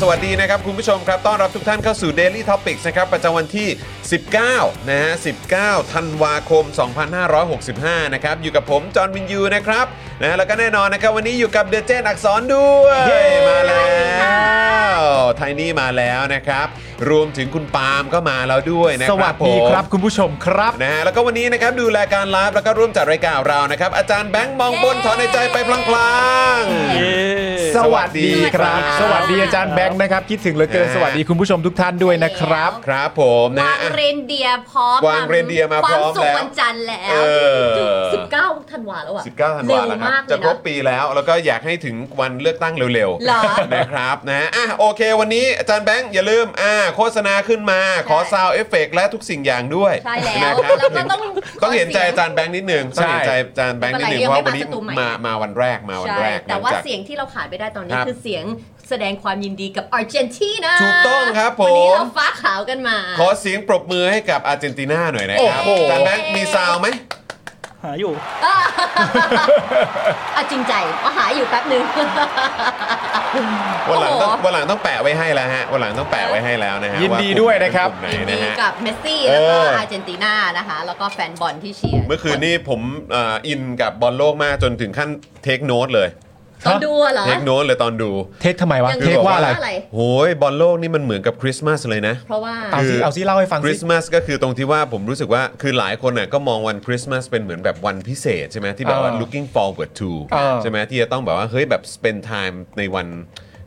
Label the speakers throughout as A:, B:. A: สวัสดีนะครับ คุณผู้ชมครับ ต้อนรับทุกท่านเข้าสู่ Daily Topics นะครับ ประจำวันที่ 19 นะฮะ 19 ธันวาคม 2565 นะครับ อยู่กับผม จอห์นวินยูนะครับนะฮะแล้วก็แน่นอนนะครับ วันนี้อยู่กับเดเจนอักษรด้วยมาแล้วไทนี่มาแล้วนะครับ รวมถึงคุณปาล์มก็มาแล้วด้วยนะค
B: ส
A: รับ
B: วัสดี
A: ผม
B: ครับคุณผู้ชมครับ
A: นะฮะแล้วก็วันนี้นะครับดูรายการไลฟ์แล้วก็ร่วมจัดรายการเรานะครับ อาจารย์แบงค์มองบนถอนในใจไปพลางๆ
B: สวัสดีครับ
A: ส
B: ส
A: วั
B: วั
A: ส
B: ส
A: ดี
B: ดีอาจารย์แบงค์นะครับ คิดถึงเหลือเกิน
A: นะฮะ
B: สวัสดีคุณผู้ชมทุกท่านด้วยนะครับ
A: ครับผม
C: ก
A: นะ
C: วาง
A: อ่ะ
C: เรนเดียร์พร้อม
A: กวางเรนเดียร์มาพร้อม
C: ความสุข
A: แล้ว
C: วันจันทร์แล้
A: เอ
C: ว
A: อ
C: สิบเก้าธันวาแล้วอ่ะ
A: 19ธันวาแล้วครับ
C: เมกเยน
A: จะครบปีแล้วแล้วก็อยากให้ถึงวันเลือกตั้งเร็ว
C: เหรอ
A: นะครับนะฮะอ่ะโอเค วันนี้อาจารย์แบงค์อย่าลืมอ่าโฆษณาขึ้นมาขอ
C: ใช่
A: ซาวเอฟเฟกและทุกสิ่งอย่างด้วย
C: ใช่แล้ว
A: นะครับ
C: แล้วก็ต้อง
A: ต้องเห็นใจ
C: ขอเสียง
A: อาจารย์แบงค์นิดหนึงต้องเห็นใจอาจารย์แบงค์นิดหนึง
C: ไม่
A: เพราะ
C: เป็นไร
A: วันนี้
C: ยังไม่มาสตูใหม่
A: มามาวันแรกมาวัน
C: ใช่
A: แรก
C: แต่ว่า
A: หลังจาก
C: เสียงที่เราขาดไม่ได้ตอนนี้
A: ครับ
C: คือเสียงแสดงความยินดีกับอาร์เจนตินา
A: ถูกต้องครับผม
C: วันนี้เราฟ้าขาวกันมา
A: ขอเสียงปรบมือให้กับอาร์เจนตินาหน่อยนะครับ
C: โอ้โห
A: อาจารย์แบงค์มีซาวไหม
D: หาอยู่
C: อ่ะจริงใจว่าหาอยู่แป๊บนึง
A: วันหลังต้อง
C: โอ้โห
A: วันหลังต้องแปะไว้ให้แล้วฮะวันหลังต้องแปะไว้ให้แล้วนะฮะ
B: ยินดีด้วยนะครับ
A: กลุ่มไหน
C: ยิน
A: นะ
C: ดี
A: ฮะ
C: กับเมสซี่แล้วก็
A: เอออ
C: อาร์เจนตินานะคะ แล้วก็แฟนบอลที่เชียร์
A: เมื่อคืนนี้ผมเอ่ออินกับบอลโลกมากจนถึงขั้นเทคโน้ตเลย
C: ตอนดูอะเหรอ
A: เทคโน้ตเลยตอนดู
B: เทคทำไมวะ
C: ยังไง
B: เทคว่าอะไร
A: โอ้ยบอลโลกนี่มันเหมือนกับคริสต์มาสเลยนะ
C: เพราะว่า
B: เอา
A: คื
B: ซิ
A: อ
B: เอาซิเล่าให้ฟัง
A: คริ
B: สิ
A: สต์มาสก็คือตรงที่ว่าผมรู้สึกว่าคือหลายคนน่ะก็มองวันคริสต์มาสเป็นเหมือนแบบวันพิเศษใช่ไหมที่แบบว่า
B: เออ
A: looking forward to
B: เออ
A: ใช่ไหมที่จะต้องแบบว่าเฮ้ยแบบ spend time ในวัน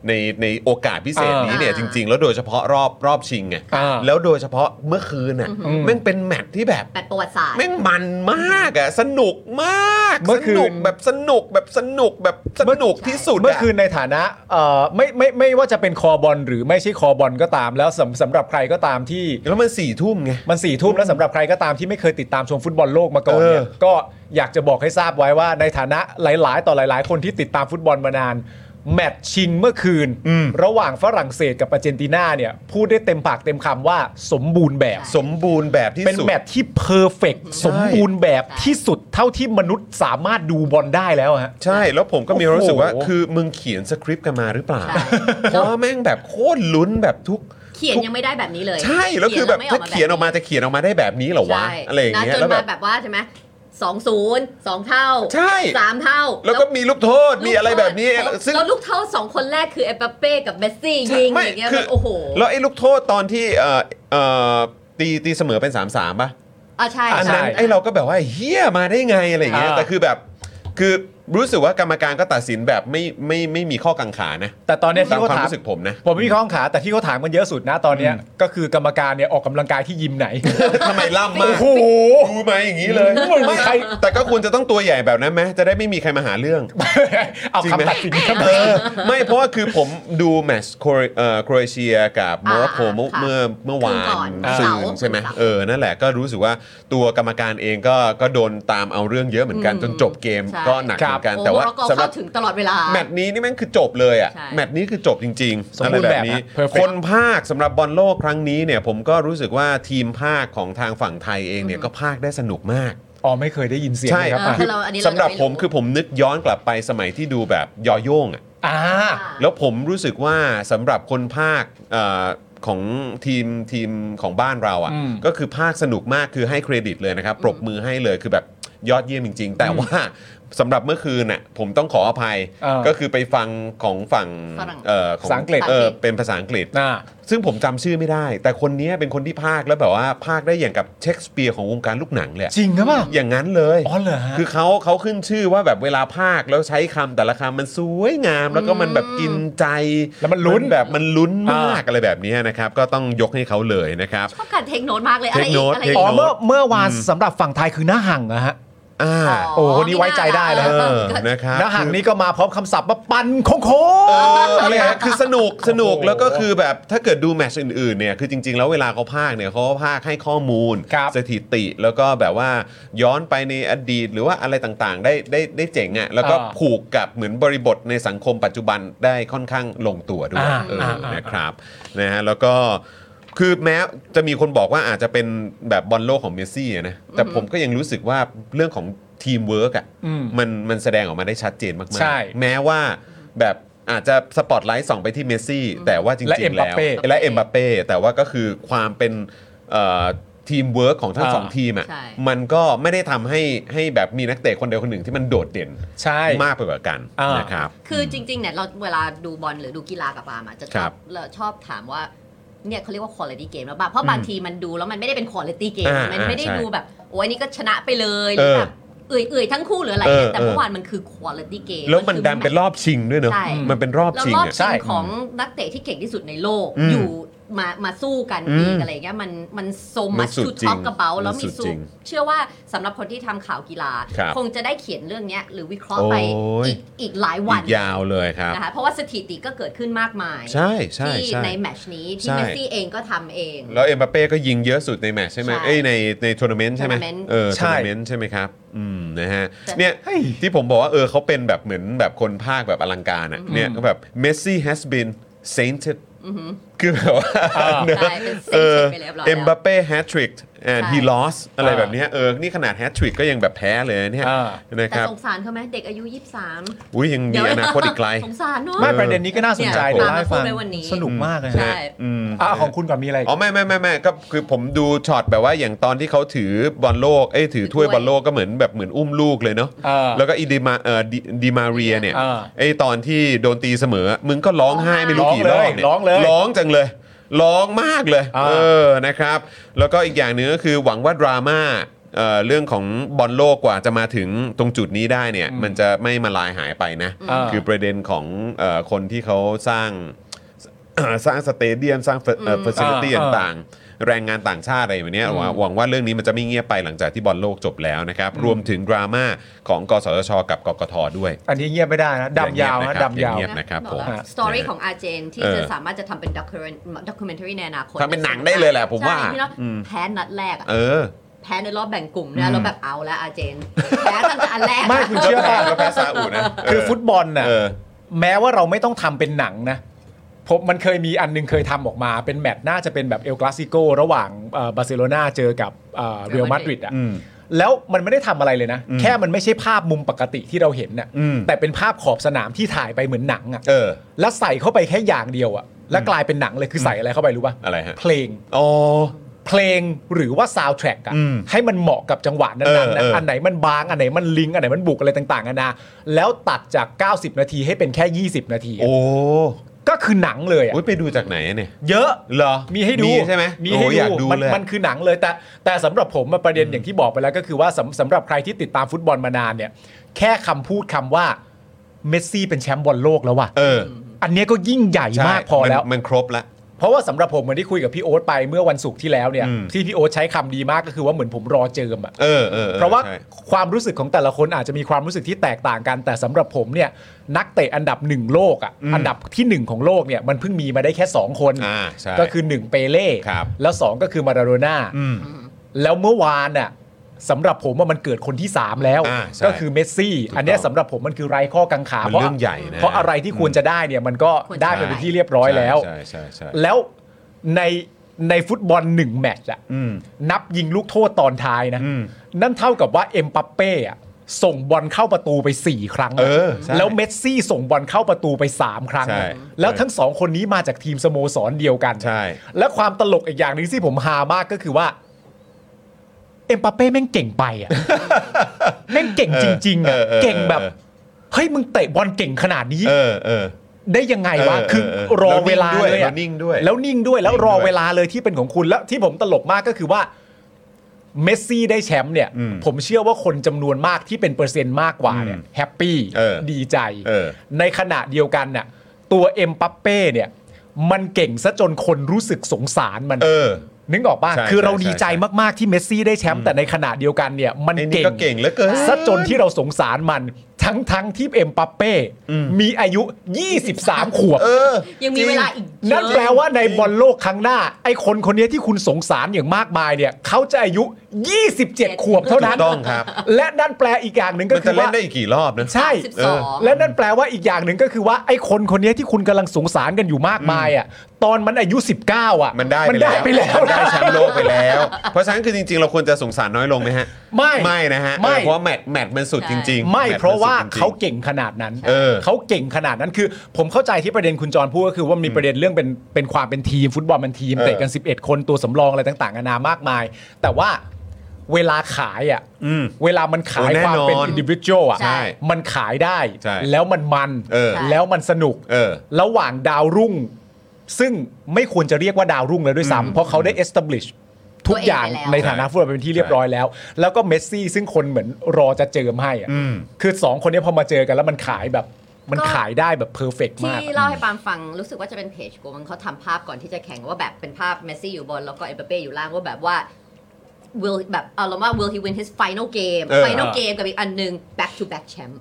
A: ในในโอกาสพิเศษนี้เนี่ย
C: เอ
A: จ
C: อ
A: ริง ๆ แล้วโดยเฉพาะรอบรอบชิงไง
B: เออ
A: แล้วโดยเฉพาะเมื่อคืนน่ะแม่งเป็นแมตช์ที่แบบ
C: แปดประวัติศาสตร์
A: แม่งมันมากอะสนุกมาก
B: เมื่อคืน
A: สนุกแบบสนุกแบบสนุกแบบสนุกที่สุดะ
B: เมื่อคืนในฐานะเอ่อไม่ไม่ไม่ว่าจะเป็นคอบอลหรือไม่ใช่คอบอลก็ตาม แล้วสำสำหรับใครก็ตามที่
A: แล้วมันสี่ทุ่มไง
B: มันสี่ทุ่มแล้วสำหรับใครก็ตามที่ไม่เคยติดตามชมฟุตบอลโลกมาก่อนเนี่ย
A: เออ
B: ก็อยากจะบอกให้ทราบไว้ว่าในฐานะหลาย ๆ ต่อหลาย ๆ คนที่ติดตามฟุตบอลมานาน แมตช์ชิงเมื่อคืน ระหว่างฝรั่งเศสกับอาร์เจนตินาเนี่ย พูดได้เต็มปากเต็มคำว่าสมบูรณ์แบบ
A: สมบูรณ์แบบที่
B: เป็น
A: สุด
B: แมตช์ที่เพอร์เฟกสมบูรณ์แบบที่สุดเท่าที่มนุษย์สามารถดูบอลได้แล้วฮะ
A: ใช่ แล้วผมก็มีความรู้สึกว่า
B: โอ้โห
A: คือมึงเขียนสคริปต์กันมาหรือเปล่า
C: ใช่
A: เพราะว่าแม่งแบบโคตรลุ้นแบบทุก
C: เขียนยังไม่ได้แบบนี้เลย
A: ใช่ แล้วคือแบบ
C: เขียน
A: ถ้า
C: ไม่
A: เขียนออกมาจะเขียนออกมาได้แบบนี้เหรอวะ
C: ใช่
A: อะไรอย่างเงี้ย
C: นะจ
A: แล้
C: น
A: วแบ
C: มา
A: บ
C: แบบว่าใช่ไหมสองศูนย์สองเท่า
A: ใช่
C: สามเท่า
A: แล้วก็มีลูกโทษ
C: ลูก
A: มีอะไรแบบนี้
C: แล้ว
A: ซึ่ง
C: แล้วลูกเท่าสองคนแรกคือเอมบัปเป้กับเมสซี่ยิง
A: ไม่
C: อย่างเงี้ย
A: คื
C: แบ
A: อ
C: บโอ้โห
A: แล้วไอ้ลูกโทษตอนที่เอ่อเอ่อตีตีเสมอเป็น 3 3ป่ะ
C: อ่ะใช่
A: อันนั้น
C: ใช่
A: ไอ้เราก็แบบว่าเฮียมาได้ไงอะไรอย่างเงี้ย
B: อ่า
A: แต่คือแบบ คือรู้สึกว่ากรรมการก็ตัดสินแบบไม่ไม่ไม่มีข้อกังขานะ
B: แต่ตอนเนี้ย
A: ตาม
B: ที่เขา
A: ความ
B: ถาม
A: รู้สึกผมนะ
B: ผมไม่มีข้อกังขาแต่ที่เขาถามกันเยอะสุดนะตอนเนี้ยก็คือกรรมการเนี่ยออกกำลังกายที่ยิมไหน
A: ทำไมล่ำมาก
B: โอ้โห
A: ดูมาอย่างนี้เลย
B: ไม่มีใคร
A: แต่ก็ควรจะต้องตัวใหญ่แบบนั้นไหมจะได้ไม่มีใครมาหาเรื่อง
B: เอา
A: จริงไหม
B: คำตัดสินครับ
A: เออไม่เพราะว่าคือผมดูแมตช์โครเอ่อโครเอเชียกับโมร็อกโก
C: อ่า
A: เมื่อ
C: ค่ะ
A: เมื่อเมื่อวา
C: คืนก่อน น
A: ซื
C: เสาร์
A: นใช่ไหม
C: เสาร์
A: เออนั่นแหละก็รู้สึกว่าตัวกรรมการเองก็ก็โดนตามเอาเรื่องเยอะเหมือนกัน
C: อืม
A: จนจบเกม
C: ใช่
A: ก็หนักเหมือนกันแต่ว่า
C: โอ้โห
A: สำห
C: เข้า
A: รับ
C: ถึงตลอดเวลา
A: แมตช์นี้นี่แม่งคือจบเลยอ่ะ
C: ใช่
A: แมตช์นี้คือจบจริงๆ
B: สม
A: อะไร
B: บูรณ์
A: แบบนี้
B: แบบนะ perfect
A: คนภาคสำหรับบอลโลกครั้งนี้เนี่ยผมก็รู้สึกว่าทีมภาคของทางฝั่งไทยเองเนี่ยก็ภาคได้สนุกมาก
B: อ๋อไม่เคยได้ยินเสียง
A: ใช่
B: เลยครับ
C: อ่า
B: อ่ะ
C: คือเราอันนี้เรา
A: สำหรับ
C: จะไม่รู้
A: ผมคือผมนึกย้อนกลับไปสมัยที่ดูแบบยอโย่งอะ
B: อ่า
A: แล้วผมรู้สึกว่าสำหรับคนภาคเอ่อของทีมทีมของบ้านเรา
B: อืม
A: อะ่ะก็คือภาคสนุกมากคือให้เครดิตเลยนะครับ ปรบมือให้เลยคือแบบยอดเยี่ยมจริง ๆ แต่ว่าสำหรับเมื่อคืนน่ะผมต้องขออภัย
B: เออ
A: ก็คือไปฟังของฝั่ง
C: ฝรั่ง
A: เอ่อขอ
B: ภาษาอังกฤษ
A: เออเป็นภาษาอังกฤษ
B: อ่า
A: ซึ่งผมจำชื่อไม่ได้ แต่คนนี้เป็นคนที่ภาคแล้วแบบว่าภาคได้อย่างกับเชคสเปียร์ของวงการลูกหนังเลยอะ
B: จริงหรือเปล่า
A: อย่างนั้นเลย
B: อ๋อเหรอฮะ
A: คือเขาเขาขึ้นชื่อว่าแบบเวลาภาคแล้วใช้คำแต่ละคำมันสวยงาม แล้วก็มันแบบกินใจ
B: แล้วมันลุ้น
A: แบบมันลุ้นมาก
B: อ่า
A: อะไรแบบนี้นะครับ ก็ต้องยกให้เขาเลยนะครับ
C: ชอบการเทคโนตมากเลยอะไรอี
A: เทคโน
C: ก
A: ต
C: อะไร
A: เท
C: อี
A: ค
C: ก
B: อ๋อ
A: โต
B: เมื่อเมื่อวานสำหรับฝั่งไทยคือหน้าหังนะฮะ
A: อ่า
B: โอ้โหนี่ไว้ใจได้เลย
C: ม่
A: เอ
C: น่า
A: อ
C: ล่ะ
A: นะครับ
B: หน้าหังนี้ก็มาพร้อมคำศัพท์ว่าปันโค้ง
A: เอออะไรฮะคือสนุกสนุก
B: โอ้โห
A: แล้วก็คือแบบถ้าเกิดดูแมตช์อื่นๆเนี่ยคือจริง ๆ แล้วเวลาเขาภาคเนี่ยเขาก็ภาคให้ข้อมูล
B: ครับ
A: สถิติแล้วก็แบบว่าย้อนไปในอดีตหรือว่าอะไรต่างๆ ได้ได้ได้เจ๋งอ่ะแล้วก็
B: อ่า
A: ผูกกับเหมือนบริบทในสังคมปัจจุบันได้ค่อนข้างลงตัวด้วย ด้วย
B: อ่า
A: เออ
B: อ่า
A: อ
B: อ่าน
A: นะครับนะฮะแล้วก็คือแม้จะมีคนบอกว่าอาจจะเป็นแบบบอลโลกของเมสซี่อะนะแต่ผมก็ยังรู้สึกว่าเรื่องของทีมเวิร์กอ่ะ
B: อืม
A: มันมันแสดงออกมาได้ชัดเจนมาก
B: ใช่
A: ๆ แม้ว่าแบบอาจจะสปอตไลท์ส่องไปที่เมสซี่ แต่ว่าจริงๆ
B: และเอ็มบั
A: แล้
B: ป
A: ว
B: เป้
A: และเอ็มบัปเป้แต่ว่าก็คือความเป็นเอ่อทีมเวิร์กของทั้ง
B: อ่า
A: สองทีมอ่ะ
C: ใช่
A: มันก็ไม่ได้ทำให้ให้แบบมีนักเตะคนเดียวคนหนึ่งที่มันโดดเด่น
B: ใช่
A: มากไปกว่ากัน
B: อ่าน
A: นะครับ
C: คือจริงๆเนี่ยเราเวลาดูบอลหรือดูกีฬากับปาล์มอะจะ
A: ค
C: ช
A: รั
C: อ
A: บบ
C: เราชอบถามว่าเนี่ยเขาเรียกว่า quality game แล้วป่ะเพราะบางทีมันดูแล้วมันไม่ได้เป็น quality game
A: อ่า
C: มันไม่ได้
A: ใช่
C: ดูแบบโอ้ยนี่ก็ชนะไปเลยหรือ
A: เออ
C: แบบเอื่อยๆทั้งคู่หรืออะไร
A: เอ
C: เงี้ย
A: อ
C: แต่เมื่
A: เอ
C: อ
A: อ
C: วานมันคือ quality game
A: แล้วมัน
C: คือ
A: ดันเป็นรอบชิงด้วยเนอะ
C: ใช่
A: มันเป็นรอบ
C: แล้ว
A: ชิง
C: รอบ
A: อะ
B: ใช่
C: ชิงของนักเตะที่เก่งที่สุดในโลก
A: อืม
C: อยู่มามาสู้กัน
A: อืม
C: อีกอะไรเงี้ยมันมันโซ
A: มั
C: มัน ช
A: สุด
C: ทู
A: จริ
C: ท็อง ปกระเป๋าแล้ว
A: มันสุ
C: มี
A: ด
C: สู
A: จริง
C: เชื่อว่าสำหรับคนที่ทำข่าวกีฬา
A: ครับ
C: คงจะได้เขียนเรื่องเนี้ยหรือวิเคราะห์ไป
A: โอ้ย
C: อีกอีกหลายวั
A: อี
C: น
A: กยาวเลยครับ
C: นะคะเพราะว่าสถิติก็เกิดขึ้นมากมาย
A: ใช่ใช่
C: ที่
A: ใช่
C: ในแมตชนี้ที่
A: ใช่
C: เมสซี่เองก็ทำเอง
A: แล้วเอ็มบัปเป้ก็ยิงเยอะสุดในแมตช์ใช่ไหม
C: ใช่
A: เอ้ยในในทัวร์นาเมนต์ใช่ไหม
C: tournament
A: เออ
B: ใช่
A: ทัวร์นาเมนต์ใช่ไหมครับ อืมนะฮะ
C: แต่
A: เนี่ย
B: เฮ้ย
A: ที่ผมบอกว่าเออเขาเป็นแบบเหมือนแบบคนภาคแบบอลังการอ่ะเนี่ยก็แบบ Messi has been sainted คือแบบว่าเนอะ
C: ใช่เป็นเซ
A: เอน อ
C: ไปเรียบร้อย
A: เอ็ม
C: แล้
A: บั
C: ว
A: ปเป้แฮตทริก and he
C: ใช่
A: lost อะไร
B: อ่า
A: แบบเนี้ยเออนี่ขนาดแฮตทริกก็ยังแบบแพ้เลยเนี่ย
B: อ่า
A: นะค
C: แต่
A: รับ
C: สงสารเขาไหมเด็กอายุ 23
A: อุ้ยยังมีอนาคตอีกไกล
C: สงสารเนอะ
B: ไม่ประเด็นนี้ก็น่าสนใจ
A: เนี่ย
B: เดี๋ยวเล่าให้ฟัง
C: ตามมาพูดไว้วันนี้
B: สนุกมากเลย
C: ใช่
B: ฮะ
A: อืม
B: อ่ะของคุณก่อนมีอะไรอีก
A: อ๋อไม่ไม่ไม่ไม่ก็คือผมดูช็อตแบบว่าอย่างตอนที่เขาถือบอลโลกเอ้ยถือถ้วย
C: ถือถ้วย
A: บอลโลกก็เหมือนแบบเหมือนอุ้มลูกเลยเนาะ
B: เออ
A: แล้วก็อีดีมาเอ่อดิดีมาเรียเนี่ย
B: เออ
A: ไอ้ตอนที่โดนตีเสมอ มึงก็ร้องไห้ไม่รู้กี่รอบนี่
B: ร้องเลยร้อง
A: ร้อง
B: เลย
A: จังเลย ร้องมากเลย
B: เออ
A: เออนะครับ แล้วก็อีกอย่างหนึ่งก็คือหวังว่าดราม่าเอ่อเรื่องของบอลโลกกว่าจะมาถึงตรงจุดนี้ได้เนี่ยมันจะไม่มาลายหายไปนะ
B: อ่า
A: คือประเด็นของเอ่อคนที่เขาสร้าง สร้างสเตเดียม สร้างเฟอร์ซิลิตี้
B: อ่า
A: ต่างๆ แรงงานต่างชาติอะไรแบบเนี้ยหวังหวังว่าเรื่องนี้มันจะไม่เงียบไปหลังจากที่บอลโลกจบแล้วนะครับ รวมถึงดราม่าของกสทช กับกกทด้วย
B: อันนี้เงียบไม่ได้นะดำยาว
A: อ
B: ฮะ
A: ง
B: ดำ
A: เงีบนะครับอยง
B: าว
A: เงียบนะครับผม
C: สตอรี่ของอาเจนที่
A: เออ
C: จะสามารถจะทำเป็นด็อกคิวเมนทรีในอนาคต
A: ทำเป็นหนังได้เลยแหละผมว่า
C: ใช่พี่เนะ
A: อืม
C: แพ้นัดแรกอะ
A: เออ
C: แพ้ในรอบแบ่งกลุ่มเนี่ยเราแบบเอาแล้วอาเจน แพ้ตั้งแต่อันแรก
B: ไม่คุณเชื่อป่ะ
A: แล้วแพ้ซาอุนะเ
B: คือฟุตบอลน่ะ
A: เออ
B: แม้ว่าเราไม่ต้องทำเป็นหนังนะผมมันเคยมีอันหนึงเคยทำออกมา เป็นแมตช์น่าจะเป็นแบบเอลคลาซิโกระหว่างเอ่อบาร์เซโลนาเจอกับเรอัลมาดริดอ่ะ
A: อืม
B: แล้วมันไม่ได้ทำอะไรเลยนะ แค่มันไม่ใช่ภาพมุมปกติที่เราเห็นน่ะ
A: อืม
B: แต่เป็นภาพขอบสนามที่ถ่ายไปเหมือนหนังอ่ะ
A: เออ
B: แล้วใส่เข้าไปแค่อย่างเดียวอ่ะแล้วกลายเป็นหนังเลยคือใส่อะไรเข้าไปรู้ป่ะ
A: อะไรฮะ
B: เพลง
A: อ๋อ
B: เพลงหรือว่าซาวด์แทร็กอะ
A: อืม
B: ให้มันเหมาะกับจังหวะนั้นๆ
A: เออเอ
B: นะ
A: ออั
B: อันไหนมันบาง อันไหนมันลิงก์อันไหนมันบุกอะไรต่างๆกันานะแล้วตัดจาก 90 นาทีให้เป็นแค่ 20 นาทีอะ
A: โอ้
B: ก็คือหนังเลยอะ
A: อุ๊ยไปดูจากไหนอะเนี่ย
B: เยอะ
A: เหรอ
B: มีให้ดู
A: มีใช่ไหม
B: มีให้
A: โอ้อยากดู
B: มั
A: เลยอะ
B: มันคือหนังเลยแต่แต่สำหรับผมอะประเด็นอย่างที่บอกไปแล้วก็คือว่าสำสำหรับใครที่ติดตามฟุตบอลมานานเนี่ย แค่คำพูดคำว่าเมสซี่เป็นแชมป์บอลโลกแล้วว่ะ
A: เออ
B: อันเนี้ยก็ยิ่งใหญ่
A: ใช่
B: มากพอแล้ว
A: มันมันครบละ
B: เพราะว่าสำหรับผมเหมือนที่คุยกับพี่โอ๊ตไปเมื่อวันศุกร์ที่แล้วเนี่ย
A: อืม
B: ที่พี่โอ๊ตใช้คำดีมากก็คือว่าเหมือนผมรอเจิมอะ
A: เออเออออ
B: เพราะว่า
A: ใช่
B: ความรู้สึกของแต่ละคนอาจจะมีความรู้สึกที่แตกต่างกัน แต่สำหรับผมเนี่ยนักเตะอันดับหนึ่งโลกอะ
A: อืม
B: อันดับที่หนึ่งของโลกเนี่ยมันเพิ่งมีมาได้แค่สองคน
A: อ่าใช่
B: ก็คือหนึ่งเปเล่
A: ครับ
B: แล้วสองก็คือมาราโดน่า
A: อืม
B: แล้วเมื่อวานน่ะสำหรับผมว่ามันเกิดคนที่สามแล้ว
A: อ่าใช่
B: ก็คือเมสซี่
A: ถูกต้อง
B: อันเนี้ยสำหรับผมมันคือไร้ข้อกังขา
A: มัน
B: เพราะ
A: เรื่องใหญ่นะ
B: เพราะอะไรที่ควรจะได้เนี่ยมันก็
C: ควรจะ
B: ได้ไปเป็นที่เรียบร้อยแล้ว
A: ใช่ใช่ใช่
B: แล้วในในฟุตบอลหนึ่งแมตช์อะ
A: อืม
B: นับยิงลูกโทษตอนท้ายนะ
A: อืม
B: นั่นเท่ากับว่าเอ็มปัปเป้อะ ส่งบอลเข้าประตูไป 4 ครั้ง
A: เออใช่
B: แล้วเมสซี่ส่งบอลเข้าประตูไป 3 ครั้ง
A: ใช่
B: แล้วทั้งสองคนนี้มาจากทีมสโมสรเดียวกัน
A: ใช่
B: และความตลกอีกอย่างหนึ่งที่ผมฮามากก็คือว่า เอ็มปาเป้แม่งเก่งไป อ่ะ แม่งเก่งจริง ๆ
A: เออเอ
B: อ่ะ
A: อเออ
B: เก่งแบบเฮ้ยมึงเตะบอลเก่งขนาดนี้
A: เออเออ
B: ได้ยังไงวะ
A: เออ
B: คือ
A: เออ
B: รอเวลาเลย
A: แล้
B: อะ
A: วนิ่งด้วย
B: แล้วนิ่งด้วยแล้วรอ
A: นิ่งด้วย
B: เวลาเลยที่เป็นของคุณแล้วที่ผมตลกมากก็คือว่าเมสซี่ได้แชมป์เนี่ย
A: อืม
B: ผมเชื่อว่าคนจำนวนมากที่เป็นเปอร์เซ็นต์มากกว่าเนี่ย
A: อืม
B: แฮปปี้
A: เออ
B: ดีใจ
A: เออ
B: ในขณะเดียวกันน่ะตัวเอ็มปัปเป้เนี่ย มันเก่งซะจนคนรู้สึกสงสารมัน
A: เออ
B: นึกออกป่ะ
A: ใช่
B: คือเรา
A: ใช่
B: ดีใจ
A: ใช่
B: มาก ๆ ที่เมสซี่ได้แชมป์แต่ในขณะเดียวกันเนี่ย มัน
A: ไอ้นี่
B: เก่ง
A: ก็เก่งเหลือเกิน
B: ซะจนที่เราสงสารมัน ทั้งทั้งๆที่เอ็มปัปเป้มีอายุ 23 ขวบ
A: เออ
C: ยังมีเวลาอีกเยอะ
B: นั่นแปลว่าในบอลโลกครั้งหน้า ไอ้คนคนเนี้ยที่คุณสงสารอย่างมากมายเนี่ยเขาจะอายุ 27 ขวบเท่านั้น
A: ถูกต้องครับ
B: และนั่นแปลอีกอย่างหนึ่งก็
A: มัน
B: คื
A: จะ
B: อ
A: เล่น
B: ว่า
A: ได้อีกกี่รอบนะ
B: ใช่
C: สิบสอง
B: และนั่นแปลว่าอีกอย่างหนึ่งก็คือว่าไอ้คนคนเนี้ยที่คุณกำลังสงสารกันอยู่มากมายอ่ะตอนมันอายุ 19 อ่ะ
A: มันได้
B: มันได้ไปแล้ว
A: มันได้
B: นะ
A: แชมป์โลกไปแล้ว เพราะฉะนั้นคือจริง ๆ เราควรจะสงสารน้อยลงไหมฮะ
B: ไม่
A: ไม่นะฮะ
B: ไม่
A: เออเพราะว่าแมตช์แมตช์มันสุดจริงๆ
B: ไม่
A: แตช์นสุดจงๆ
B: เพราะว่าเขาเก่งขนาดนั้น
A: เออ
B: เขาเก่งขนาดนั้นคือ ผมเข้าใจที่ประเด็นคุณจรพูดก็คือว่ามีประเด็นเรื่องเป็นเป็นความเป็นทีมฟุตบอลเป็นทีม
A: เออ
B: เตะกัน 11 คนตัวสำรองอะไรต่างๆนานามากมาย แต่ว่าเวลาขายอ่ะ
A: อืม
B: เวลามันขาย
A: โอ้แน่นอน
B: ความเป็นอินดิวิชวลอ่ะ
C: ใช่
B: มันขายได้
A: ใช่
B: แล้วมันมัน
A: เออ
B: แล้วมันสนุก
A: เออ
B: ระหว่างดาวรุ่ง ซึ่งไม่ควรจะเรียกว่าดาวรุ่งเลยด้วยซ้ำเพราะเขาได้ establish ทุกอย่าง
C: ตัวเองไปแล้ว
B: ในฐานะฟุตบอลเป็นที่เรียบร้อยแล้ว แล้วก็เมสซี่ซึ่งคนเหมือนรอจะเจิมให้อะ
A: อืม
B: คือสองคนเนี้ยพอมาเจอกันแล้วมันขายแบบ มันขายได้แบบเพอร์เฟก
C: ที่
B: มาก
C: เล่าให้ปาล์มฟังรู้สึกว่าจะเป็นเพจกูมันเขาทำภาพก่อนที่จะแข่งว่าแบบเป็นภาพเมสซี่อยู่บน แล้วก็เอ็มเปเป้อยู่ล่างว่าแบบว่า will แบบเอาเราว่า will he win his final game
A: เออ
C: final game กับอีกอันหนึ่ง back to back champ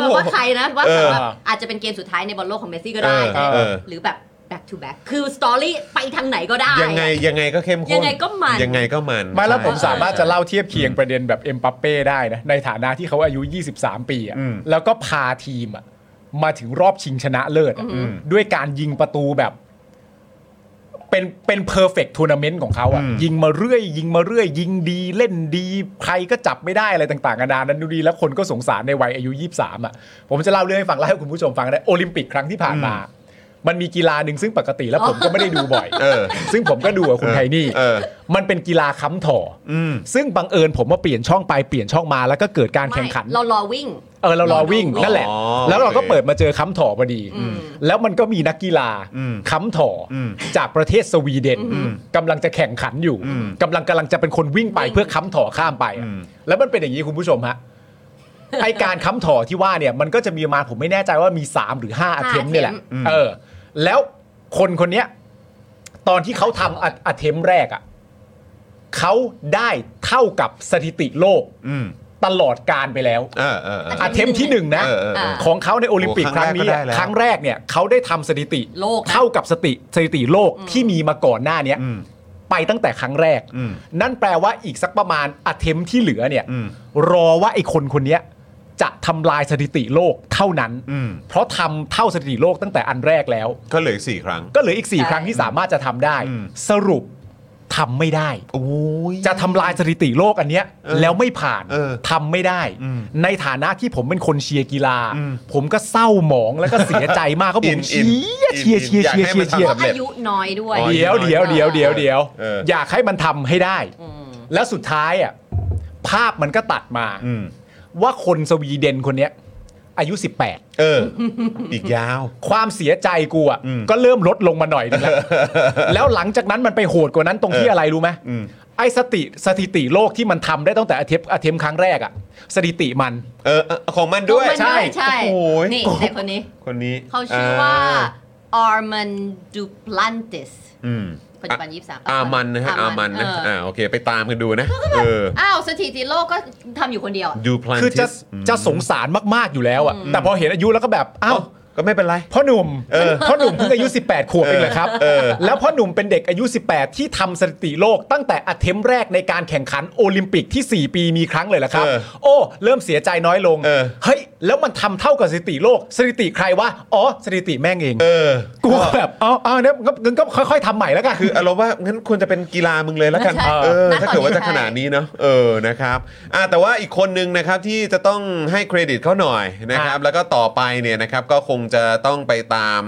C: แล้วว่าใครนะว่า
A: เออ
C: แบบอาจจะเป็นเกมสุดท้ายในบอลโลกของเมสซี่ก็
A: เอ
C: ได้
A: อเออ
C: หรือแบบ back to back คือสตอรี่ไปทางไหนก็ได้
A: ยังไงยังไงก็เข้มข้น
C: ยังไงก็มัน
A: ยังไงก็มัน
B: ไม่แล้ว
A: ใช่
B: ผมสามารถจะเล่าเทียบเคียงประเด็นแบบเอ็มปัปเป้ได้นะ ในฐานะที่เขาอายุ 23 ปีอะ
A: อืม
B: แล้วก็พาทีมอะมาถึงรอบชิงชนะเลิศอะ
A: อืม
B: ด้วยการยิงประตูแบบ เป็นเป็นเพอร์เฟกต์ทัวร์นาเมนต์ของเขาอะ
A: อืม
B: ยิงมาเรื่อย ยิงมาเรื่อย ยิงดีเล่นดี ใครก็จับไม่ได้อะไรต่างๆนานานั้นดูดีแล้วคนก็สงสารในวัยอายุ 23 อ่ะ ผมจะเล่าเรื่องให้ฟังเล่าให้คุณผู้ชมฟังได้โอลิมปิกครั้งที่ผ่านมา มันมีกีฬาหนึ่งซึ่งปกติแล้วผมก็ไม่ได้ดูบ่อย
A: เออ
B: ซึ่งผมก็ดูกับคุณไทนี่
A: เออ
B: มันเป็นกีฬาค้ำถ่ออ
A: อืม
B: ซึ่งบังเอิญผมมาเปลี่ยนช่องไปเปลี่ยนช่องมาแล้วก็เกิดการ
C: ไม่
B: แข่งขัน
C: เรารอวิ่ง
B: เออเรารอวิ่ง
C: เรารอวิ่ง
B: นั่นแหละ
A: อ๋อ
B: แล้วเราก็
A: โอเค
B: เปิดมาเจอค้ำถ่อพอดี
C: อืม
B: แล้วมันก็มีนักกีฬา
A: อืม
B: ค้ำถ่ออ
A: ม
B: จากประเทศสวีเดนกำลังจะแข่งขันอยู่กำลังกำลังจะเป็นคนวิ่งไปเพื่อค้ำถ่อข้ามไปอะ
A: อืม
B: แล้วมันเป็นอย่างนี้คุณผู้ชมฮะไอการค้ำถ่อที่ว่าเนี่ย มันก็จะมีมาผมไม่แน่ใจว่ามี 3 หรือ 5 อัเทมเนี่ยแหละเออ แล้วคนคนเนี้ย ตอนที่เขาทำอัเทมแรกอะ่ะเขาได้เท่ากับสถิติโลก
A: อืม
B: ตลอดการไปแล้ว
A: เออเออเออ
B: อาเทมที่หนึ่งนะ
A: เออเออเออ
B: ของเขาในโอลิมปิก
A: โอ้
B: ค
A: ครั้
B: รั้ง
A: งแรก
B: นี้
A: ก็ได้แล้ว
B: ครั้งแรกเนี่ยเขาได้ทำสถิติ
C: โลกนะ
B: เท่ากับสติสถิติโลกที่มีมาก่อนหน้าเนี้ย
A: อืม
B: ไปตั้งแต่ครั้งแรก
A: อืม
B: นั่นแปลว่าอีกสักประมาณอาเทมที่เหลือเนี่ย
A: อืม
B: รอว่าไอ้คนคนเนี้ยจะทำลายสถิติโลกเท่านั้น
A: อืม
B: เพราะทำเท่าสถิติโลกตั้งแต่อันแรกแล้ว
A: ก็เหลืออีกสี่ครั้ง
B: ก็เหลืออีก
C: ใช่
B: 4 ครั้งที่สามารถจะทำได้
A: อืม
B: สรุปทำไม่ได้
A: โอ้ย
B: จะทำลายสถิติโลกอันเนี้ย
A: เออ
B: แล้วไม่ผ่าน
A: เออ
B: ทำไม่ได้
A: อืม
B: ในฐานะที่ผมเป็นคนเชียร์กีฬา
A: อืม
B: ผมก็เศร้าหมองแล้วก็เสียใจ มากก็ผ
A: อิ
B: ม
A: นอิ
B: เชี
A: น
B: ยร์เชียร์เชียร์
A: อยาก
B: เชียร์
A: ให้
B: เชี
A: มันทำ
B: ยร์เชียร์
C: เพราะ
A: สำเร็จ
C: อายุน้อยด้วย
A: อ๋อ
B: เดี๋ยวเดี๋ยวเดี๋ยวเดี๋ยวเดี๋ยว
A: เอออ
B: อยากให้มันทำให้ได้ และสุดท้ายอ่ะภาพมันก็ตัดมา
A: อืม
B: ว่าคนสวีเดนคนเนี้ย อายุ 18
A: เออ อีกยาว
B: ความเสียใจกูอ่ะ
A: อืม
B: ก็เริ่มลดลงมาหน่อยนึ งแล้ว แล้วหลังจากนั้นมันไปโหดกว่านั้นตรงที่อะไรรู้ไหม
A: อืม
B: ไอ้สติสถิติโลกที่มันทำได้ตั้งแต่อาเทมอาเทมครั้งแรกอะสถิติมัน
A: เออเออของมันด้วย
C: ใช่ใช่
A: โอ้ย
C: นี่แต่คนนี้
A: คนนี้
C: เขาชื่อว่าอาร์มันดูพลันติส
A: อืม
C: ปัจจุบันยี่สิบสาม
A: อามันนะฮะอามันนะ
C: เอ
A: อ่า
C: อ
A: โอเค ไปตามกันดูนะ เออ
C: อ้าวสถิติโลกก็ทำอยู่คนเดียวอะ
A: ดูพลัน
B: คือ
A: ทิ
B: จะ
A: ส
B: จะสงสารมากๆอยู่แล้วอะแต่พอเห็นอายุแล้วก็แบบ เอ้า
A: อ๋อ ก็ไม่เป็นไร
B: พ่อหนุ่ม
A: เออ
B: พ่อหนุ่มเพิ่งอายุ 18 ขวบเองเหรอครับ
A: เออ
B: แล้วพ่อหนุ่มเป็นเด็กอายุ 18 ที่ทำสถิติโลกตั้งแต่อัเทมแรกในการแข่งขันโอลิมปิกที่ 4 ปีมีครั้งเลยเหรอครับ
A: เออ
B: โอ้เริ่มเสียใจน้อยลง
A: เออ
B: ยแล้วมันทำเท่ากับสถิติโลก สถิติใครวะอ๋อสถิติแม่งเอง
A: เออ
B: กูแบบเอาเอาเนี่ยงั้นก็ค่อยๆทำใหม่แล้วกัน
A: คืออารมณ์ว่างั้นควรจะเป็นกีฬามึงเลยแล้วกัน
C: ใช่
A: เออ
C: ณ
A: ถ้าเกิดว่า
C: ตอนนี้
A: จะขนาดนี้เนาะเออนะครับอ่ะแต่ว่าอีกคนนึงนะครับที่จะต้องให้เครดิตเขาหน่อยนะครับ แล้วก็ต่อไปเนี่ยนะครับก็คงจะต้องไปตาม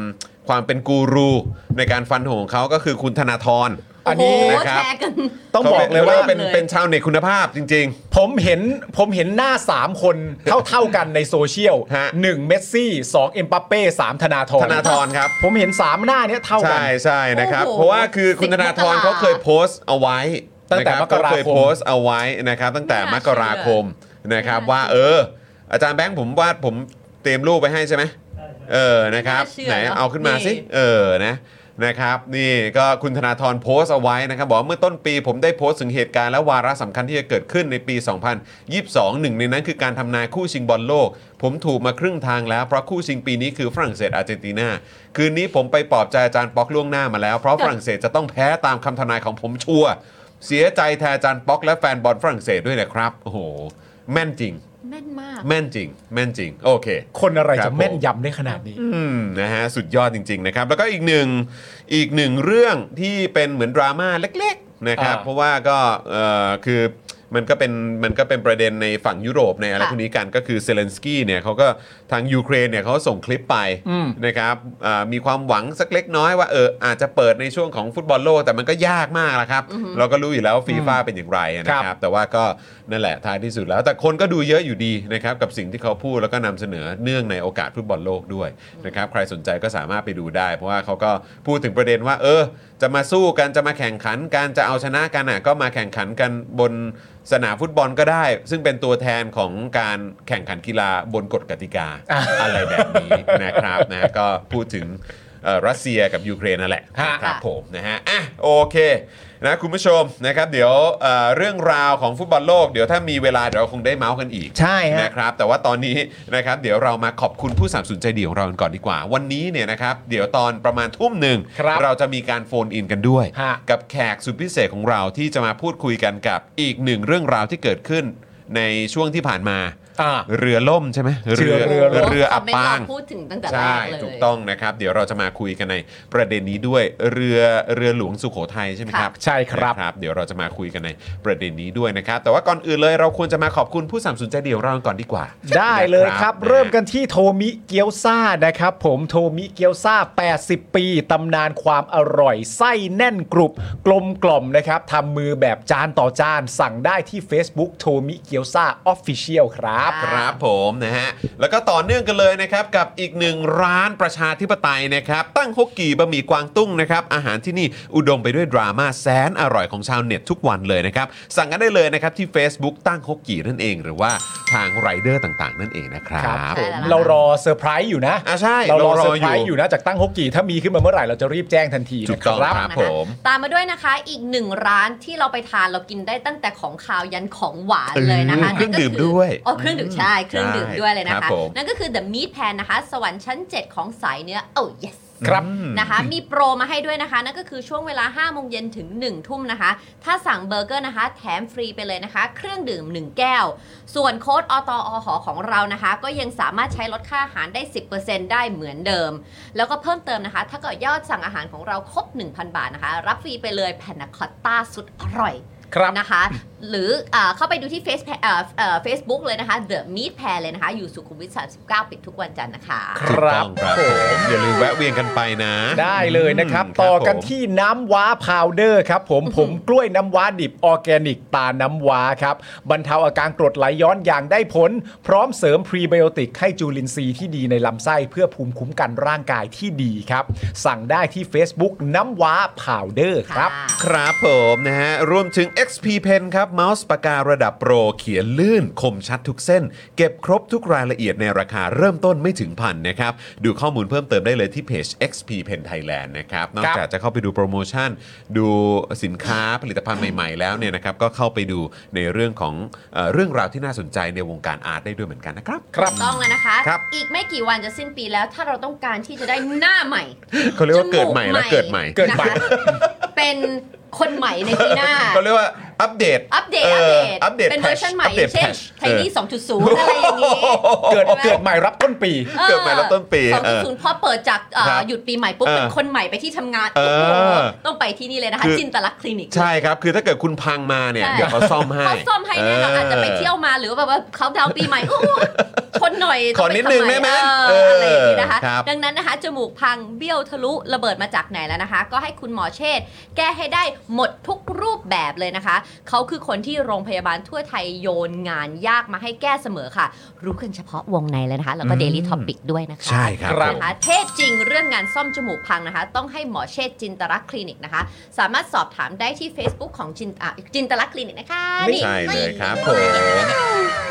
A: ความเป็นกูรูในการฟันธงของเขาก็คือคุณธนาธร
B: อั
C: ั
B: นนี้
A: นะครับ
C: แชร์กัน
B: ต้องบอกเลยว่า
A: ขเป็นเป็นชาวเน็ตคุณภาพจริง
B: ผมเห็นผมเห็นหน้า 3 คนเท่าๆกันในโซเชียล
A: ฮะ
B: หนึ่งเมสซี่สองเอ็มบัปเป้สามธนาธ
A: ๆ
B: ร
A: ธนาธรครับ
B: ผมเห็น 3 หน้าเนี้ยเท่ากัน
A: ใช่ใช่นะครับ
C: โอ้โห
A: เพราะว่าคือคุณธนาธร
C: สิบมกรา
A: เขาเคยโพสต์เอาไว้
B: ตั้งแต่
A: นะบ
B: มกรา
A: เข
B: คม
A: เคยโพสต์เอาไว้นะครับ ตั้งแต่มกราคมนะครับ ว่าเออ อาจารย์แบงค์ผมวาดผมเตรียมรูปไปให้ใช่ไหมเออนะครับ
C: ไม่น่าเชื่อ
A: ไหน
C: เนอะ
A: เอาขึ้นมาสิ
C: นี่
A: เออนะนะครับ นี่ก็คุณธนาธรโพสต์เอาไว้นะครับ บอกว่าเมื่อต้นปีผมได้โพสต์ถึงเหตุการณ์และวาระสำคัญที่จะเกิดขึ้นในปี 2022หนึ่งในนั้นคือการทำนายคู่ชิงบอลโลก ผมถูกมาครึ่งทางแล้วเพราะคู่ชิงปีนี้คือฝรั่งเศสอาร์เจนตินาคืนนี้ผมไปปลอบใจอาจารย์ป๊อกล่วงหน้ามาแล้ว เพราะฝรั่งเศสจะต้องแพ้ตามคำทำนายของผมชัวร์เสียใจแทนอาจารย์ป๊อกและแฟนบอลฝรั่งเศสด้วยนะครับโอ้โหแม่นจริง
C: แม่นมาก
A: แม่นจริง แม่นจริง โอเค
B: คนอะไร
A: ครั
B: จะ
A: บ
B: แม่นยำได้ขนาดนี้
A: อืมนะฮะ สุดยอดจริง ๆ นะครับ แล้วก็อีกหนึ่งอีกหนึ่งเรื่องที่เป็นเหมือนดราม่าเล็ก ๆ นะครับ
B: อ่า
A: เพราะว่าก็เอ่อคือมันก็เป็นมันก็เป็นประเด็นในฝั่งยุโรปในอะไร
C: ค่ะ
A: พวกนี้กันก็คือเซเลนสกี้เนี่ยเขาก็ทางยูเครนเนี่ยเขาส่งคลิปไป
B: อืม
A: นะครับอ่ามีความหวังสักเล็กน้อยว่าเอออาจจะเปิดในช่วงของฟุตบอลโลก แต่มันก็ยากมากละครับ เราก็รู้อยู่แล้วฟีฟ่าเป็นอย่างไรนะครับ แต่ว่าก็นั่นแหละท้ายที่สุดแล้ว แต่คนก็ดูเยอะอยู่ดีนะครับกับสิ่งที่เขาพูดแล้วก็นำเสนอเนื่องในโอกาสฟุตบอลโลกด้วยนะครับใครสนใจก็สามารถไปดูได้ เพราะว่าเขาก็พูดถึงประเด็นว่า เออ จะมาสู้กันจะมาแข่งขันการจะเอาชนะกันอ่ะก็มาแข่งขันกันบนสนามฟุตบอลก็ได้ ซึ่งเป็นตัวแทนของการแข่งขันกีฬาบนกฎกติกาอะไรแบบนี้นะครับนะก็พูดถึงเอ่อรัสเซียกับยูเครนนั่นแหละ
B: ฮะ
A: ครับ ผมนะฮะ อ่ะ โอเค นะคุณผู้ชมนะครับ เดี๋ยวเอ่อเรื่องราวของฟุตบอลโลก เดี๋ยวถ้ามีเวลาเดี๋ยวเราคงได้เมาส์กันอีก
B: ใช่ฮะ
A: นะครับ แต่ว่าตอนนี้นะครับ เดี๋ยวเรามาขอบคุณผู้สนับสนุนใจดีของเรากันก่อนดีกว่า วันนี้เนี่ยนะครับ เดี๋ยวตอนประมาณทุ่มหนึ่ง
B: ครับ
A: เราจะมีการโฟนอินกันด้วย
B: ฮะ
A: กับแขกสุดพิเศษของเราที่จะมาพูดคุยกันกับอีกหนึ่งเรื่องราวที่เกิดขึ้นในช่วงที่ผ่านมา
B: อ่า
A: เรือล่มใช่ไหม
B: เรือเรือ
A: เรืออับปาง
C: คมเมนต์เราพูดถึงตั้งแต่แร
A: ใช่
C: กเลย
A: ถูกต้องนะครับ เดี๋ยวเราจะมาคุยกันในประเด็นนี้ด้วยเรือเรือหลวงสุโขทัยใช่ไหมครับ
B: ค่ะใช่ครับ
A: นะเดี๋ยวเราจะมาคุยกันในประเด็นนี้ด้วยนะครับ แต่ว่าก่อนอื่นเลยเราควรจะมาขอบคุณผู้สนัมสนุนใจเดียวเราก่อนดีกว่า
B: ได้เลยครับ
A: ะ
B: เริ่มกันที่โทมิเกียวซานะครับผมโทมิเกียวซา80 ปี ตำนานความอร่อย ไส้แน่นกรุบ กลมกล่อมนะครับทำมือแบบจานต่อจาน สั่งได้ที่ Facebook โทมิเกียวซาออฟฟิเชียลครับ
C: อ่า
A: ครับผมนะฮะ แล้วก็ต่อเนื่องกันเลยนะครับ กับอีกหนึ่งร้านประชาธิปไตยนะครับ ตั้งฮกกี่บะหมี่กวางตุ้งนะครับ อาหารที่นี่อุดมไปด้วยดราม่าแสนอร่อยของชาวเน็ตทุกวันเลยนะครับ สั่งกันได้เลยนะครับที่ Facebook ตั้งฮกกี่นั่นเอง หรือว่าทางไรเดอร์ต่างๆ นั่นเองนะครั
B: ครับ บ
C: ใช่แล้ว
B: เรารอเซอร์ไพรส์อยู่นะ
A: อ่ะใช่
B: เรารอ
A: เรารออยู่
B: เซอร์ไพรส์อยู่นะจากตั้งฮกกี่ถ้ามีขึ้นมาเมื่อไหร่เราจะรีบแจ้งทันที
A: ถู
B: นะ
A: ก
B: ค
A: ต้อง
B: รับ
A: ครับ
C: นะ
A: ผ
C: คะ
A: ม
C: ตามมาด้วยนะคะอีกหนึ่งร้านที่เราไปทานเรากินได้ตั้งแต่ของคาวยันของหวานเลยนะคะ
A: เออเครื่อง
C: นั่นก็
A: ดื่มด้วย
C: อ๋อเครื่องดื่มใช่เครื่องดื่มด้วยเลยนะ
A: ครั
C: คะ
A: บผม
C: นั่นก็คือ The Meat Pan นะคะ สวรรค์ชั้น 7 ของสายเนื้อโอ้ yes
B: ครับ
A: อืม
C: นะคะมีโปรมาให้ด้วยนะคะ นั่นก็คือช่วงเวลา5โมงเย็นถึง 1 ทุ่มนะคะ ถ้าสั่งเบอร์เกอร์นะคะ แถมฟรีไปเลยนะคะ เครื่องดื่ม 1 แก้ว ส่วนโค้ดอตอหอของเรานะคะ ก็ยังสามารถใช้ลดค่าอาหารได้ 10%ได้เหมือนเดิม แล้วก็เพิ่มเติมนะคะ ถ้าเกิดยอดสั่งอาหารของเราครบ 1,000 บาทนะคะ รับฟรีไปเลยแพนนาคอตต้าสุดอร่อย
B: ครับ
C: นะคะ หรือเออเข้าไปดูที่ Face เอ่อเอ่อ Facebook เลยนะคะ The Meat Pair เลยนะคะ อยู่สุขุมวิท 39 ปิดทุกวันจันทร์นะคะ
B: ค
A: ถูก
B: รั
A: ต้
B: บ
A: องครับผมอย่าลืมแวะเวียนกันไปนะ
B: ได้เลยนะครับ
A: ม
B: ต่อกัน
A: ครับผม
B: ที่น้ำว้าพาวเดอร์ครับผมผมกล้วยน้ำว้าดิบออร์แกนิกตาน้ำว้าครับ บรรเทาอาการกรดไหลย้อนอย่างได้ผล พร้อมเสริมพรีไบโอติกให้จุลินทรีย์ที่ดีในลำไส้เพื่อภูมิคุ้มกันร่างกายที่ดีครับ สั่งได้ที่ Facebook น้ำว้าพาวเดอร์ครับ
C: ค่ะ
A: ครับผมนะฮะรวมถึง XP Pen ครับเมาส์ปากการะดับโปร เขียนลื่นคมชัดทุกเส้น เก็บครบทุกรายละเอียดในราคาเริ่มต้นไม่ถึงพันนะครับ ดูข้อมูลเพิ่มเติมได้เลยที่เพจ XP Pen Thailand นะครับ นอกจากจะเข้าไปดูโปรโมชั่น ดูสินค้าผลิตภัณฑ์ใหม่ๆ แล้วเนี่ยนะครับ ก็เข้าไปดูในเรื่องของเอ่อเรื่องราวที่น่าสนใจในวงการอาร์ตได้ด้วยเหมือนกันนะครับ
B: ครับ
C: ถูกต้องแล้วนะคะ
A: ครับ
C: อีกไม่กี่วันจะสิ้นปีแล้ว ถ้าเราต้องการที่จะได้หน้าใหม่
A: เขาเรียกว่าเกิดใหม่แล้วเกิดใหม่
B: เกิดใหม่
C: นะคะเป็นคนใหม่ในปีหน้า
A: เขาเรียกว่าอัปเดต
C: อัปเดต
A: อ
C: อัปเด
A: อ
C: ต
A: อัปเดต
C: เป็นเวอร์ชันใหม่
A: อัปดต
C: เช่น
A: แพทช
C: ไทนี่
A: เออ
C: 2.0 อะไรอย่างนี้
B: เกิดเกิดใหม่รับต้นปี
C: ออ
A: เกิดใหม่แล้วต้นปีเออ
C: 2.0พอเปิดจากเอ่อ
A: ครับ
C: หยุดปีใหม่ปุ๊บ
A: เออ
C: เป็นคนใหม่ไปที่ทำงาน
A: เออ
C: โอ้โหต้องไปที่นี่เลยนะคะ
A: คือ
C: จินตลักษณ์คลินิก
A: ใช่ครับ คือถ้าเกิดคุณพังมาเนี่ย
C: ใช่
A: เดี๋ยวเขาซ่อมให้
C: เขาซ่อมให้แน่นอนอาจจะไปเที่ยว
A: อ
C: มาหรือว่าแบบว่าเขาดาวน์ปีใหม่อู้หูชนหน่อย
A: ขอนิดนึงได้ไหม
C: เอออะไรอย่างนี้นะคะ
A: เออครับ
C: ดังนั้นนะคะ จมูกพังเบี้ยวทะลุระเบิดมาจากไหนแล้วนะคะ ก็ให้คุณหมอเชษฐ์แก้ให้ได้หมดทุกรูปแบบเลยนะคะ เขาคือคนที่โรงพยาบาลทั่วไทยโยนงานยากมาให้แก้เสมอค่ะ รู้กันเฉพาะวงในเลยนะคะ แล้วก็ Daily Topic ด้วยนะ
A: ่า
C: คะ
A: ใช่ครับ
B: ครับ
C: นะคะเทพจริงเรื่องงานซ่อมจมูกพังนะคะ ต้องให้หมอเชษจินตลักษณ์คลินิกนะคะ สามารถสอบถามได้ที่ Facebook ของจินอ่ะจินตลักษณ์คลินิกนะคะ
A: ไม่ใช่เลยครับผม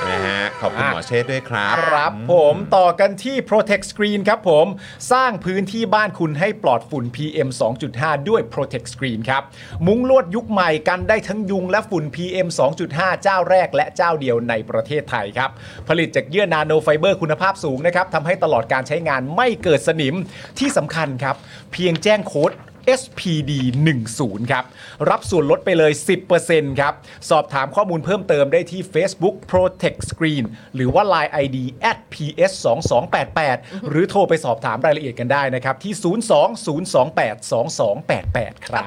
A: นะฮะขอบคุณหมอเชษฐ์ด้วยครับ
B: ครับผมต่อกันที่ Protect Screen ครับผมสร้างพื้นที่บ้านคุณให้ปลอดฝุ่น PM 2.5 ด้วย Protect Screen ครับมุ้งลวดยุคใหม่กันได้ทั้งยุงและฝุ่น PM 2.5 เจ้าแรกและเจ้าเดียวในประเทศไทยครับ ผลิตจากเยื่อนาโนไฟเบอร์คุณภาพสูงนะครับทำให้ตลอดการใช้งานไม่เกิดสนิมที่สำคัญครับ เพียงแจ้งโค้ด SPD 10ครับ รับส่วนลดไปเลย 10%ครับ สอบถามข้อมูลเพิ่มเติมได้ที่ Facebook Protect Screen หรือว่า Line ID at @ps 2 2 8 8หรือโทรไปสอบถามรายละเอียดกันได้นะครับ ที่ 02028 2288 ครับ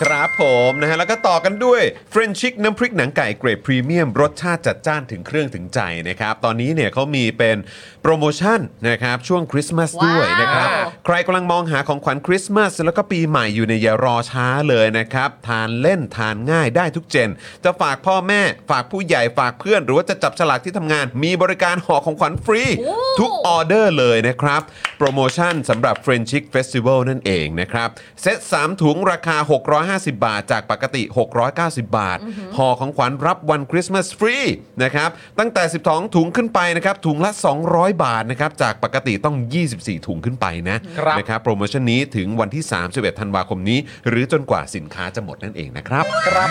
A: ครับผมนะฮะแล้วก็ต่อกันด้วยเฟรนชิกน้ำพริกหนังไก่เกรดพรีเมียมรสชาติจัดจ้านถึงเครื่องถึงใจนะครับ ตอนนี้เนี่ยเขามีเป็นโปรโมชั่นนะครับช่วงคริสต์มาสด้วยนะครับ
C: ว้าว
A: ใครกำลังมองหาของขวัญคริสต์มาสแล้วก็ปีใหม่อยู่ในยอย่ารอช้าเลยนะครับ ทานเล่นทานง่ายได้ทุกเจน จะฝากพ่อแม่ฝากผู้ใหญ่ฝากเพื่อน หรือว่าจะจับฉลากที่ทำงาน มีบริการห่อของขวัญฟรี
C: โอ้
A: ทุกออเดอร์เลยนะครับ โปรโมชั่นสำหรับ f r e n c h i c Festival นั่นเองนะครับ เซต3 ถุงราคา 650 บาท จากปกติ 690 บาท ห่อของขวัญรับวันคริสต์มาสฟรีนะครับ ตั้งแต่ 12 ถุงขึ้นไปนะครับ ถุงละ 200 บาทนะครับ จากปกติต้อง 24 ถุงขึ้นไปนะครับ นะครับ โปรโมชั่นนี้ถึงวันที่ 31 ธันวาคมนี้ หรือจนกว่าสินค้าจะหมดนั่นเองนะครับ
B: ครับ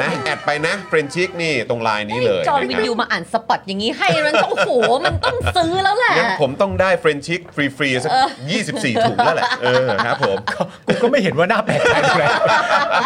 A: นะแอดไปนะ f r e n c h i c นี่ตรงไลน์นี้เลย
C: จอห์นวิ
A: นะ
C: น
A: ค
C: ยู
A: รับ
C: มาอ่านสปอตอย่างนี้ให้มันต้องโอ้โหมันต้องซื้อแล้วแหละ
A: งั้นผมต้องได้ f r e n c h i c ฟรีๆสัก24 ถุงแล้วแหละเออครับผม
B: กูก็ไม่เห็นว่าหน้าแปลกใจเลย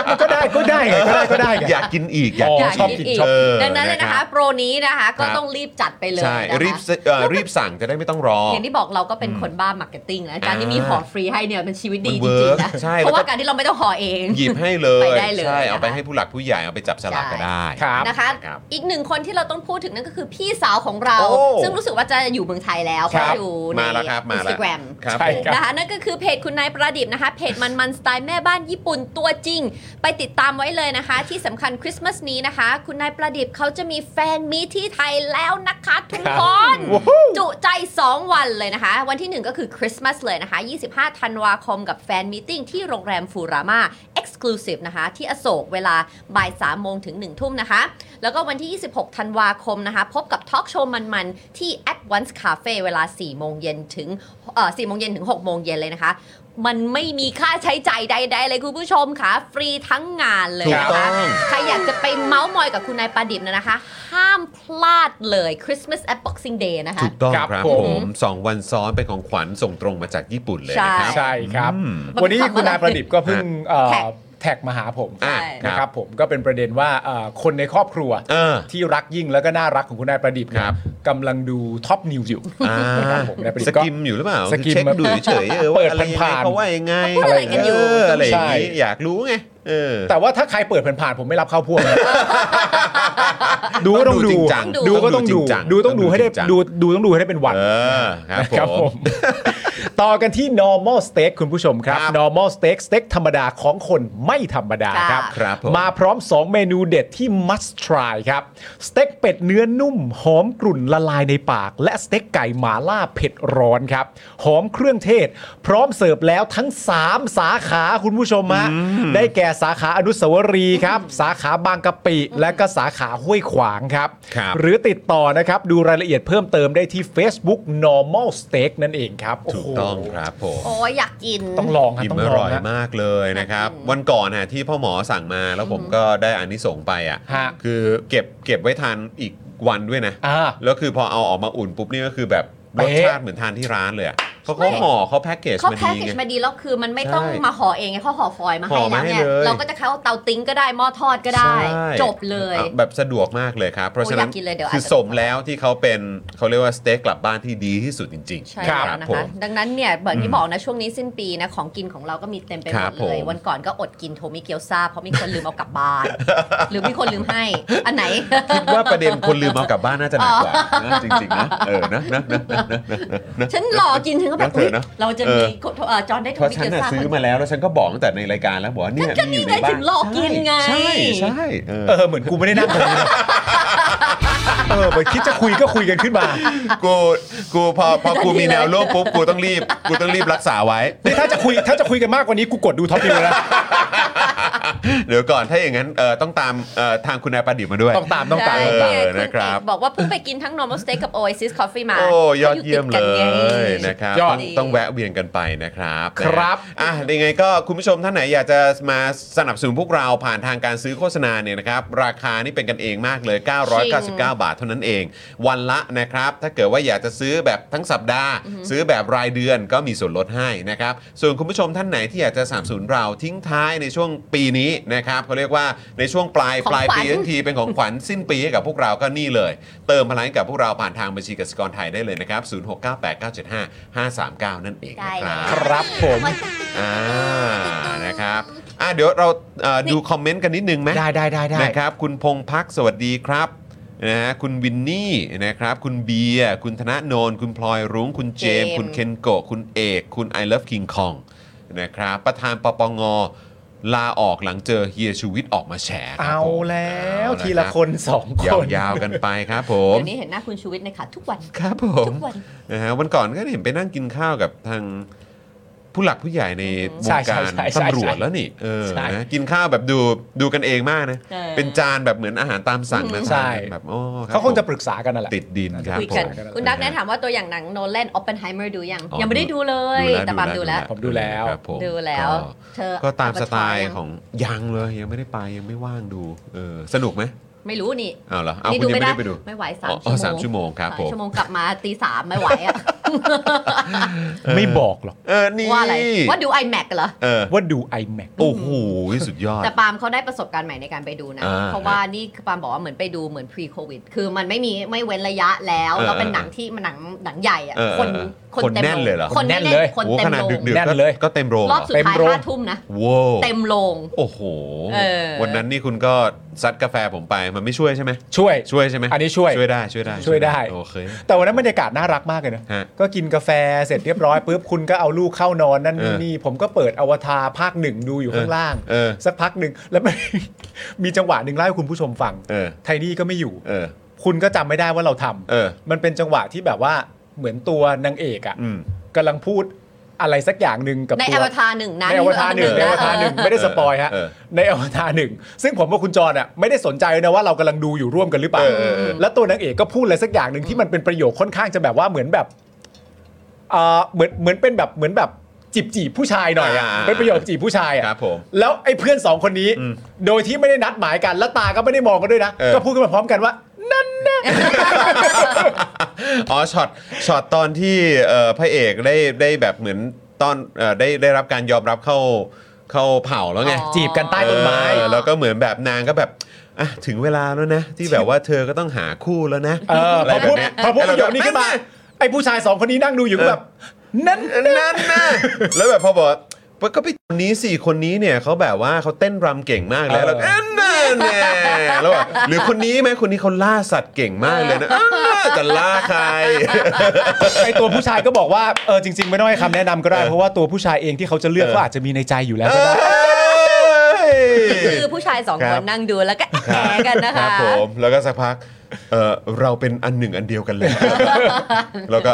B: มันก็ได้ก็ได้ไงก็ได้ก็ได้ไง
A: อยากกินอีก อยาก
C: อ
A: กิน
C: ยาก
B: ชอบ
C: กิน
B: กิน
C: อีก
B: ชอบกิน
C: ดังนั้นเลยนะคะ โปรนี้นะคะก็ต้องรีบจัดไปเลย
A: ใช่
C: นะคะ
A: รีบเอ่อรีบสั่งจะได้ไม่ต้องรอ
C: อย่างที่บอกเราก็เป็นคนบ้ามาร์เก็ตติ้งนะการที่มีห่อฟรีให้เนี่ยเป็นชีวิตดี
A: มัน
C: จ
A: เวิ
C: ริ
A: ร์
C: ง
A: ก
C: ๆนะ
A: ใช่
C: เพราะ
A: แล้วก็
C: ว่าการที่เราไม่ต้องห่อเอง
A: หยิบให้เลย
C: ไปได้เลย
A: ใช่
C: นะคะ
A: เอาไปให้ผู้หลักผู้ใหญ่เอาไปจับฉลากก็
C: ใช่
A: ได้
B: ครับ
C: นะคะ
A: ครับ
C: อีกหนึ่งคนที่เราต้องพูดถึงนั่นก็คือพี่สาวของเรา
A: โอ้
C: ซึ่งรู้สึกว่าจะอยู่เมืองไทยแล้ว
B: ครั
C: เขาะ
B: บ
C: อยู่ใน
A: มาแล้วครับมาแล้ว
C: Instagram
A: ครับ
B: ใช่
A: ผม
B: ครับ
C: นะคะนั่นก็คือเพจคุณนายประดิษฐ์นะคะ เพจมันมันสไตล์แม่บ้านญี่ปุ่นตัวจริง ไปติดตามไว้เลยนะคะ ที่สำคัญคริสต์มาสนี้นะคะ คุณนายประดิษฐ์เขาจะมีแฟนมีตที่ไทยแล้วนะคะทุกคน จุใจ 2 วันเลยนะคะ วันที่ 1 ก็คือคริสต์มาสเลยนะคะ 25 ธันวาคมกับแฟนมีตติ้งที่โรงแรมฟูรามา Exclusive นะคะ ที่อโศกเวลาบ่าย3โมงถึง 1 ทุ่มนะคะ แล้วก็วันที่ 26 ธันวาคมนะคะ พบกับทอล์กโชว์มันๆ ที่ Advance Cafe เวลา 4 โมงเย็นถึงเอ่อ4โมงเย็นถึง 6 โมงเย็นเลยนะคะ มันไม่มีค่าใช้ใจ่ายใด ๆ เลยคุณผู้ชมค่ะ ฟรีทั้งงานเลยนะ
A: ถูกต้
C: คะ
A: อง
C: ใครอยากจะไปเมาส์มอยกับคุณนายประดิบนะคะ ห้ามพลาดเลยคริสต์มาส at Boxing Day นะคะ
A: ถูกต้อง
B: ครับ
A: ครับ
B: ผ
A: ผม มสองวันซ้อนเป็นของขวัญส่งตรงมาจากญี่ปุ่นเลยนะครั
C: ใช่
A: บ
B: ใช่ครับ
A: อืม
B: วันนี้คุณนายประดิษฐ์ก็เพิ่งเอ่อ
C: แท็ก
B: แท็กมาหาผม
A: อ่ะ
C: ใช่
A: ค
B: นะค
A: รั
B: รับ บผมก็เป็นประเด็นว่าเอ่อคนในครอบครัว
A: เออ
B: ที่รักยิ่งแล้วก็น่ารักของคุณนายประดิษฐ์เนี่ย
A: ครับ
B: กำลังดูท็อปนิวส์อยู่
A: อ่า
B: นะครับผมนายประดิษ
A: ส
B: ฐ์ก็
A: กิมอยู่หรือเปล่า
B: สกิม
A: เช็คดูเฉยๆเออว่า
B: เปิด
A: อะไรยังไง
B: ผ่านๆ
A: เขาว่ายังไง
C: เขาพูดอะไรกันอยู่
A: เออะไรอย่างนี้
B: ใช่
A: อยากรู้ไงเออ
B: แต่ว่าถ้าใครเปิดผ่านๆผมไม่รับเข้าพวกนะ ดูก็ต้อง
A: จ
B: ดู
A: ริงจัง
B: ดูก็ต้อง
A: จริ
B: ดู
A: จัง
B: ดูต้องดูให้ได้
A: จริจัง
B: ดูดูต้องดูให้ได้เป็นหวัด
A: เออค
B: ค
A: รั
B: รั
A: บบ ผ
B: ผม ม ต่อกันที่ normal steak คุณผู้ชมครับ
A: ครับ
B: normal steak สเต็กธรรมดาของคนไม่ธรรมดา
C: จ้า
B: ครับ
A: ครับผม
B: มาพร้อม 2 เมนูเด็ดที่ must try ครับสเต็กเป็ดเนื้อนุ่ม หอมกลุ่นละลายในปาก และสเต็กไก่หมาล่าเผ็ดร้อนครับ หอมเครื่องเทศ พร้อมเสิร์ฟแล้วทั้ง 3 สาขาคุณผู้ชมฮะได้แก่สาขาอนุสาวรีย์ครับ สาขาบางกะปิ และก็สาขาห้วยขวางครับ
A: ครับ
B: หรือติดต่อนะครับ ดูรายละเอียดเพิ่มเติมได้ที่ Facebook normal steak นั่นเองครับโโห
A: ถูกต้องครับผม
C: โอ้ยอยากกิน
B: ต้องลองฮะ
A: อิ่ม
B: ต้อง
A: อ
B: ลอ
A: ร่
B: ง
A: อย
B: ฮะ
A: มากเลยนะครับ
C: อืม
A: วันก่อนน่ะที่พ่อหมอสั่งมาแล้วผมก็ได้อานิสงส์ไปอ่ะ
B: ฮะ
A: คือเก็บเก็บไว้ทานอีกวันด้วยนะ
B: อ่า
A: แล้วคือพอเอาออกมาอุ่นปุ๊บนี่ก็คือแบบร
B: เป๊ะ
A: สชาติเหมือนทานที่ร้านเลยอะเขาเขาห่อเขาแพ็กเกจ
C: เขา
A: มา
C: แพ็ก
A: ดี
C: เกจ
A: ไง
C: มาดีแล้วคือมันไม่ต้อง
A: ใช่
C: มาห่อเองไงเขาห่อฟอยล์มา
A: ห่
C: ให้
A: อมา
C: แล้ว
A: ให้
C: ไง
A: เลย
C: เราก็จะเข้าเตาติ้งก็ได้หม้อทอดก็ได้
A: ใช่
C: จบเลย
A: อ่ะแบบสะดวกมากเลยครับ เพราะฉะนั้น
C: โอ้ยอยากกินเลยเดี๋ยว
A: คือ
C: อาจจะ
A: สมแล้วที่เขาเป็นเขาเรียกว่าสเต็กกลับบ้านที่ดีที่สุดจริงๆ
C: ใช่
A: ค
C: แล้
A: รั
C: วนะ
A: ผ
C: คะ
A: ม
C: ดังนั้นเนี่ยแบบที่บอกนะช่วงนี้สิ้นปีนะของกินของเราก็มีเต็มไปห
A: ค
C: ม
A: รับ
C: ดเลย
A: ผม
C: วันก่อนก็อดกินโทมิเกียวซาเพราะมีคนลืมเอากลับบ้าน หรือมีคนลืมให้ อันไหน
A: คิดว่าประเด็นคนลืมเอากลับบ้านน่าจะหนักกว่านะจริงๆนะเออนะนะนะ
C: ฉันรอกินถึงก็แบบ
A: เอ
C: อุ๊
A: อย เนอะ
C: เราจะ
A: เอ
C: มี
A: อ
C: โทเอ่อจอนได้โท
A: เพราะ
C: มิ
A: ฉัน
C: เกียว
A: น่ะ
C: ซา
A: ซื้อ
C: คน
A: มาแล้วแล้วฉันก็บอกตั้งแต่ในรายการแล้วบอกว่าเนี่ยมีอยู่ในบ้า
C: ก็นี่ไงถึ
A: น
C: งหลอกกินไง
A: ใช่ใช่เออ
B: เออเหมือนกูไม่ได้นั่งตรงนี้นะเออเหมือนคิดจะคุยก็คุยกันขึ้นมา
A: กูกูพอพอกูมีแนวร่วมปุ๊บกูต้องรีบกูต้องรีบรักษาไว้
B: นี่ถ้าจะคุยถ้าจะคุยกันมากกว่านี้กูกดดูท็อปนิวแล้วนะ
A: เดี๋ยวก่อนถ้าอย่างนั้นเออต้องตามเออทางคุณนายประดิษฐ์มาด้วย
B: ต้องตามต้องตาม
C: ใ
B: ต้อง
C: ช่
B: ตาม
C: ไงณ
A: นะครับ
C: เอกบอกว่าเพิ่งไปกินทั้ง normal steak กับ oasis coffee มา
A: โอ้ยอดเยี่ยมเล
C: ขาอติดกันไง
A: ยนะครับ
B: ยอด
A: ต้องต้องแวะเวียนกันไปนะครับ
B: ครับ
A: นะอ่ะยังไงก็คุณผู้ชมท่านไหนอยากจะมาสนับสนุนพวกเราผ่านทางการซื้อโฆษณาเนี่ยนะครับราคานี่เป็นกันเองมากเลย 999 บาทเท่านั้นเอง วันละนะครับ ถ้าเกิดว่าอยากจะซื้อแบบทั้งสัปดาห์ ซื้อแบบรายเดือนก็มีส่วนลดให้นะครับส่วนคุณผู้ชมท่านไหนที่อยากจะสนับสนุนเราทิ้งท้ายในช่วงปีนี้นะครับเขาเรียกว่าในช่วงปลาย
C: ขอ
A: ป
C: ง
A: ลาย
C: ขวั
A: ปี
C: ญ
A: ทั้ง ทีเป็นของขวั ญสิ้นปีให้กับพวกเราก็นี่เลย เติมพลังให้กับพวกเราผ่านทางบัญชีกสิกรไทยได้เลยนะครับ 0698975539 นั่นเองนะครั
C: ได้
A: บ
B: ครั
C: เลย
B: บผม
A: อ่านะครับอ่ะเดี๋ยวเราเอ่อดูคอมเมนต์กันนิดนึงไหม
B: ได้ได้ได้ได้
A: นะครับ คุณพงพักสวัสดีครับนะฮะคุณวินนี่นะครับ คุณเบียร์คุณธนาโนน คุณพลอยรุ้ง คุณเจมส์
C: เจมส์
A: คุณเคนโกะคุณเอก คุณ I love King Kong นะครับประธานปปงลาออกหลังเจอเฮียชูวิทย์ออกมาแฉครับ
B: เอา
A: ผม
B: แล้ว
A: เอารับ
B: ทีละคนสองคน
A: ยาวๆกันไปครับผม
C: เดี๋ยวนี้เห็นหน้าคุณชูวิทย์ในข่าวทุกวัน
A: ครับผม
C: ทุกวัน
A: นะฮะวันก่อนก็เห็นไปนั่งกินข้าวกับทางผู้หลักผู้ใหญ่ในวงการ
B: ใช่ใช่ใช่
A: ตำรวจแล้วนี่เออ
B: ใช่
A: นะกินข้าวแบบดูดูกันเองมากนะ
C: เออ
A: เป็นจานแบบเหมือนอาหารตามสั่งนะ
B: ใช่
A: แบบโอ้รับ
B: เขาคงจะ
A: ผ
B: ปรึกษากันนั่นแห
A: ม
B: ละ
A: ติดดินครับ
C: คุย
A: ผ
C: กัน
A: ม
C: คุณดักแนะถามว่าตัวอย่างหนังโนแลนออปเปนไฮเมอร์ดูยัง
A: อ๋อ
C: ยังไม่ได้ดูเลย แต่ปาล์มดูแล้ว
B: ผมดูแล้ว
A: ครับผม
C: ดูแล้ว
A: ก็
C: เธอ
A: ก็ตามสไต
C: อัปเปอร์ทอยยั
A: ล์
C: ง
A: ของยังเลยยังไม่ได้ไปยังไม่ว่างดูเออสนุกไหม
C: ไม่รู้นี่
A: อ้าวเหรออ้าว
C: นี่
A: คุณยังไม่ได้ไปดู
C: ไม่ไหวสาม
A: อ๋ออ๋อสามชั่วโมงครับผม
C: ชั่วโมงกลับมาตีสามไม่ไหวอะ
B: ไม่บอกหรอก
A: เออนี่
C: ว่าอะไร ว่าดู iMac เหรอ
A: เออ
B: ว่าดู iMac
A: โอ้โหสุดยอด
C: แต่ปาล์มเขาได้ประสบการณ์ใหม่ในการไปดูนะ
A: อ่า
C: เพราะว่านี่คือปาล์มบอกว่าเหมือนไปดูเหมือน pre covid คือมันไม่มีไม่เว้นระยะแล้ว
A: เออ
C: แล้วเป็นหนังที่มันหนังหนังใหญ่อะ
A: เออ
C: คน
A: เออ
C: คน
A: คน
C: เต็ม
A: แน่นเลยเหรอ
C: คนแน่นเลย คน
A: โอ้
C: เต็
A: ข
C: ม
A: นาด
C: โรง
A: ดึกๆ
B: แน่น
A: ก็
B: เลย
A: ก็เต็มโรงเห
C: ร
A: ร
C: อบ
A: อ
C: สุดท้าย
B: เต็มโรง
C: ห้าทุ่มนะ
A: ว้าว
C: เต็มโรง
A: โอ้โห
C: เออ
A: วันนั้นนี่คุณก็ซัดกาแฟผมไปมันไม่ช่วยใช่ไหม
B: ช่วย
A: ช่วยใช่ไหม
B: อั
A: อั
B: นนี้ช่วย
A: ช่วยได้ช่วยได้
B: ช่วยได้
A: โอเค
B: แต่วันนั้นบรรยากาศน่ารักมากเลยนะ
A: ฮะ
B: ก็กินกาแฟเสร็จเรียบร้อยปุ๊บคุณก็เอาลูกเข้านอนนั่น
A: เออ
B: นี่ผมก็เปิดอวตารภาคหนึ่งดูอยู่ข้างล่าง
A: เออ
B: สักพักหนึ่งแล้วมัน มีจังหวะหนึ่งเล่าให้คุณผู้ชมฟัง
A: เออ
B: ไทนี่ก็ไม่อยู่
A: เออ
B: คุณก็จำไม่ได้ว่าเราทำ
A: เออ
B: มันเป็นจังหวะที่แบบว่าเหมือนตัวนางเอกอะ
A: อืม
B: กำลังพูดอะไรสักอย่างหนึ่งกับ
C: ใน
B: ตั
C: อ
B: ว
C: วตารหนึ่งนะ
B: ในอวตารหนึ่งใน
C: ที่
B: อ
C: เ
B: วตารหนึ่งไม่ได้สปอยฮะ
A: เออ
B: ในอวตารหนึ่งซึ่งผมกับคุณจรอ่ะไม่ได้สนใจนะว่าเรากำลังดูอยู่ร่วมกันหรือเปล่า
A: เออเออเออ
B: แล้วตัวนางเอกก็พูดอะไรสักอย่างหนึ่งที่มันเป็นประโยคค่อนข้างจะแบบว่าเหมือนแบบเออเหมือนเหมือนเป็นแบบเหมือนแบบจีบจีบผู้ชายหน่อยอ่ะ
A: อ่า
B: เป็นประโยคจีบผู้ชายอ่ะ
A: ครับผม
B: แล้วไอ้เพื่อนสองคนนี้
A: อืม
B: โดยที่ไม่ได้นัดหมายกันและตาก็ไม่ได้มองกันด้วยนะ
A: เออ
B: ก็พูดกันมาพร้อมกันว่า
A: อ๋อช็อตช็อตตอนที่เอ่อพระเอกได้ได้แบบเหมือนตอนเอ่อได้ได้รับการยอมรับเข้าเข้าเผ่าแล้วไง
C: อ๋อ
B: จีบกันใต้ต้นไม้
A: เออแล้วก็เหมือนแบบนางก็แบบอ่ะถึงเวลาแล้วนะ ที่แบบว่าเธอก็ต้องหาคู่แล้วนะ
B: เออพอพูดพอพูดประโยคนี้ขึ้นมา
A: แ
B: ไอ้ผู้ชายสองคนนี้นั่งดูอยู่ก็แบบนั่น
A: บบนั่นนะแล้วแบบพอบอก ก็ไปคนนี้สี่คนนี้เนี่ยเขาแบบว่าเขาเต้นรำเก่งมากแล้ว
B: เออ
A: แล้วอันนั้นแน่แล้วแบบหรือคนนี้ไหมคนนี้เขาล่าสัตว์เก่งมากเลยนะ อันน่ะจะล่าใคร
B: ไอตัวผู้ชายก็บอกว่าเออจริง ๆ ไม่ต้องให้คำแนะนำก็ได้
A: เออ
B: เพราะว่าตัวผู้ชายเองที่เขาจะเลือกก็อาจจะมีในใจอยู่แล้วก็ได้
A: เอ้ย
C: คือผู้ชายสอง
A: ค
C: ค
A: รั
C: น
A: บ
C: นั่งดูแล้วก็แอะกันนะ
A: ครั
C: คะ
A: บผมแล้วก็สักพักเออเราเป็นอันหนึ่งอันเดียวกันเลย แล้วก็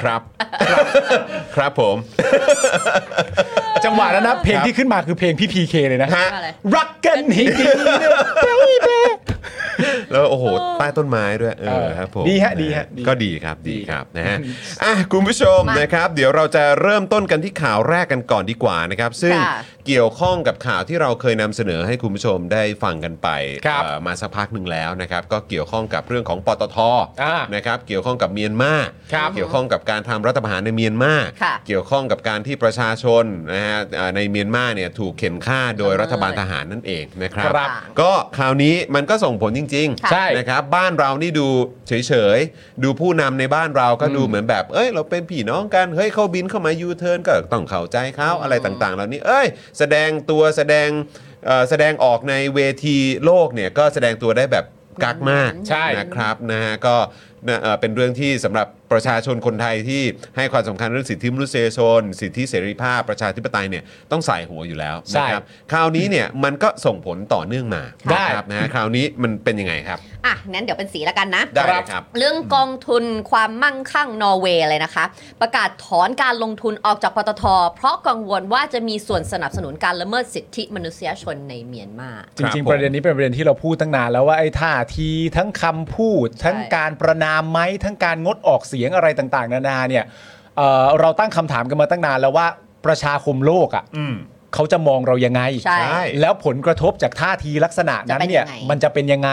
A: ครับ ครับผม
B: จังหวะนั้นนะเพลงที่ขึ้นมาคือเพลงพี่พีเคเลยนะ
A: ฮะ
C: อะไร
B: รักกันให้ดีนะ
A: แล้วโอ้โหใต้ต้นไม้ด้วยเอ
B: เอ
A: อ
B: อ
A: ครับผม
B: ดีฮะดีฮะ
A: น
B: ดี
A: ก็ดีครับดีครับนะฮะอ่ะคุณผู้ชม
C: มา
A: นะครับ เดี๋ยวเราจะเริ่มต้นกันที่ข่าวแรกกันก่อนดีกว่านะครับ ซึ่ง
C: ค่ะ
A: เกี่ยวข้องกับข่าวที่เราเคยนำเสนอให้คุณผู้ชมได้ฟังกันไป
B: ครับ
A: เอ่อมาสักพักหนึ่งแล้วนะครับ ก็เกี่ยวข้องกับเรื่องของปตท
B: อ่า
A: นะครับ เกี่ยวข้องกับเมียนมา
B: ครับ
A: เกี่ยวข้องกับการทำรัฐประหารในเมียนมา
C: ค่ะ
A: เกี่ยวข้องกับการที่ประชาชนนะฮะเอ่อในเมียนมาเนี่ยถูกเข็นฆ่าโดยรัฐบาลทหารนั่นเองนะครับ
B: ครับ
A: ก็คราวนี้มันก็ส่งผลจริงๆ
B: ใช่
A: นะครับบ้านเรานี่ดูเฉยๆ ดูผู้นำในบ้านเราก็ดูเหมือนแบบ เอ้ย เราเป็นพี่น้องกัน เฮ้ยเขาบินเข้ามายูเทิร์นก็ต้องเข้าใจเขาอะไรต่างๆ เหล่านี้ เอ้ย แสดงตัวแสดงเอ่อแสดงออกในเวทีโลกเนี่ยก็แสดงตัวได้แบบกักมาก
B: ใช่
A: นะครับนะฮะก็นะเอ่อเป็นเรื่องที่สำหรับประชาชนคนไทยที่ให้ความสำคัญเรื่องสิทธิมนุษยชน สิทธิเสรีภาพประชาธิปไตยเนี่ยต้องใส่หัวอยู่แล้วนะครับคราวนี้เนี่ยมันก็ส่งผลต่อเนื่องมา
B: ได้
A: นะครับนะฮะคราวนี้มันเป็นยังไงครับ
C: อ่ะงั้นเดี๋ยวเป็นสีแล้วกันนะ
A: ได้เลยครับ
C: เรื่องกองทุนความมั่งคั่งนอร์เวย์เลยนะคะ ประกาศถอนการลงทุนออกจากปตท เพราะกังวลว่าจะมีส่วนสนับสนุนการละเมิดสิทธิมนุษยชนในเมียนมา
B: จ
A: ครั
B: ริ
A: บ
B: ง
A: ผม
B: ๆ ประเด็นนี้เป็นประเด็นที่เราพูดตั้งนานแล้วว่าไอ้ท่าทีทั้งคำพูด ทั้งการประนามไหมทั้งการงดออกเสียงอะไรต่างๆ นานาเนี่ยเอ่อเราตั้งคำถามกันมาตั้งนานแล้วว่าประชาคมโลกอ่ะ
A: อืม
B: เขาจะมองเรายังไง
C: ใช่
A: ใช่
B: แล้วผลกระทบจากท่าทีลักษณะนั้น
C: จะเป็น
B: เนี่ย
C: ยังไง
B: มันจะเป็นยังไง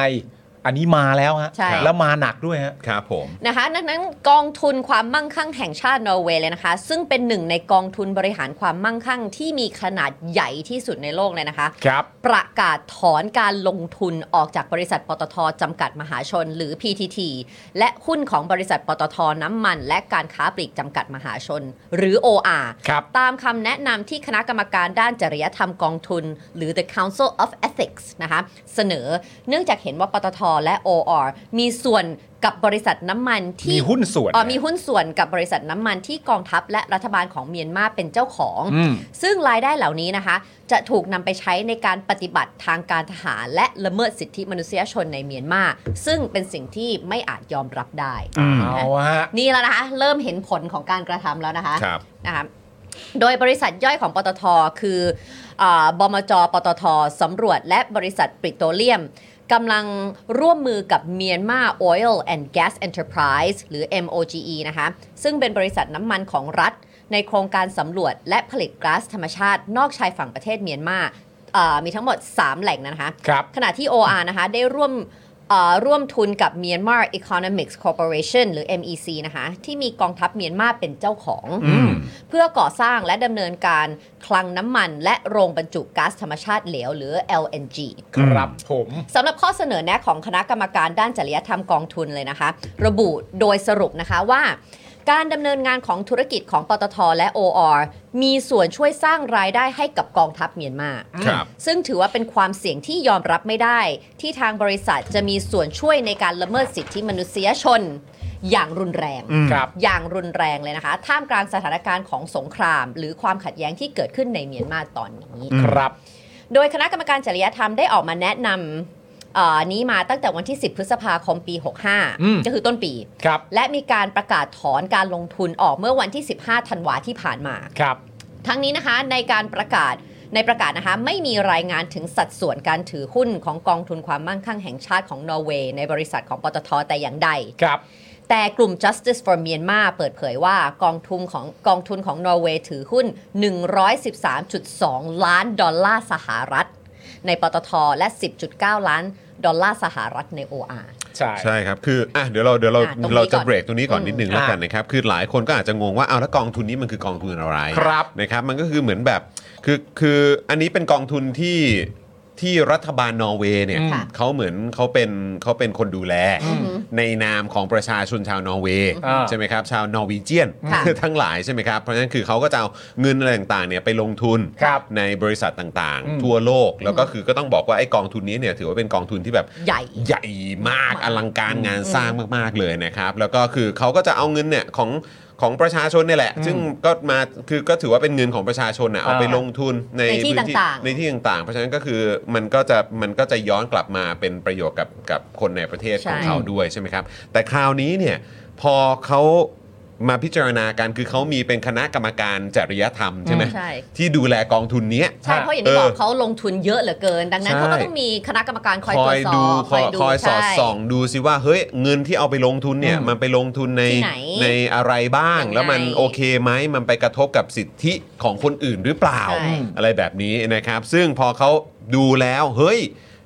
B: อันนี้มาแล้วฮะ
C: ใช่
B: แล้วมาหนักด้วยฮะ
A: ครับผม
C: นะคะดังนั้นกองทุนความมั่งคั่งแห่งชาตินอร์เวย์เลยนะคะ ซึ่งเป็นหนึ่งในกองทุนบริหารความมั่งคั่งที่มีขนาดใหญ่ที่สุดในโลกเลยนะคะ
B: ครับ
C: ประกาศถอนการลงทุนออกจากบริษัทปตทจำกัดมหาชน หรือ PTT และหุ้นของบริษัทปตทน้ำมัน และการค้าปลีกจำกัดมหาชน หรือ OR
B: ครับ
C: ตามคำแนะนำที่คณะกรรมการด้านจริยธรรมกองทุน หรือ the Council of Ethics นะคะเสนอเนื่องจากเห็นว่าปตทและ OR มีส่วนกับบริษัทน้ำมันที่
B: มีหุ้นส่วน
C: เอ่อมีหุ้นส่วนกับบริษัทน้ำมันที่กองทัพและรัฐบาลของเมียนมาเป็นเจ้าของ
B: อืม
C: ซึ่งรายได้เหล่านี้นะคะ จะถูกนำไปใช้ในการปฏิบัติทางการทหารและละเมิดสิทธิมนุษยชนในเมียนมา ซึ่งเป็นสิ่งที่ไม่อาจยอมรับได้
B: เอาฮะ
C: นี่แล้วนะคะ เริ่มเห็นผลของการกระทำแล้วนะคะ
A: ครับ
C: นะคะโดยบริษัทย่อยของปตท คือเออบมจ ปตท สำรวจและบริษัทปริโตรเลียมกำลังร่วมมือกับเมียนมา Oil and Gas Enterprise หรือ MOGE นะคะ ซึ่งเป็นบริษัทน้ำมันของรัฐ ในโครงการสำรวจและผลิตก๊าซธรรมชาติ นอกชายฝั่งประเทศเมียนมาเอ่อมีทั้งหมด 3 แหล่งนะคะ
B: ครับ
C: ขณะที่ OR นะคะ ได้ร่วมเอ่อร่วมทุนกับ Myanmar Economics Corporation หรือ MEC นะคะ ที่มีกองทัพเมียนมาเป็นเจ้าของ เพื่อก่อสร้างและดำเนินการคลังน้ำมันและโรงบรรจุก๊าซธรรมชาติเหลวหรือ LNG
B: ครับผม
C: สำหรับข้อเสนอแนะของคณะกรรมการด้านจริยธรรมกองทุนเลยนะคะ ระบุโดยสรุปนะคะว่า การดำเนินงานของธุรกิจของปตทและ OR มีส่วนช่วยสร้างรายได้ให้กับกองทัพเมียนมา
A: ครับ
C: ซึ่งถือว่าเป็นความเสี่ยงที่ยอมรับไม่ได้ ที่ทางบริษัทจะมีส่วนช่วยในการละเมิดสิทธิมนุษยชน อย่างรุนแรง
B: ครับ
C: อย่างรุนแรงเลยนะคะ ท่ามกลางสถานการณ์ของสงคราม หรือความขัดแย้งที่เกิดขึ้นในเมียนมาตอนนี้
B: ครับ
C: โดยคณะกรรมการจริยธรรมได้ออกมาแนะนำเอ่อนี้มาตั้งแต่วันที่ 10 พฤษภาคมปี
B: อืม
C: 65 ก็คือต้นปี
B: ครับ
C: และมีการประกาศถอนการลงทุนออกเมื่อวันที่ 15 ธันวาที่ผ่านมา
B: ครับ
C: ทั้งนี้นะคะในการประกาศในประกาศนะคะไม่มีรายงานถึงสัดส่วนการถือหุ้นของกองทุนความมั่งคั่งแห่งชาติของนอร์เวย์ในบริษัทของปตทแต่อย่างใด
B: ครับ
C: แต่กลุ่ม Justice for Myanmar เปิดเผยว่ากองทุนของกองทุนของนอร์เวย์ถือหุ้น 113.2 ล้านดอลลาร์สหรัฐ ในปตทและ 10.9 ล้านดอลลาร์สหรัฐใน OR
B: ใช่
A: ใช่ครับคืออ่ะเดี๋ยวเราเดี๋ยวเรา
C: อ่ะตรงนี้
A: เราจะ
C: ก่อน
A: เบรกตรงนี้ก่อน
C: อืม
A: นิดนึงแล้ว
B: อ่ะ
A: กันนะครับคือหลายคนก็อาจจะงงว่าเอาแล้วกองทุนนี้มันคือกองทุนอะไร
B: ครับ
A: นะครับมันก็คือเหมือนแบบคือคืออันนี้เป็นกองทุนที่ ที่รัฐบาลนอร์เวย์เนี่ย
C: ค่ะ
A: เขาเหมือนเขาเป็นเขาเป็นคนดูแล
C: อือหือ
A: ในนามของประชาชนชาวนอร์เวย์
B: อ่า
A: ใช่ไหมครับชาวนอร์วีเจียน
C: ค่ะ
A: ทั้งหลายใช่ไหมครับเพราะฉะนั้นคือเขาก็จะเอาเงินอะไรต่างๆเนี่ยไปลงทุน
B: ครับ
A: ในบริษัทต่าง
B: อืม
A: ๆ ทั่วโลกแล้วก็คือก็ต้องบอกว่าไอ้กองทุนนี้เนี่ยถือว่าเป็นกองทุนที่แบบ
C: ใหญ่
A: ใหญ่มาก
C: มาก
A: อลังการงานสร้างมากๆเลยนะครับแล้วก็คือเขาก็จะเอาเงินเนี่ยของของประชาชนเนี่ยแหละ ซึ่งก็มาคือก็ถือว่าเป็นเงินของประชาชนน่ะเอาไปลงทุนใน
C: ในที่
A: พื้
C: ต่างๆ
A: ในที่ต่างๆ เพราะฉะนั้นก็คือมันก็จะมันก็จะย้อนกลับมาเป็นประโยชน์กับกับคนในประเทศ ประเทศของ
C: ใช่
A: เขาด้วยใช่ไหมครับ แต่คราวนี้เนี่ยพอเขามาพิจารณากันคือเขามีเป็นคณะกรรมการจริยธรรมใช่ไหม
C: ใช่
A: ที่ดูแลกองทุนเนี้ย
C: ใช่
B: ฮะ
C: เพราะอย่างที่บอ
A: เอก อ
C: เขาลงทุนเยอะเหลือเกิน ดังนั้น
A: ใช่
C: เขาก็ต้องมีคณะกรรมการคอย
A: ค
C: ตร
A: อ
C: วย จส
A: ดู
C: อบ
A: คอยคอยสอด
C: ใช่
A: ส่องดูสิว่าเฮ้ยเงินที่เอาไปลงทุนเนี่ย
B: อืม
A: มันไปลงทุนใน
C: ที่ไหน
A: ในอะไรบ้าง
C: ยังไง
A: แล้วมันโอเคไหมมันไปกระทบกับสิทธิของคนอื่นหรือเปล่า
C: ใช่
A: อะไรแบบนี้นะครับ ซึ่งพอเขาดูแล้วเฮ้ย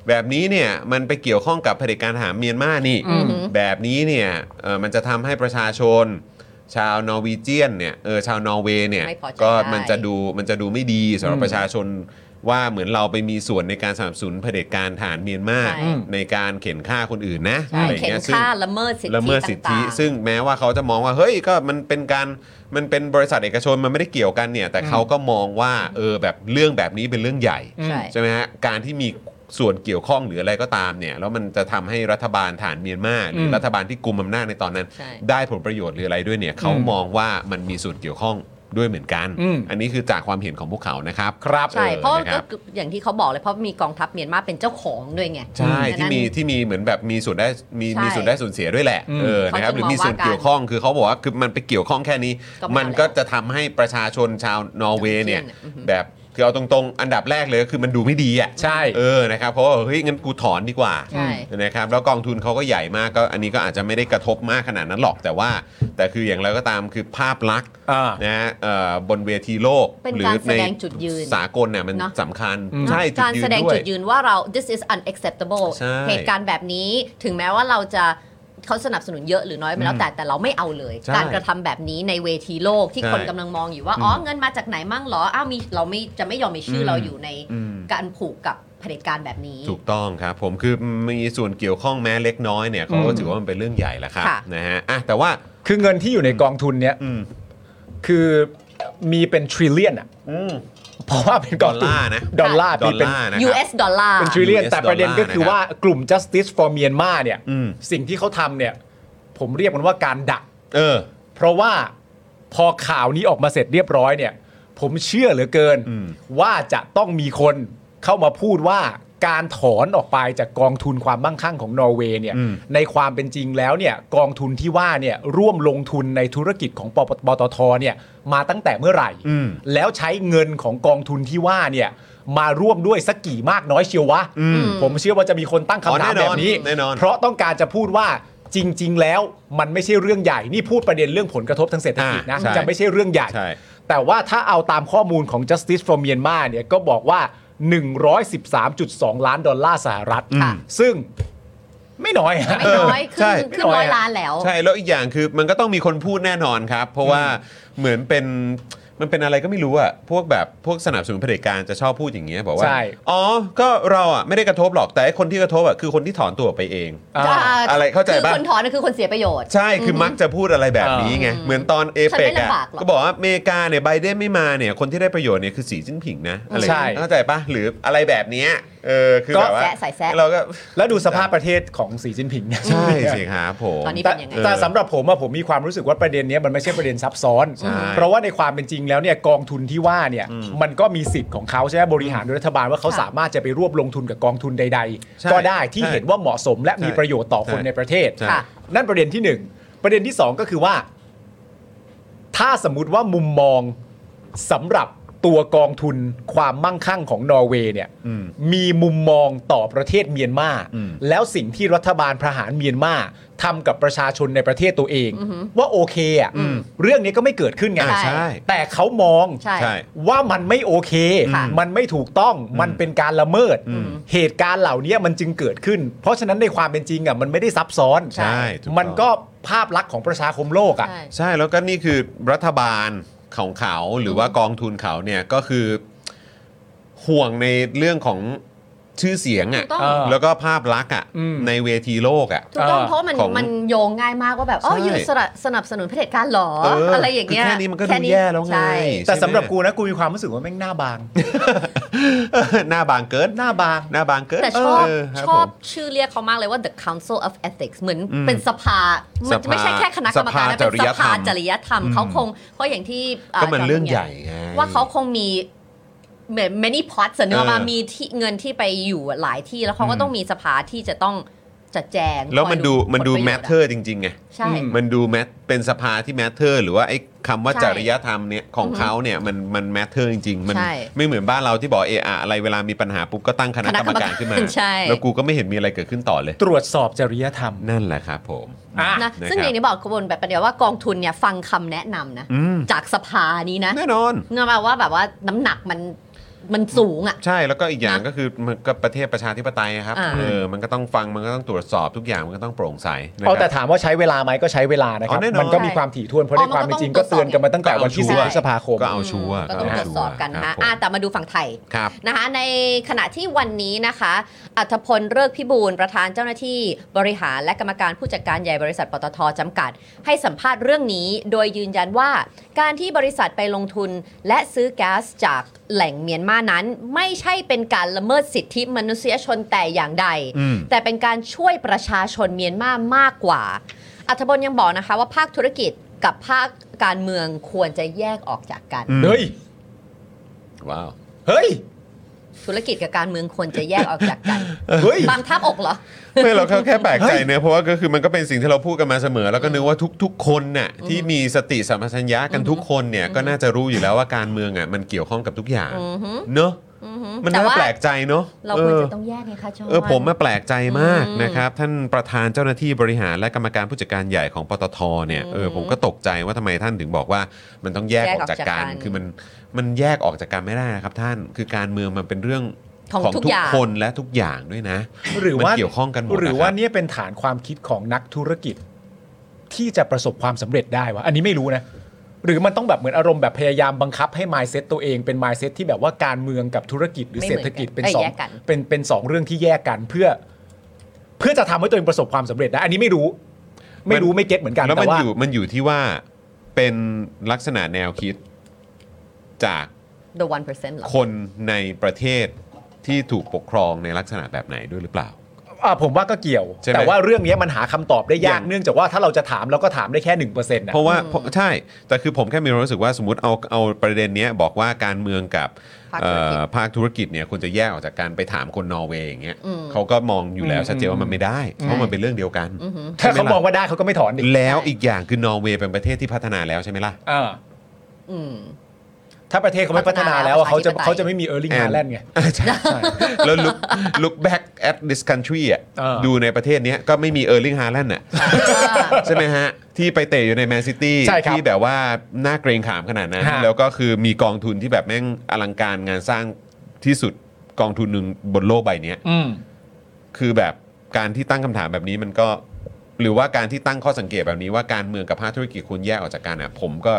A: แบบนี้เนี่ยมันไปเกี่ยวข้องกับเผด็จการทหารเมียนมานี่
C: อือหือ
A: แบบนี้เนี่ยเอ่อมันจะทำให้ประชาชน ชาวนอร์วีเจียนเนี่ยเออชาวนอร์เวย์เนี่ย
C: ไม่พอใจ
A: ก็มันจะดูมันจะดูไม่ดีสำหรับ
B: อืม
A: ประชาชนว่าเหมือนเราไปมีส่วนในการสนับสนุนเผด็จการทหารเมียนมา
C: ใช่
A: ในการเข็นฆ่าคนอื่นนะ
C: ใช่
A: อะไรอย่า
C: เข็
A: ง
C: น
A: เงี้ยซึ่ง
C: ค่าละเมิดสิทธิ
A: ละเมิดสิทธิ
C: ต่างๆ
A: ซึ่งแม้ว่าเขาจะมองว่าเฮ้ยก็มันเป็นการมันเป็นบริษัทเอกชนมันไม่ได้เกี่ยวกันเนี่ยแต่เขาก็มองว่าเออแบบเรื่องแบบนี้เป็นเรื่องใหญ่
C: ใช่
A: ใช่ไหมฮะการที่มีส่วนเกี่ยวข้องหรืออะไรก็ตามเนี่ยแล้วมันจะทำให้รัฐบาลฐานเมียนมาหรืออ
B: ม
A: รัฐบาลที่กุมอำนาจในตอนนั้น
C: ใช่
A: ได้ผลประโยชน์หรืออะไรด้วยเนี่ยเขา
B: อืม
A: มองว่ามันมีส่วนเกี่ยวข้องด้วยเหมือนกัน
B: อืม
A: นนี้คือจากความเห็นของพวกเขานะครับ
B: ครับ
C: ใช่ เพราะ
A: ออค
C: ก็
A: รับ
C: คืออย่างที่เขาบอกเลยเพราะมีกองทัพเมียนมาเป็นเจ้าของด้วยไง
A: ใช่
C: ดัง
A: ที่
C: นั้น
A: มีที่มีเหมือนแบบมีส่วนได้มี
C: ใช่
A: มีส่วนได้ส่วนเสียด้วยแหละ
B: อืม
A: เออนะครับห
C: เขาจะ
A: รือมีส่วน
C: มองว่า
A: เกี่ยวข้องคือเขาบอกว่าคือมันไปเกี่ยวข้องแค่นี้
C: ก็ไม่
A: มัน
C: เอา
A: ก็
C: แล้ว
A: จะทำให้ประชาชนชาวนอร์เวย์เนี่ย
C: อือหือ
A: แบบคือเอาตรงๆ อันดับแรกเลยก็คือมันดูไม่ดีอ่ะ
B: ใช่
A: เออ นะครับ เพราะว่าเฮ้ย งั้นกูถอนดีกว่า
C: ใช่
A: นะครับ แล้วกองทุนเขาก็ใหญ่มาก ก็อันนี้ก็อาจจะไม่ได้กระทบมากขนาดนั้นหรอก แต่ว่า แต่คืออย่างไรก็ตาม คือภาพลักษณ์
B: อ่า
A: นะฮะเอ่อบนเวทีโลก
C: เป็น
A: หรื
C: การ
A: ใน
C: แสดงจุดยืน
A: สากลเนี่ยมัน
C: เนอะ
A: สำคัญ
B: อืม
A: ใช่ จุด
C: การ
A: ยื
C: แส
A: น
C: ดง
A: ด้วย
C: จุดยืนว่าเรา this is unacceptable
A: ใช่
C: เหตุการณ์แบบนี้ถึงแม้ว่าเราจะเขาสนับสนุนเยอะหรือน้อยไปแล้วแต่แต่เราไม่เอาเลย
A: ใช่
C: การกระทำแบบนี้ในเวทีโลกที่
A: ใช่
C: คนกำลังมองอยู่ว่า อ๋อเงินมาจากไหนมั่งเหรอ อ้าวมีเราไม่จะไม่ยอมมีชื่ออ
A: ม
C: เราอยู่ใน
A: อืม
C: การผูกกับเผด็จการแบบนี้
A: ถูกต้องครับผมคือมีส่วนเกี่ยวข้องแม้เล็กน้อยเนี่ยเขาก็ถือว่ามันเป็นเรื่องใหญ่แหละครับ
C: ค่ะ
A: นะฮะอ่ะแต่ว่า
B: คือเงินที่อยู่ในกองทุนเนี้ย
A: อืม
B: คือมีเป็น trillion อ่ะ
A: อืม
B: เพราะว่าเป็นกองทุ
A: ดอล
B: น
A: ลาร์นะ
B: ดอลลาร์
A: ดอ
B: มี
A: ล
B: เป็น
A: ลาร์นะครับ
C: US ดอลลาร์
B: เป็น trillion
A: US
B: แต่ประเด็นก็คือ
A: ดอลลาร์นะครับ
B: ว่ากลุ่ม justice for Myanmar เนี่ย
A: อืม
B: สิ่งที่เขาทำเนี่ย ผมเรียกมันว่าการดัก
A: เออ
B: เพราะว่าพอข่าวนี้ออกมาเสร็จเรียบร้อยเนี่ย ผมเชื่อเหลือเกิน
A: อืม
B: ว่าจะต้องมีคนเข้ามาพูดว่าการถอนออกไปจากกองทุนความมั่งคั่งของนอร์เวย์เนี่ยในความเป็นจริงแล้วเนี่ยกองทุนที่ว่าเนี่ยร่วมลงทุนในธุรกิจของปปปตทเนี่ยมาตั้งแต่เมื่อไหร่ แล้วใช้เงินของกองทุนที่ว่าเนี่ยมาร่วมด้วยสักกี่มากน้อยเชียววะผมเชื่อว่าจะมีคนตั้ง
A: อ๋อ
B: คำถาม
A: แน่นอน
B: แบบนี้
A: แน่นอน
B: เพราะต้องการจะพูดว่าจริง ๆ แล้วมันไม่ใช่เรื่องใหญ่ นี่พูดประเด็นเรื่องผลกระทบทางเศรษฐกิจนะ
A: อ่าใช่
B: จะไม่ใช่เรื่องใหญ่
A: ใช่
B: แต่ว่าถ้าเอาตามข้อมูลของ justice for Myanmar เนี่ยก็บอกว่า 113.2 ล้านดอลลาร์สหรัฐ
C: ค่ะ
B: ซึ่งไม่น้อยฮะ
C: ไม่น้อย
A: ใช่
C: ขึ้นขึ้นร้อยล้านแล้ว
A: ใช่แล้วอีกอย่างคือมันก็ต้องมีคนพูดแน่นอนครับ เพราะว่าเหมือนเป็นมันเป็นอะไรก็ไม่รู้อะพวกแบบพวกสนับสนุนเผด็จการจะชอบพูดอย่างเงี้ยบอกว่า
B: ใช่
A: อ๋อก็เราอะไม่ได้กระทบหรอกแต่ไอ้คนที่กระทบอะคือคนที่ถอนตัวออกไปเอง
B: อ่า
C: จะ
A: อะไรเข้าใจ
C: คือ
A: ปะ
C: คนถอนน่ะคือคนเสียประโยชน์
A: ใช่คือมักจะพูดอะไรแบบนี้ไง
C: อ่า
A: เหมือนตอนเอ
C: ฉัน
A: เป
C: ไม่
A: กอะ
C: ลำบากหรอก
A: ก็บอกว่าอเมริกาเนี่ยไบเดนไม่มาเนี่ยคนที่ได้ประโยชน์เนี่ยคือสีจิ้นผิงนะอะไรอย่างเงี้ย
B: ใช่
A: เข้าใจปะหรืออะไรแบบเนี้ยเออคือแบบว่า
C: แซะใส่แซะ
A: เราก็
B: แล้วดูสภาพประเทศของสีจิ้นผิงเนี่ย
A: ใช่สิครับผม
C: ตอนนี้
B: แต่
C: เป็นยังไง
B: แต่สำหรับผมอะผมมีความรู้สึกว่าประเด็นเนี้ยมันไม่ใช่ประเด็นซับซ้อน
A: ใช่
B: เพราะว่าในความเป็นจริงแล้วเนี่ยกองทุนที่ว่าเนี่ยมันก็มีสิทธิ์ของเขาใช่ไหมบริหารโดยรัฐบาลว่าเขา
C: ค่ะ
B: สามารถจะไปรวบลงทุนกับกองทุนใด
A: ใช่
B: ๆ ก็ได้ที่
A: ใช่
B: เห็นว่าเหมาะสมและมี
A: ใช่
B: ประโยชน์ต่อคน
A: ใช่
B: ในประเทศ
A: ใช่
C: ค่ะ
B: นั่นประเด็นที่หนึ่งประเด็นที่สองก็คือว่า ถ้าสมมติว่ามุมมองสำหรับตัวกองทุนความมั่งคั่งของนอร์เวย์เนี่ย
A: อืม
B: มีมุมมองต่อประเทศเมียนมา
A: อืม
B: แล้วสิ่งที่รัฐบาลประหารเมียนมาทำกับประชาชนในประเทศตัวเอง
C: อือหือ
B: ว่าโอเคอ่ะ
C: อืม
B: เรื่องนี้ก็ไม่เกิดขึ้นไง
A: อ่าใช่
B: แต่เขามอง
C: ใช่
A: ใช่
B: ว่ามันไม่โอเค
C: ค่ะ
B: มันไม่ถูกต้อง มันเป็นการละเมิด
C: อืม
B: เหตุการณ์เหล่านี้มันจึงเกิดขึ้น เพราะฉะนั้นในความเป็นจริงอ่ะมันไม่ได้ซับซ้อน
A: ใช่ถูกต้อง
B: มันก็ภาพลักษณ์ของประชาคมโลกอ่ะ
C: ใช่
A: ใช่แล้วก็นี่คือรัฐบาลของเขาหรือว่ากองทุนเขาเนี่ยก็คือห่วงในเรื่องของ ชื่อเสียง
C: ถู
A: อ่ะ
C: กต้อง
B: เออ
A: แล้วก็ภาพลักษณ์อ่ะ
B: อืม
A: ในเวทีโลกอ่ะ
C: ถูกต้อง
B: เออ
C: เพราะมัน
A: ของ
C: มันโยงง่ายมากว่าแบบอ๋อ
A: ใช่
C: อยู่สนับสนับสนุนเผด็จการเหรอ
A: เ
C: อะไรอย่างเงี้
A: คื
C: ย
A: แค่นี้มันก็ดูแย่แล้วไง
C: ใช่
A: ใช่
B: แต่
A: ไม
B: สำหรับกูนะกูมีความรู้สึกว่าแม่งหน้าบาง
A: เออ หน้าบางเกิน
B: หน้าบาง
A: หน้าบางเกิน
C: แต่ชอบ
A: เครั
C: ชอบ
A: ผม
C: ชื่อเรียกเขามากเลยว่า the council of ethics เหมือน
A: อืม
C: เป็นสภามัน
A: สภา
C: ไม่ใช่แค่คณะกรรมการนะเป็นส
A: สภา
C: ภา
A: จ
C: จ
A: ริ
C: ริ
A: ย
C: ย
A: ธ
C: ธ
A: ร
C: ร
A: ร
C: ร
A: ม
C: มเขาคงเพราะอย่างที่อ่
A: ก็มันเรื่อง
C: จำได้ไ
A: ใหญ่ไง
C: ว่าเขาคงมีเหมือน many pots อะเนื้อะ
A: เออ
C: มามีที่เงินที่ไปอยู่หลายที่แล้วเขา
A: อื
C: ก็
A: ม
C: ต้องมีสภาที่จะต้องจัดแจง
A: แล้วมันดู
C: คอย
A: มันดู
C: ผลป
A: แม
C: ระ
A: ท
C: โยช
A: เทอร์จริงๆไง
C: ใช่
B: อืม
A: มันดูแมทเป็นสภาที่แมทเทอร์ หรือว่าไอ้คำว่า
C: ใช่
A: จริยธรรมเนี่ยของเขาเนี่ยมันมันแมทเทอร์จริง ๆ มัน
C: ใช่
A: ไม่เหมือนบ้านเราที่บอกเออะอะไรเวลามีปัญหาปุ๊บก็ตั้งคณะกรรม
C: คณะกรรม
A: กา
C: การ ร
A: ขึ้นมา
C: ใช่
A: แล้วกูก็ไม่เห็นมีอะไรเกิดขึ้นต่อเลย
B: ตรวจสอบจริยธรรม
A: นั่นแหละครับผม
B: อ่ะ
C: นะ
A: ะ
C: ซึ่ง
A: ครับ
C: อย่างที่บอกกระบวนแบบประเดียวว่ากองทุนเนี่ยฟังคำแนะนำนะ
A: อืม
C: จากสภานี้นะ
A: แน่นอน
C: เนื่องมาว่าแบบว่าน้ำหนักมันมันสูงอะ
A: ใช่แล้วก็อีกอย่าง
C: นะ
A: ก็คือมันก็ประเทศประชาธิปไตยอะครับ
C: อ่า
A: เออมันก็ต้องฟังมันก็ต้องตรวจสอบทุกอย่างมันก็ต้องโปร่งใสนะค
B: อ๋อ
A: รับ
B: แต่ถามว่าใช้เวลาไหมก็ใช้เวลานะครับ
A: อ๋อแน่นอน
B: มันก็มีความถี่ถ้วนเพราะ
C: อ๋
B: ใน
C: อมัน
B: ค
C: ก็
B: วามเป็นจริง
C: ต้
B: ก็
C: องตรวจสอบ
B: เตือนกันมาตั้งแต่วันที่
A: ก็
B: 10
A: เอา
B: พฤ
A: ชั
B: ษ
A: วร์
B: ภาคม
A: ก็เอาชัวร์
C: ก็ต้องตรวจสอบกัน
A: ค
C: นะคะ
A: รับผม
C: อ่ะแต่มาดูฝั่งไทย
A: ครับ
C: นะคะในขณะที่วันนี้นะคะอัธพลเลิกพิบูลประธานเจ้าหน้าที่บริหารและกรรมการผู้จัดการใหญ่บริษัทปตทจำกัด ให้สัมภาษณ์เรื่องนี้ โดยยืนยันว่า การที่บริษัทไปลงทุนและซื้อแก๊สจากแหล่งเมียนมานั้น ไม่ใช่เป็นการละเมิดสิทธิมนุษยชนแต่อย่างใด
A: อืม
C: แต่เป็นการช่วยประชาชนเมียนมามากกว่า อัธพลยังบอกนะคะว่าภาคธุรกิจกับภาคการเมืองควรจะแยกออกจากกัน
A: อืม
B: เฮ้ย
A: ว้าว
B: เฮ้ย
C: ธุรกิจกับการเมืองควรจะแยกออกจากกัน
B: เฮ้ย
C: บางทับอกเหรอ
A: ไม่ เราก็แค่แปลก
B: เฮ้
A: ใจ
B: ย
A: เนอะเพราะว่าก็คือมันก็เป็นสิ่งที่เราพูดกันมาเสมอ แล้วก็นึกว่าทุก ๆ คนน่ะที่มีสติสัมปชัญญะกันทุกคนเนี่ยก็น่าจะรู้อยู่แล้วว่าการเมืองอ่ะมันเกี่ยวข้องกับทุกอย่าง
C: อือฮึ
A: เนอะ
C: อือฮึ
A: มัน
C: แต่
A: น่า
C: ว่า
A: แปลกใจเนอะ
C: เรา
A: เอ
C: ควร
A: อ
C: จะต้องแยกไงคะจอน
A: เออผมมาแปลกใจมาก
C: อืม
A: นะครับ ท่านประธานเจ้าหน้าที่บริหารและกรรมการผู้จัดการใหญ่ของปตทเนี่ยเออผมก็ตกใจว่าทำไมท่านถึงบอกว่ามันต้องแยก
C: แย
A: อก อกจาก
C: ออกจาก
A: กัน
C: กัน
A: คือมันมันแยกออกจากกันไม่ได้นะครับท่านคือการเมืองมันเป็นเรื่อง
C: ของทุก
A: ทุก
C: อย่าง
A: คนและทุกอย่างด้วยนะ
B: หรือ
A: มัน
B: ว่า
A: เกี่ยวข้องกันหมด
B: หรือ
A: นะค
B: ว่า
A: บ
B: เนี่ยเป็นฐานความคิดของนักธุรกิจ ที่จะประสบความสำเร็จได้วะ อันนี้ไม่รู้นะ หรือมันต้องแบบเหมือนอารมณ์แบบพยายามบังคับให้ mindset ตัวเองเป็น mindset ที่แบบว่าการเมืองกับธุรกิจหรือ
C: ไม่เห
B: เศร
C: มื
B: ษ
C: อน
B: ฐ
C: กัน
B: กิจเป็น
C: เอ้ย
B: สอง
C: แยกกัน
B: เป็นเป็นสองเรื่องที่แยกกันเพื่อ เพื่อจะทำให้ตัวเองประสบความสำเร็จได้อันนี้ไม่รู้ ไม่รู้ไม่เก็ตเหมือนกัน
A: แล้ว
B: แต่
A: มัน
B: ว่า
A: อยู่มันอยู่ที่ว่าเป็นลักษณะแนวคิดจาก
C: the one percent หรอ
A: คนในประเทศที่ถูกปกครองในลักษณะแบบไหนด้วยหรือเปล่า
B: อ่าผมว่าก็เกี่ยว
A: ใช่ไหม
B: แต่ว่าเรื่องนี้มันหาคำตอบได้ยาก
A: อย่าง
B: เนื่องจากว่าถ้าเราจะถามเราก็ถามได้แค่หนึ่งเปอร์เซ็นต์นะ
A: เพราะว่าเพราะใช่ แต่คือผมแค่มีความรู้สึกว่าสมมติเอาเอาประเด็นเนี้ยบอกว่าการเมืองกับ
C: ภาค
A: เอ่อภาค
C: ธุรกิจ
A: ธุรกิจเนี่ยควรจะแยกออกจากการไปถามคนนอร์เวย์อย่างเงี้ย
C: อืม
A: เขาก็มองอยู่แล้วชัดเจนว่ามันไม่ได้ เพราะมันเป็นเรื่องเดียวกัน
C: อือหือ
B: ถ้าเขามองว่าได้เขาก็ไม่ถอนดิ
A: แล้วอีกอย่างคือนอร์เวย์เป็นประเทศที่พัฒนาแล้วใช่ไหมล่ะ
B: อ่า
C: อืม
B: ถ้าประเทศเขาไม่พัฒนาแล้วอะ
C: พั
B: เขา
C: ฒ
B: จะ
C: นาแล้ว
B: เขาจะไม่มีเออร์ลิงฮาแลนด์ไง
A: แล้ว look look back at this country อ่ะ
B: เออ
A: ดูในประเทศเนี้ยก็ไม่มีเออร์ลิงฮาแล นด์อ่ะ ใช่ไหมฮะ ที่ไปเตะอยู่ในแมนซิตี้
B: ใช่ครับ
A: ที่แบบว่าน่าเกรงขามขนาดนั้น
B: ฮะ
A: แล้วก็คือมีกองทุนที่แบบแม่งอลังการงานสร้างที่สุดกองทุนหนึ่งบนโลกใบเนี้ย
B: อืม
A: คือแบบการที่ตั้งคำถามแบบนี้มันก็ หรือว่าการที่ตั้งข้อสังเกตแบบนี้ว่าการเมืองกับภาคธุรกิจควรแยกออกจากกันอ่ะผมก็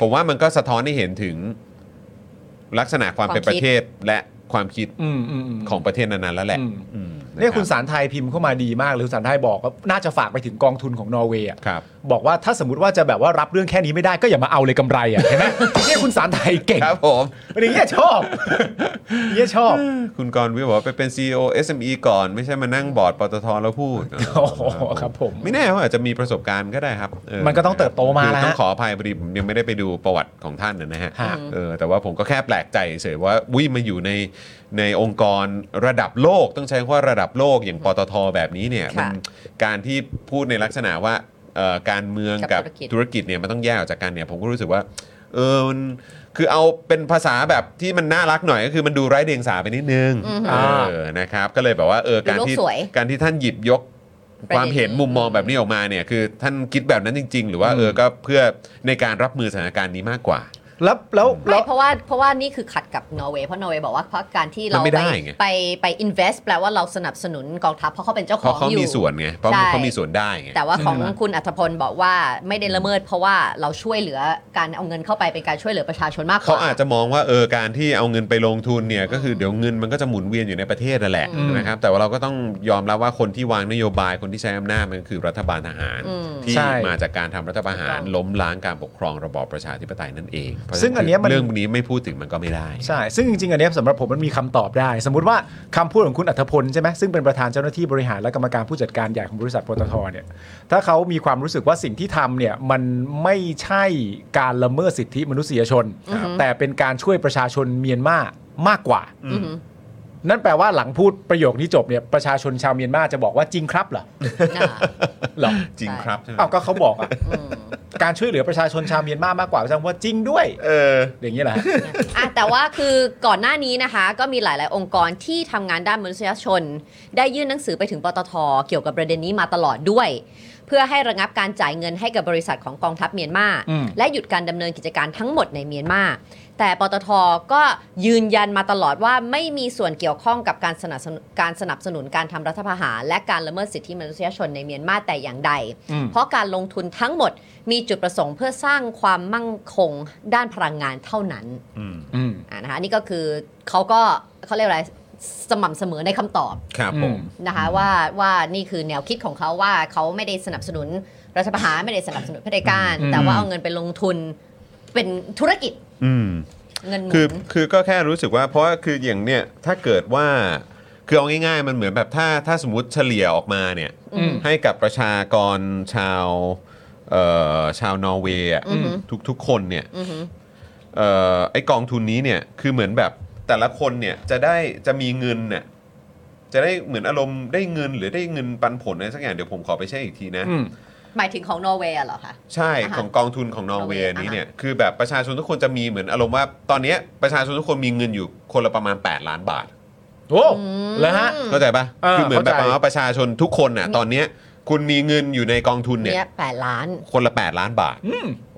A: ผมว่ามันก็สะท้อนให้เห็นถึงลักษณะความเป็นประเทศและความคิด
B: อืมอืมม
A: ของประเทศนั้นๆแล้วแหละ
B: อืม
A: อืมะ
B: เนี่ยคุณ
A: รับ
B: สารไทยพิมพ์เข้ามาดีมากเลยคุณสารไทยบอกว่าน่าจะฝากไปถึงกองทุนของนอร์เวย์อะ
A: ครับ
B: บอกว่าถ้าสมมติว่าจะแบบว่ารับเรื่องแค่นี้ไม่ได้ก็อย่ามาเอาเลยกำไรอ่ะเห็นไหมเนี่ยคุณสารไทยเก่ง
A: ครับผม
B: อันนี้เนี่ยชอบอันนี้ชอบ
A: คุณกรณ์วิวบอกว่าไปเป็น CEO SME ก่อน ไม่ใช่มานั่งบอร์ดปตทแล้วพูด
B: โอ้โหครับผม
A: ไม่แน่ว่าอาจจะมีประสบการณ์ก็ได้ครับเ
B: มันก็ต้องเติบโตมา
A: คือ
B: นะฮะ
A: ต้องขออภัยพอดีผมยังไม่ได้ไปดูประวัติของท่านนะฮะ
B: ฮะ
A: เออแต่ว่าผมก็แค่แปลกใจเฉยว่าวิมาอยู่ในในองค์กรระดับโลก ต้องใช้คำว่าระดับโลกอย่างปตทแบบนี้เนี่ย
C: ค่ะ
A: มันการที่พูดในลักษณะว่าเอ่อการเมือง
C: กั
A: กับบ
C: ธุรกิจ
A: ธุรกิจเนี่ยมันต้องแยกออกจากกันเนี่ยผมก็รู้สึกว่าเออมันคือเอาเป็นภาษาแบบที่มันน่ารักหน่อยก็คือมันดูไร้เดียงสาไปนิดนึง
C: อือฮึ
A: เออ นะครับ ก็เลยแบบว่า เออ การที่
C: ดูโลกสวย
A: การที่ท่านหยิบยกความเห็นมุมมองแบบนี้ออกมาเนี่ย คือท่านคิดแบบนั้นจริง ๆ หรือว่า เออ ก็เพื่อในการรับมือสถานการณ์นี้มากกว่า
B: แล้วแล้วแล้
C: ไม่
B: ว
C: เพราะว่าเพราะว่านี่คือขัดกับนอร์เวย์เพราะนอร์เวย์บอกว่าเพราะการที่เรา
A: นไม่
C: ไป
A: ได้ไง
C: ไปไป invest แปลว่าเราสนับสนุนกองทัพเพราะเขาเป็นเจ้า
A: เพ
C: ขอ
A: ราะ
C: ง
A: เขา
C: อยู่
A: มีส่วนไงเพราะ
C: ใช่
A: เขามีส่วนได้ไง
C: แต่ว่าของ
B: ใช่ไหม
C: คุณอัธพลบอกว่าไม่ได้ละเมิด เพราะว่าเราช่วยเหลือการเอาเงินเข้าไปเป็นการช่วยเหลือประชาชนมากก
A: เขา
C: ว่า
A: อาจจะมองว่าเออการที่เอาเงินไปลงทุนเนี่ยก็คือเดี๋ยวเงินมันก็จะหมุนเวียนอยู่ในประเทศนั่นแหละ
B: อืม
A: นะครับแต่ว่าเราก็ต้องยอมรับว่าคนที่วางนโยบายคนที่ใช้อำนาจมันคือรัฐบาลทหาร
C: อืม
A: ที่
B: ใช่
A: มาจากการทำรัฐประหาร
C: ถูกต้อง
A: ล้มล้างการปกครองระบอบประชาธิปไตยนั่นเองเพราะฉะ
B: ซึ่งอันเนี้ยมัน
A: เรื่องนี้ไม่พูดถึงมันก็ไม่ได้
B: ใช่ ซึ่งจริงๆ อันเนี้ยสำหรับผมมันมีคำตอบได้ สมมติว่าคำพูดของคุณอัธพลใช่ไหมซึ่งเป็นประธานเจ้าหน้าที่บริหารและกรรมการผู้จัดการใหญ่ของบริษัทปตทเนี่ย ถ้าเขามีความรู้สึกว่าสิ่งที่ทำเนี่ยมันไม่ใช่การละเมิดสิทธิมนุษยชน
C: อือฮึ
B: แต่เป็นการช่วยประชาชนเมียนมามากกว่า
C: อือหือ
B: นั่นแปลว่าหลังพูดประโยคนี้จบเนี่ยประชาชนชาวเมียนมาจะบอกว่าจริงครับเหรอ
C: น่ะ
B: เหรอ
A: จริงครับใช่ไหม
B: อ้าวก็เขาบอกอะ
C: อืม
B: การช่วยเหลือประชาชนชาวเมียนมามากกว่าแสดงว่าจริงด้วย
A: เออ
B: อย่างนี้แหละ
C: อะแต่ว่าคือก่อนหน้านี้นะคะ ก็มีหลาย ๆ องค์กรที่ทำงานด้านมนุษยชน ได้ยื่นหนังสือไปถึงปตท เกี่ยวกับประเด็นนี้มาตลอดด้วย เพื่อให้ระงับการจ่ายเงินให้กับบริษัทของกองทัพเมียนมา
B: อืม
C: และหยุดการดำเนินกิจการทั้งหมดในเมียนมาแต่ปตทก็ยืนยันมาตลอดว่าไม่มีส่วนเกี่ยวข้องกับการสนับสนุนการสนับสนุนการทำรัฐประหารและการละเมิดสิทธิมนุษยชนในเมียนมาแต่อย่างใด
B: อืม
C: เพราะการลงทุนทั้งหมดมีจุดประสงค์เพื่อสร้างความมั่งคงด้านพลังงานเท่านั้น
B: อืม
C: อ่านะคะอันนี่ก็คือเขาก็เขาเรียกอะไรสม่ำเสมอในคำตอบ
A: ครับผม
C: นะคะว่าว่านี่คือแนวคิดของเขาว่าเขาไม่ได้สนับสนุนรัฐประหารไม่ได้สนับสนุนเผด็จการ
B: อืม
C: แต่ว่าเอาเงินไปลงทุนเป็นธุรกิจ
A: อืม
C: เงินหมุ
A: คือน คือก็แค่รู้สึกว่าเพราะว่าคืออย่างเนี่ยถ้าเกิดว่าคือเอาง่ายๆ มันเหมือนแบบถ้าถ้าสมมติเฉลี่ยออกมาเนี่ย
C: อืม
A: ให้กับประชากรชาวเอ่อชาวนอร์เวย์อะ
C: อือหือ
A: ทุกทุกคนเนี่ย
C: อือหือ
A: เอ่อไอกองทุนนี้เนี่ยคือเหมือนแบบแต่ละคนเนี่ยจะได้จะมีเงินเนี่ยจะได้เหมือนอารมณ์ได้เงินหรือได้เงินปันผลอะไรสักอย่างเดี๋ยวผมขอไปเช็คอีกทีนะ
B: อืม
C: หมายถึงของนอร์เวย์อะเหรอคะ
A: ใช่
C: อ่าฮะ
A: ของกองทุนของนอร์เวย์
C: นอร์เวย์
A: นี้
C: อ่าฮะ
A: เนี่ยคือแบบประชาชนทุกคนจะมีเหมือนอารมณ์ว่าตอนเนี้ยประชาชนทุกคนมีเงินอยู่คนละประมาณ 8 ล้านบาท
B: โอ้แล้วฮะ
A: เข้าใจปะ
B: เออ
A: คือเหมือนแบบ
B: เข้าใจ
A: ประมาณว่าประชาชนทุกคนน่ะตอนเนี้ยคุณมีเงินอยู่ในกองทุนเนี่ย
C: เนี่ยแปดล้าน
A: คนละ 8 ล้านบาท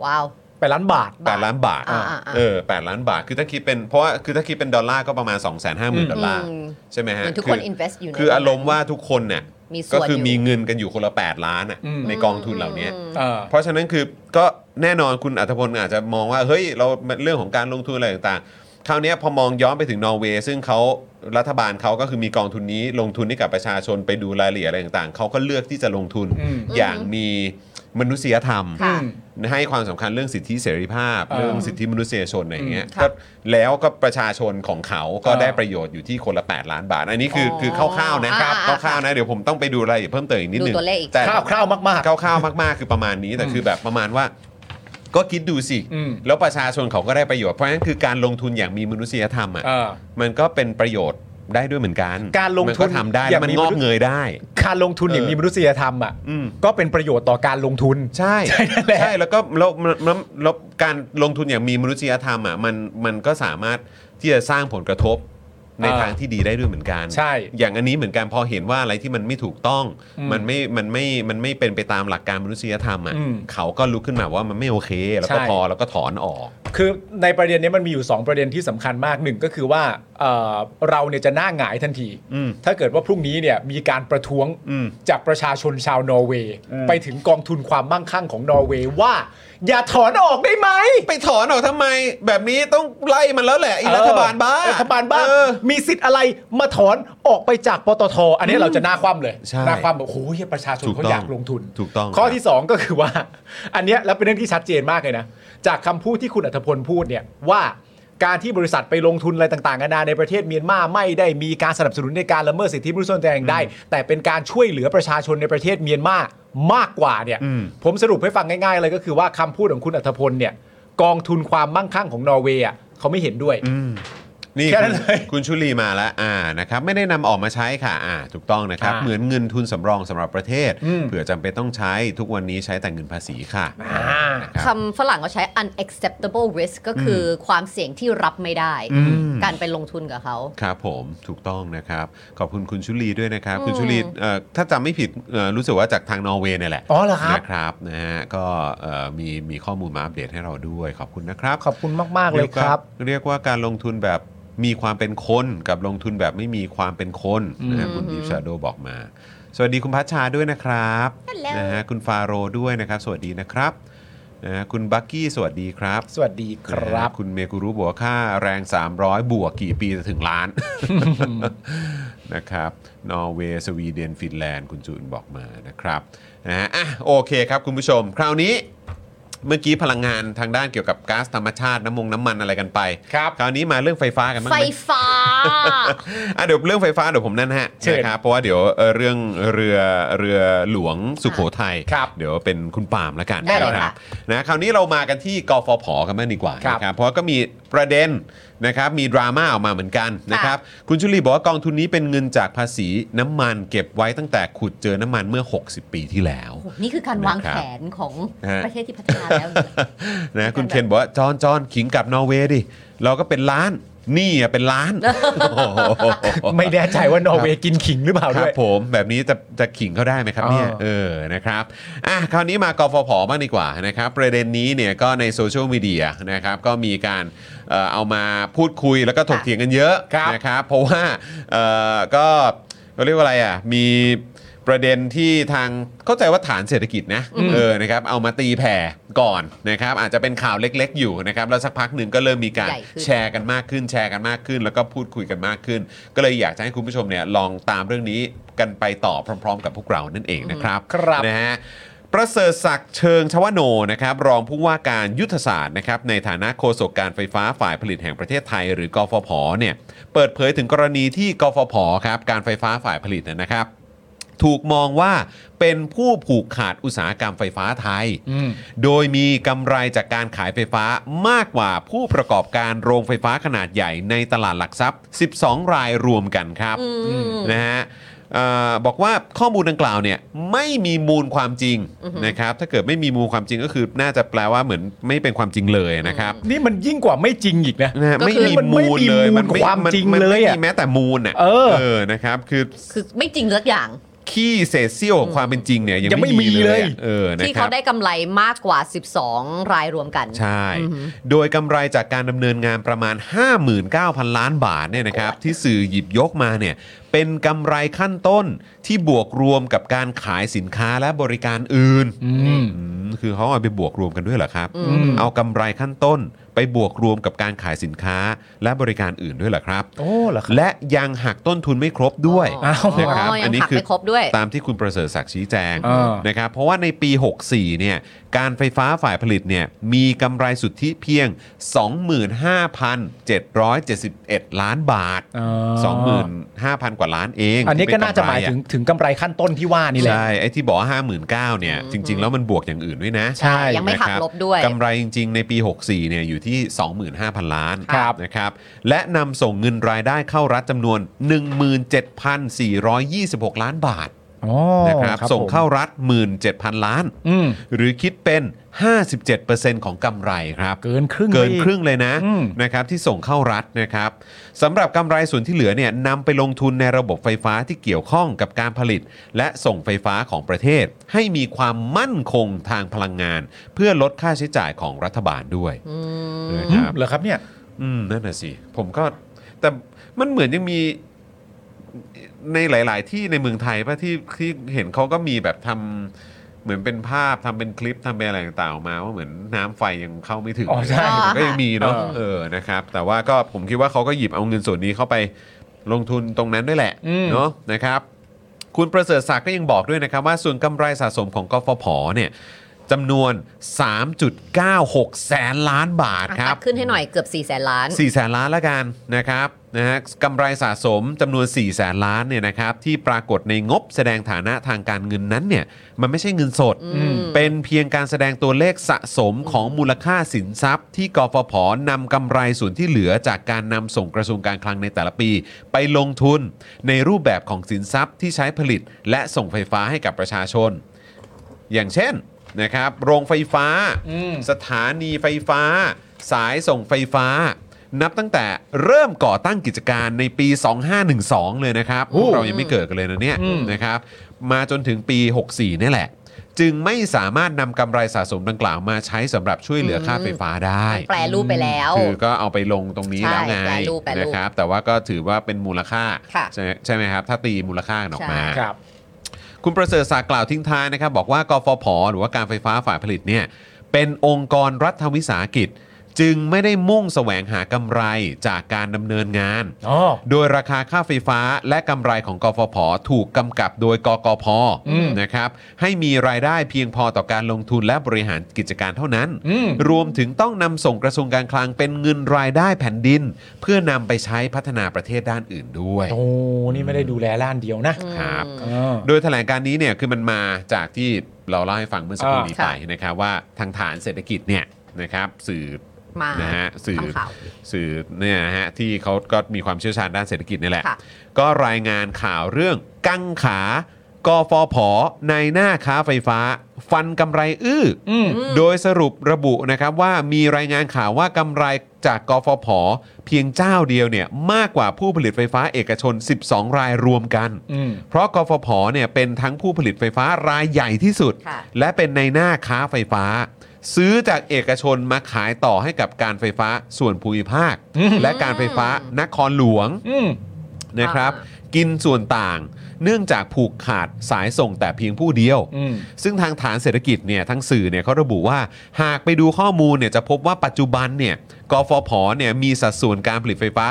C: ว้าว
B: ไปล้านบาท
C: บาท
A: 8 ล้านบาท
C: อ่าอ่าอ่า
A: เออ8ล้านบาทคือถ้าคิดเป็นเพราะว่าคือถ้าคิดเป็นดอลลาร์ก็ประมาณ 2 5 0 0 0 0ดอลลาร์
C: อืม
A: ใช่ไหม
C: เห
A: ฮะ
C: มือนทุกคน invest อยู่ใน
A: คืออารมณ์ว่าทุกคนเนี่ย
C: มีส่วน
A: ก็คืออยู่ มีเงินกันอยู่คนละ 8 ล้านอ่ะ
B: อืม
A: ในกองทุนเหล่านี้
C: อืม
B: เออ
A: เพราะฉะนั้นคือก็แน่นอนคุณอัธพลอาจจะมองว่าเฮ้ยเราเรื่องของการลงทุนอะไรต่างๆ คราวเนี้ยพอมองย้อนไปถึงนอร์เวย์ซึ่งเขารัฐบาลเขาก็คือมีกองทุนนี้ลงทุนให้กับประชาชนไปดูรายละเอียดอะไรต่างๆ เขาก็เลือกที่จะลงทุน
B: อืม
A: อย่างมีมนุษยธรรม
C: ค่ะ
A: ให้ความสำคัญเรื่องสิทธิเสรีภาพ
B: เออ
A: เรื่องสิทธิมนุษยชนอะไรอย่างเงี้ย
C: ค่ะ
A: ก็แล้วก็ประชาชนของเขาก็
B: เออ
A: ได้ประโยชน์อยู่ที่คนละ 8 ล้านบาท อันนี้คือ
C: อ๋อ
A: คือคร่าวๆนะครับ
C: อ่าๆ
A: คร่าวๆนะเดี๋ยวผมต้องไปดูรายละเอียดเพิ่มเติมอีกนิดนึง
C: ดูตัวเลขอีก
A: แต่
B: คร่าวๆมาก
A: คร่าวๆมากๆ คือประมาณนี้แต่คือแบบประมาณว่า ก็คิดดูสิ
B: อืม
A: แล้วประชาชนเขาก็ได้ประโยชน์เพราะฉะนั้นคือการลงทุนอย่างมีมนุษยธรรมอ่ะ
B: เออ
A: มันก็เป็นประโยชน์ได้ด้วยเหมือนกัน
B: การลงทุน
A: มัก็ทำได้
B: อย่าง
A: มัน
B: มี
A: งอ
B: มนุ
A: ก
B: ษย์
A: เงยได้
B: การลงทุนอย่าง
A: เออ
B: มีมนุษยธรรมอ่ะ
A: อืม
B: ก็เป็นประโยชน์ต่อการลงทุน
A: ใช่ใช่แล้วก็แล้วแล้วแล้วการลงทุนอย่างมีมนุษยธรรมอ่ะมันมันก็สามารถที่จะสร้างผลกระทบใน
B: เออ
A: ทางที่ดีได้ด้วยเหมือนกัน
B: ใช่
A: อย่างอันนี้เหมือนกันพอเห็นว่าอะไรที่มันไม่ถูกต้อง
B: อืม
A: มันไม่มันไม่มันไม่เป็นไปตามหลักการมนุษยธรรมอ่ะ
B: อืม
A: เขาก็ลุกขึ้นมาว่ามันไม่โอเค แล้วก็
B: ใช่
A: พอแล้วก็ถอนออก
B: คือในประเด็นนี้มันมีอยู่ 2 ประเด็นที่สำคัญมากหนึ่งก็คือว่าเอ่อเราเนี่ยจะหน้าหงายทันที
A: อืม
B: ถ้าเกิดว่าพรุ่งนี้เนี่ยมีการประท้วง
A: อืม
B: จากประชาชนชาวนอร์เวย์ไปถึงกองทุนความมั่งคั่งของนอร์เวย์ว่า อย่าถอนออกได้ไหม
A: ไปถอนออกทำไม แบบนี้ต้องไล่มันแล้วแหละไอ้รัฐบาลบ้า
B: เออรัฐบาลบ้า
A: เออ
B: มีสิทธิ์อะไรมาถอนออกไปจากปตทอันนี้เราจะหน้าคว่ำเลย
A: ใช่
B: หน้าคว่ำแบบโอ้ยประชาชน
A: ถูก
B: เขา
A: ต้อง
B: อยากลงทุน
A: ถูกต้อง
B: ข้อที่ 2 ก็คือว่า อันเนี้ยแล้วเป็นเรื่องที่ชัดเจนมากเลยนะ จากคำพูดที่คุณอัธพลพูดเนี่ยว่าการที่บริษัทไปลงทุนอะไรต่างๆนานาในประเทศเมียนมาไม่ได้มีการสนับสนุนในการละเมิดสิทธิมนุษยชนแต่อย่างใดแต่เป็นการช่วยเหลือประชาชนในประเทศเมียนมามากกว่าเนี่ย
A: อืม
B: ผมสรุปให้ฟังง่ายๆเลยก็คือว่าคำพูดของคุณอัธพลเนี่ยกองทุนความมั่งคั่งของนอร์เวย์อะเขาไม่เห็นด้วย
A: อืม นี่
B: แค่นั้นเลย
A: คุณชุลีมาแล้วอ่านะครับไม่ได้นำออกมาใช้ค่ะอ่าถูกต้องนะครับ
B: อ่า
A: เหมือนเงินทุนสำรองสำหรับประเทศ
B: อืม
A: เผื่อจำเป็นต้องใช้ทุกวันนี้ใช้แต่เงินภาษีค่ะ
B: อ่า
A: ครับ
C: คำฝรั่งเขาใช้ unacceptable risk ก็คืออความเสี่ยงที่รับไม่ได้ การไปลงทุนกับเขา
A: ครับผมถูกต้องนะครับ ขอบคุณคุณชุลีด้วยนะครับ
C: อืม
A: คุณชุลีเอ่อถ้าจำไม่ผิดเอ่อรู้สึกว่าจากทางนอร์เวย์เนี่ยแหละ
B: อ๋อเหรอครับ
A: นะครับนะฮะก็เอ่อมีมีข้อมูลมาอัปเดตให้เราด้วย ขอบคุณนะครับ
B: ขอบคุณมาก ๆ เลยครับ
A: เรียกว่าเรียกว่าการลงทุนแบบมีความเป็นคนกับลงทุนแบบไม่มีความเป็นคนนะฮะคุณดิฟชาโดบอกมา สวัสดีคุณพัชชาด้วยนะครับนะฮะคุณฟาโรด้วยนะครับ สวัสดีนะครับนะฮะคุณบักกี้สวัสดีครับ
B: สวัสดีค
A: นะ
B: รั
A: ฮะ
B: บ
A: คุณเมกุรุบอกว่าค่าแรง 300 บวกกี่ปีจะถึง ล้าน นะครับ นอร์เวย์สวีเดนฟินแลนด์คุณจูนบอกมานะครับนะฮะอ่ะโอเคครับคุณผู้ชม คราวนี้ เมื่อกี้พลังงานทางด้านเกี่ยวกับก๊าซธรรมชาติน้ำมงน้ำมันอะไรกันไป
B: ครับ
A: คราวนี้มาเรื่องไฟฟ้ากันบ้าง
C: ไฟ
A: ไหม
C: ฟ้า
A: อ่ะเดี๋ยวเรื่องไฟฟ้าเดี๋ยวผมนั่นฮะ
B: เชิญ
A: นะครับเพราะว่าเดี๋ยวเอ่อเรื่องเรือเรือหลวงสุโขทัย
B: ครับ
A: เดี๋ยวเป็นคุณปาล์มละกัน
C: ได้เลย
A: นะครั
C: ค่ะ
A: บนะคราวนี้เรามากันที่กฟผกันบ้างดีกว่า
B: ครับ
A: นะครับเพราะก็มีประเด็นนะครับมีดราม่าออกมาเหมือนกันนะครับคุณชุลีบอกว่ากองทุนนี้เป็นเงินจากภาษีน้ำมันเก็บไว้ตั้งแต่ขุดเจอน้ำมันเมื่อ 60 ปีที่แล้ว
C: โอ้โหนี่คือการวางแผนของ
A: นะฮะ
C: ประเทศที่พัฒนาแล้วเนี่ย
A: นะคุณเคนบอกว่าจอนจอนขิงกลับนอร์เวย์ดิ เราก็เป็นล้าน นี่อ่ะเป็นล้าน โอ้โห
B: ไม่แน่ใจว่านอร์เวย์กินขิงหรือเปล่า
A: ค
B: ด้
A: รั
B: วย
A: บผมแบบนี้จะจะขิงเขาได้ไหมครับเนี่ย
B: อ๋อ
A: เออนะครับอ่ะคราวนี้มากฟผบ้างดีกว่านะครับ ประเด็นนี้เนี่ยก็ในโซเชียลมีเดียนะครับก็มีการเอ่อเอามาพูดคุยแล้วก็ถกเถียงกันเยอะนะครับ เพราะว่าเอ่อก็เขาเรียกว่าอะไรอ่ะมีประเด็นที่ทางเข้าใจว่าฐานเศรษฐกิจนะเออนะครับเอามาตีแผ่ก่อนนะครับ อาจจะเป็นข่าวเล็กๆ อยู่นะครับแล้วสักพักหนึ่งก็เริ่มมีการ
C: ใหญ่ขึ้น
A: แชร์กันมากขึ้นแชร์กันมากขึ้น แล้วก็พูดคุยกันมากขึ้น ก็เลยอยากจะให้คุณผู้ชมเนี่ยลองตามเรื่องนี้กันไปต่อพร้อม ๆ กับพวกเรานั่นเองนะครับ
B: ครับ
A: นะฮะประเสริฐศักดิ์เชิงชวโนนะครับรองผู้ว่าการยุทธศาสตร์นะครับในฐานะโฆษกการไฟฟ้าฝ่ายผลิตแห่งประเทศไทย หรือกฟผเนี่ยเปิดเผยถึงกรณีที่กฟผครับการไฟฟ้าฝ่ายผลิตเนยนะครับ ถูกมองว่าเป็นผู้ผูกขาดอุตสาหกรรมไฟฟ้าไทย
B: อืม
A: โดยมีกำไรจากการขายไฟฟ้ามากกว่าผู้ประกอบการโรงไฟฟ้าขนาดใหญ่ในตลาดหลักทรัพย์ 12 รายรวมกันครับ
C: อืม
A: นะฮะเอ่อบอกว่าข้อมูลดังกล่าวเนี่ยไม่มีมูลความจริง
C: อือฮึ
A: นะครับถ้าเกิดไม่มีมูลความจริงก็คือน่าจะแปลว่าเหมือนไม่เป็นความจริงเลยนะครับ
B: นี่มันยิ่งกว่าไม่จริงอีกนะ
A: นะฮะ
C: ก็
A: ไม่
C: คือ
A: มีมูลเลย
B: มันไม่มีมูลความจริง
A: น
B: เลย
A: ไม่
B: อะ
A: มีแม้แต่มูลอ่ะ
B: เออ
A: นะครับคือ
C: คือไม่จริงสักอย่าง
A: ขี้เศษเสี้ยวของความเป็นจริงเนี่ยยัง
B: ยังไม่
A: ไม่มี
B: มี
A: เล
B: เลย ย
A: อะเออนะ
C: ที่
A: ครั
C: เขา
A: บ
C: ได้กำไรมากกว่า 12 รายรวมกัน
A: ใช่
C: อือหือ
A: โดยกำไรจากการดำเนินงานประมาณ 59,000 ล้านบาทเนี่ยนะครับที่สื่อหยิบยกมาเนี่ยเป็นกำไรขั้นต้นที่บวกรวมกับการขายสินค้าและบริการอื่น
B: อืม
A: อืมคือเขาเอาไปบวกรวมกันด้วยเหรอครับ
C: อื
B: อื
C: ม
B: ม
A: เอากำไรขั้นต้นไปบวกรวมกับการขายสินค้าและบริการอื่นด้วยเหรอครับ
B: โอ้เหรอครับ
A: และยังหักต้นทุนไม่ครบด้วย
C: อ๋อ
A: นะครับ
C: ยัง
A: อันนี้
C: หัก
A: คือ
C: ไม่ครบด้วย
A: ตามที่คุณประเสริฐศักดิ์ชี้แจง
B: อ่าน
A: นะครับเพราะว่าในปี 64เนี่ยการไฟฟ้าฝ่ายผลิตเนี่ยมีกำไรสุทธิเพียง 25,771 ล้านบาท
B: อ๋อ
A: 25,000 กว่าล้านเอง
B: อันนี้ก็
A: ที่เป็
B: น่าจะหมาย
A: ำไรอ
B: ถึงถึงกำไรขั้นต้นที่ว่านี่แหละ
A: ใช่ไอ้ที่บอกว่า59,000เนี่ยจริง ๆ แล้วมันบวกอย่างอื่นด้วยนะ
B: ใช่
C: ยังไม่หัก
A: นะครับ
C: ลบด้วย
A: กำไรจริง ๆ ในปี 64เนี่ยอยู่ที่ 25,000 ล้าน
B: ครับ
A: นะครับ และนำส่งเงินรายได้เข้ารัฐจำนวน 17,426 ล้านบาทนะครับ ส่งเข้ารัฐ 17,000 ล้าน
B: อืม
A: หรือคิดเป็น 57%ของกำไรครับ
B: เกินครึ่ง
A: เกิน
B: ไปอี
A: ครึ่งเลยนะ
B: อืม
A: นะครับที่ส่งเข้ารัฐนะครับสำหรับกำไรส่วนที่เหลือเนี่ยนำไปลงทุนในระบบไฟฟ้าที่เกี่ยวข้องกับการผลิต และส่งไฟฟ้าของประเทศ ให้มีความมั่นคงทางพลังงาน เพื่อลดค่าใช้จ่ายของรัฐบาลด้วยนะ
B: อื
A: ครั
B: ม
A: บ
B: เหรอครับเนี่ย
A: อืมนั่นน่ะสิ ผมก็แต่มันเหมือนยังมีในหลาย ๆ ที่ในเมืองไทยป่ะที่ที่เห็นเขาก็มีแบบทำเหมือนเป็นภาพทำเป็นคลิปทำเป็นอะไรต่างๆออกมาว่าเหมือนน้ำไฟยังเข้าไม่ถึง
B: อ๋อใช่
A: ก็ยังมีเนาะ
B: เออ
A: เออนะครับ แต่ว่าก็ผมคิดว่าเขาก็หยิบเอาเงินส่วนนี้เข้าไปลงทุนตรงนั้นด้วยแหละ
B: อืม
A: เนาะนะครับ คุณประเสริฐศักดิ์ก็ยังบอกด้วยนะครับว่าส่วนกำไรสะสมของกฟผเนี่ย จำนวน 3.96 แสนล้านบาท
C: อ่ะ
A: ครั
C: ตั
A: บ
C: ดขึ้นให้หน่อยเกือบ4ี่แสนล้าน
A: 4แสนล้านละกันนะครับนะฮะกำไรสะสมจำนวน 4 แสนล้านเนี่ยนะครับที่ปรากฏในงบแสดงฐานะทางการเงินนั้นเนี่ยมันไม่ใช่เงินสด
C: อืม
A: เป็นเพียงการแสดงตัวเลขสะสมของมูลค่าสินทรัพย์ ที่กฟผนำกำไรส่วนที่เหลือจากการนำส่งกระทรวงการคลังในแต่ละปี ไปลงทุนในรูปแบบของสินทรัพย์ที่ใช้ผลิต และส่งไฟฟ้าให้กับประชาชน อย่างเช่นนะครับโรงไฟฟ้า
B: อืม
A: สถานีไฟฟ้า สายส่งไฟฟ้า นับตั้งแต่เริ่มก่อตั้งกิจการในปี 2512 เลยนะครับพวกเรายังไม่เกิดกันเลยนะเนี่ยนะครับมาจนถึงปี 64 เนี่ยแหละ จึงไม่สามารถนำกำไรสะสมดังกล่าวมาใช้สำหรับช่วยเหลือค่าไฟฟ้าได้
C: แปลรูปไปแล้ว
A: คือก็เอาไปลงตรงนี้
C: ใช่
A: แล้วไง
C: แปรรูปแปรรูป
A: นะครับ แต่ว่าก็ถือว่าเป็นมูลค่า
C: ค่ะ
A: ใช่ใช่ไหมครับ ถ้าตีมูลค่าออกมา
C: ใช่
B: ครับ
A: คุณประเสริฐศักดิ์กล่าวทิ้งท้ายนะครับ บอกว่ากฟผ หรือว่าการไฟฟ้าฝ่ายผลิตเนี่ยเป็นองค์กรรัฐวิสาหกิจ จึงไม่ได้มุ่งแสวงหากำไรจากการดำเนินงาน
B: อ๋อ
A: โดยราคาค่าไฟฟ้าและกำไรของกฟผ ถูกกำกับโดยกกพ
B: อืม
A: นะครับ ให้มีรายได้เพียงพอต่อการลงทุนและบริหารกิจการเท่านั้น
B: อืม
A: รวมถึงต้องนำส่งกระทรวงการคลังเป็นเงินรายได้แผ่นดิน เพื่อนำไปใช้พัฒนาประเทศด้านอื่นด้วย
B: โอ้ นี่ไม่ได้ดูแลล้านเดียวนะครับ เออ
A: โดยแถลงการณ์นี้เนี่ยคือมันมาจากที่เราเล่าให้ฟังเมื่อสักครู่นี้
C: อ่า
A: ไปนะครับว่าทางฐานเศรษฐกิจเนี่ยนะครับสื่อ
C: มา
A: นะฮะสื่อ
C: ทำข่าว
A: สื่อเนี่ยนะฮะที่เขาก็มีความเชี่ยวชาญด้านเศรษฐกิจนี่แหละ
C: ค่ะ
A: ก็รายงานข่าวเรื่องกังขากฟผในายหน้าค้าไฟฟ้า ฟันกำไรอื้ออ
B: ม
A: โดยสรุประบุนะครับว่ามีรายงานข่าวว่ากำไรจากกฟผ เพียงเจ้าเดียวเนี่ยมากกว่าผู้ผลิตไฟฟ้าเอกชน 12 รายรวมกัน
B: อืม
A: เพราะกฟผเนี่ยเป็นทั้งผู้ผลิตไฟฟ้ารายใหญ่ที่สุด
C: ค่ะ
A: และเป็นในหน้าค้าไฟฟ้า ซื้อจากเอกชนมาขายต่อให้กับการไฟฟ้าส่วนภูมิภาค และการไฟฟ้านครหลวง
B: อืม
A: นะครับ กินส่วนต่าง เนื่องจากผูกขาดสายส่งแต่เพียงผู้เดียว
B: อืม
A: ซึ่งทางฐานเศรษฐกิจเนี่ยทางสื่อเนี่ยเขาระบุว่า หากไปดูข้อมูลเนี่ยจะพบว่าปัจจุบันเนี่ยกฟผเนี่ยมีสัดส่วนการผลิตไฟฟ้า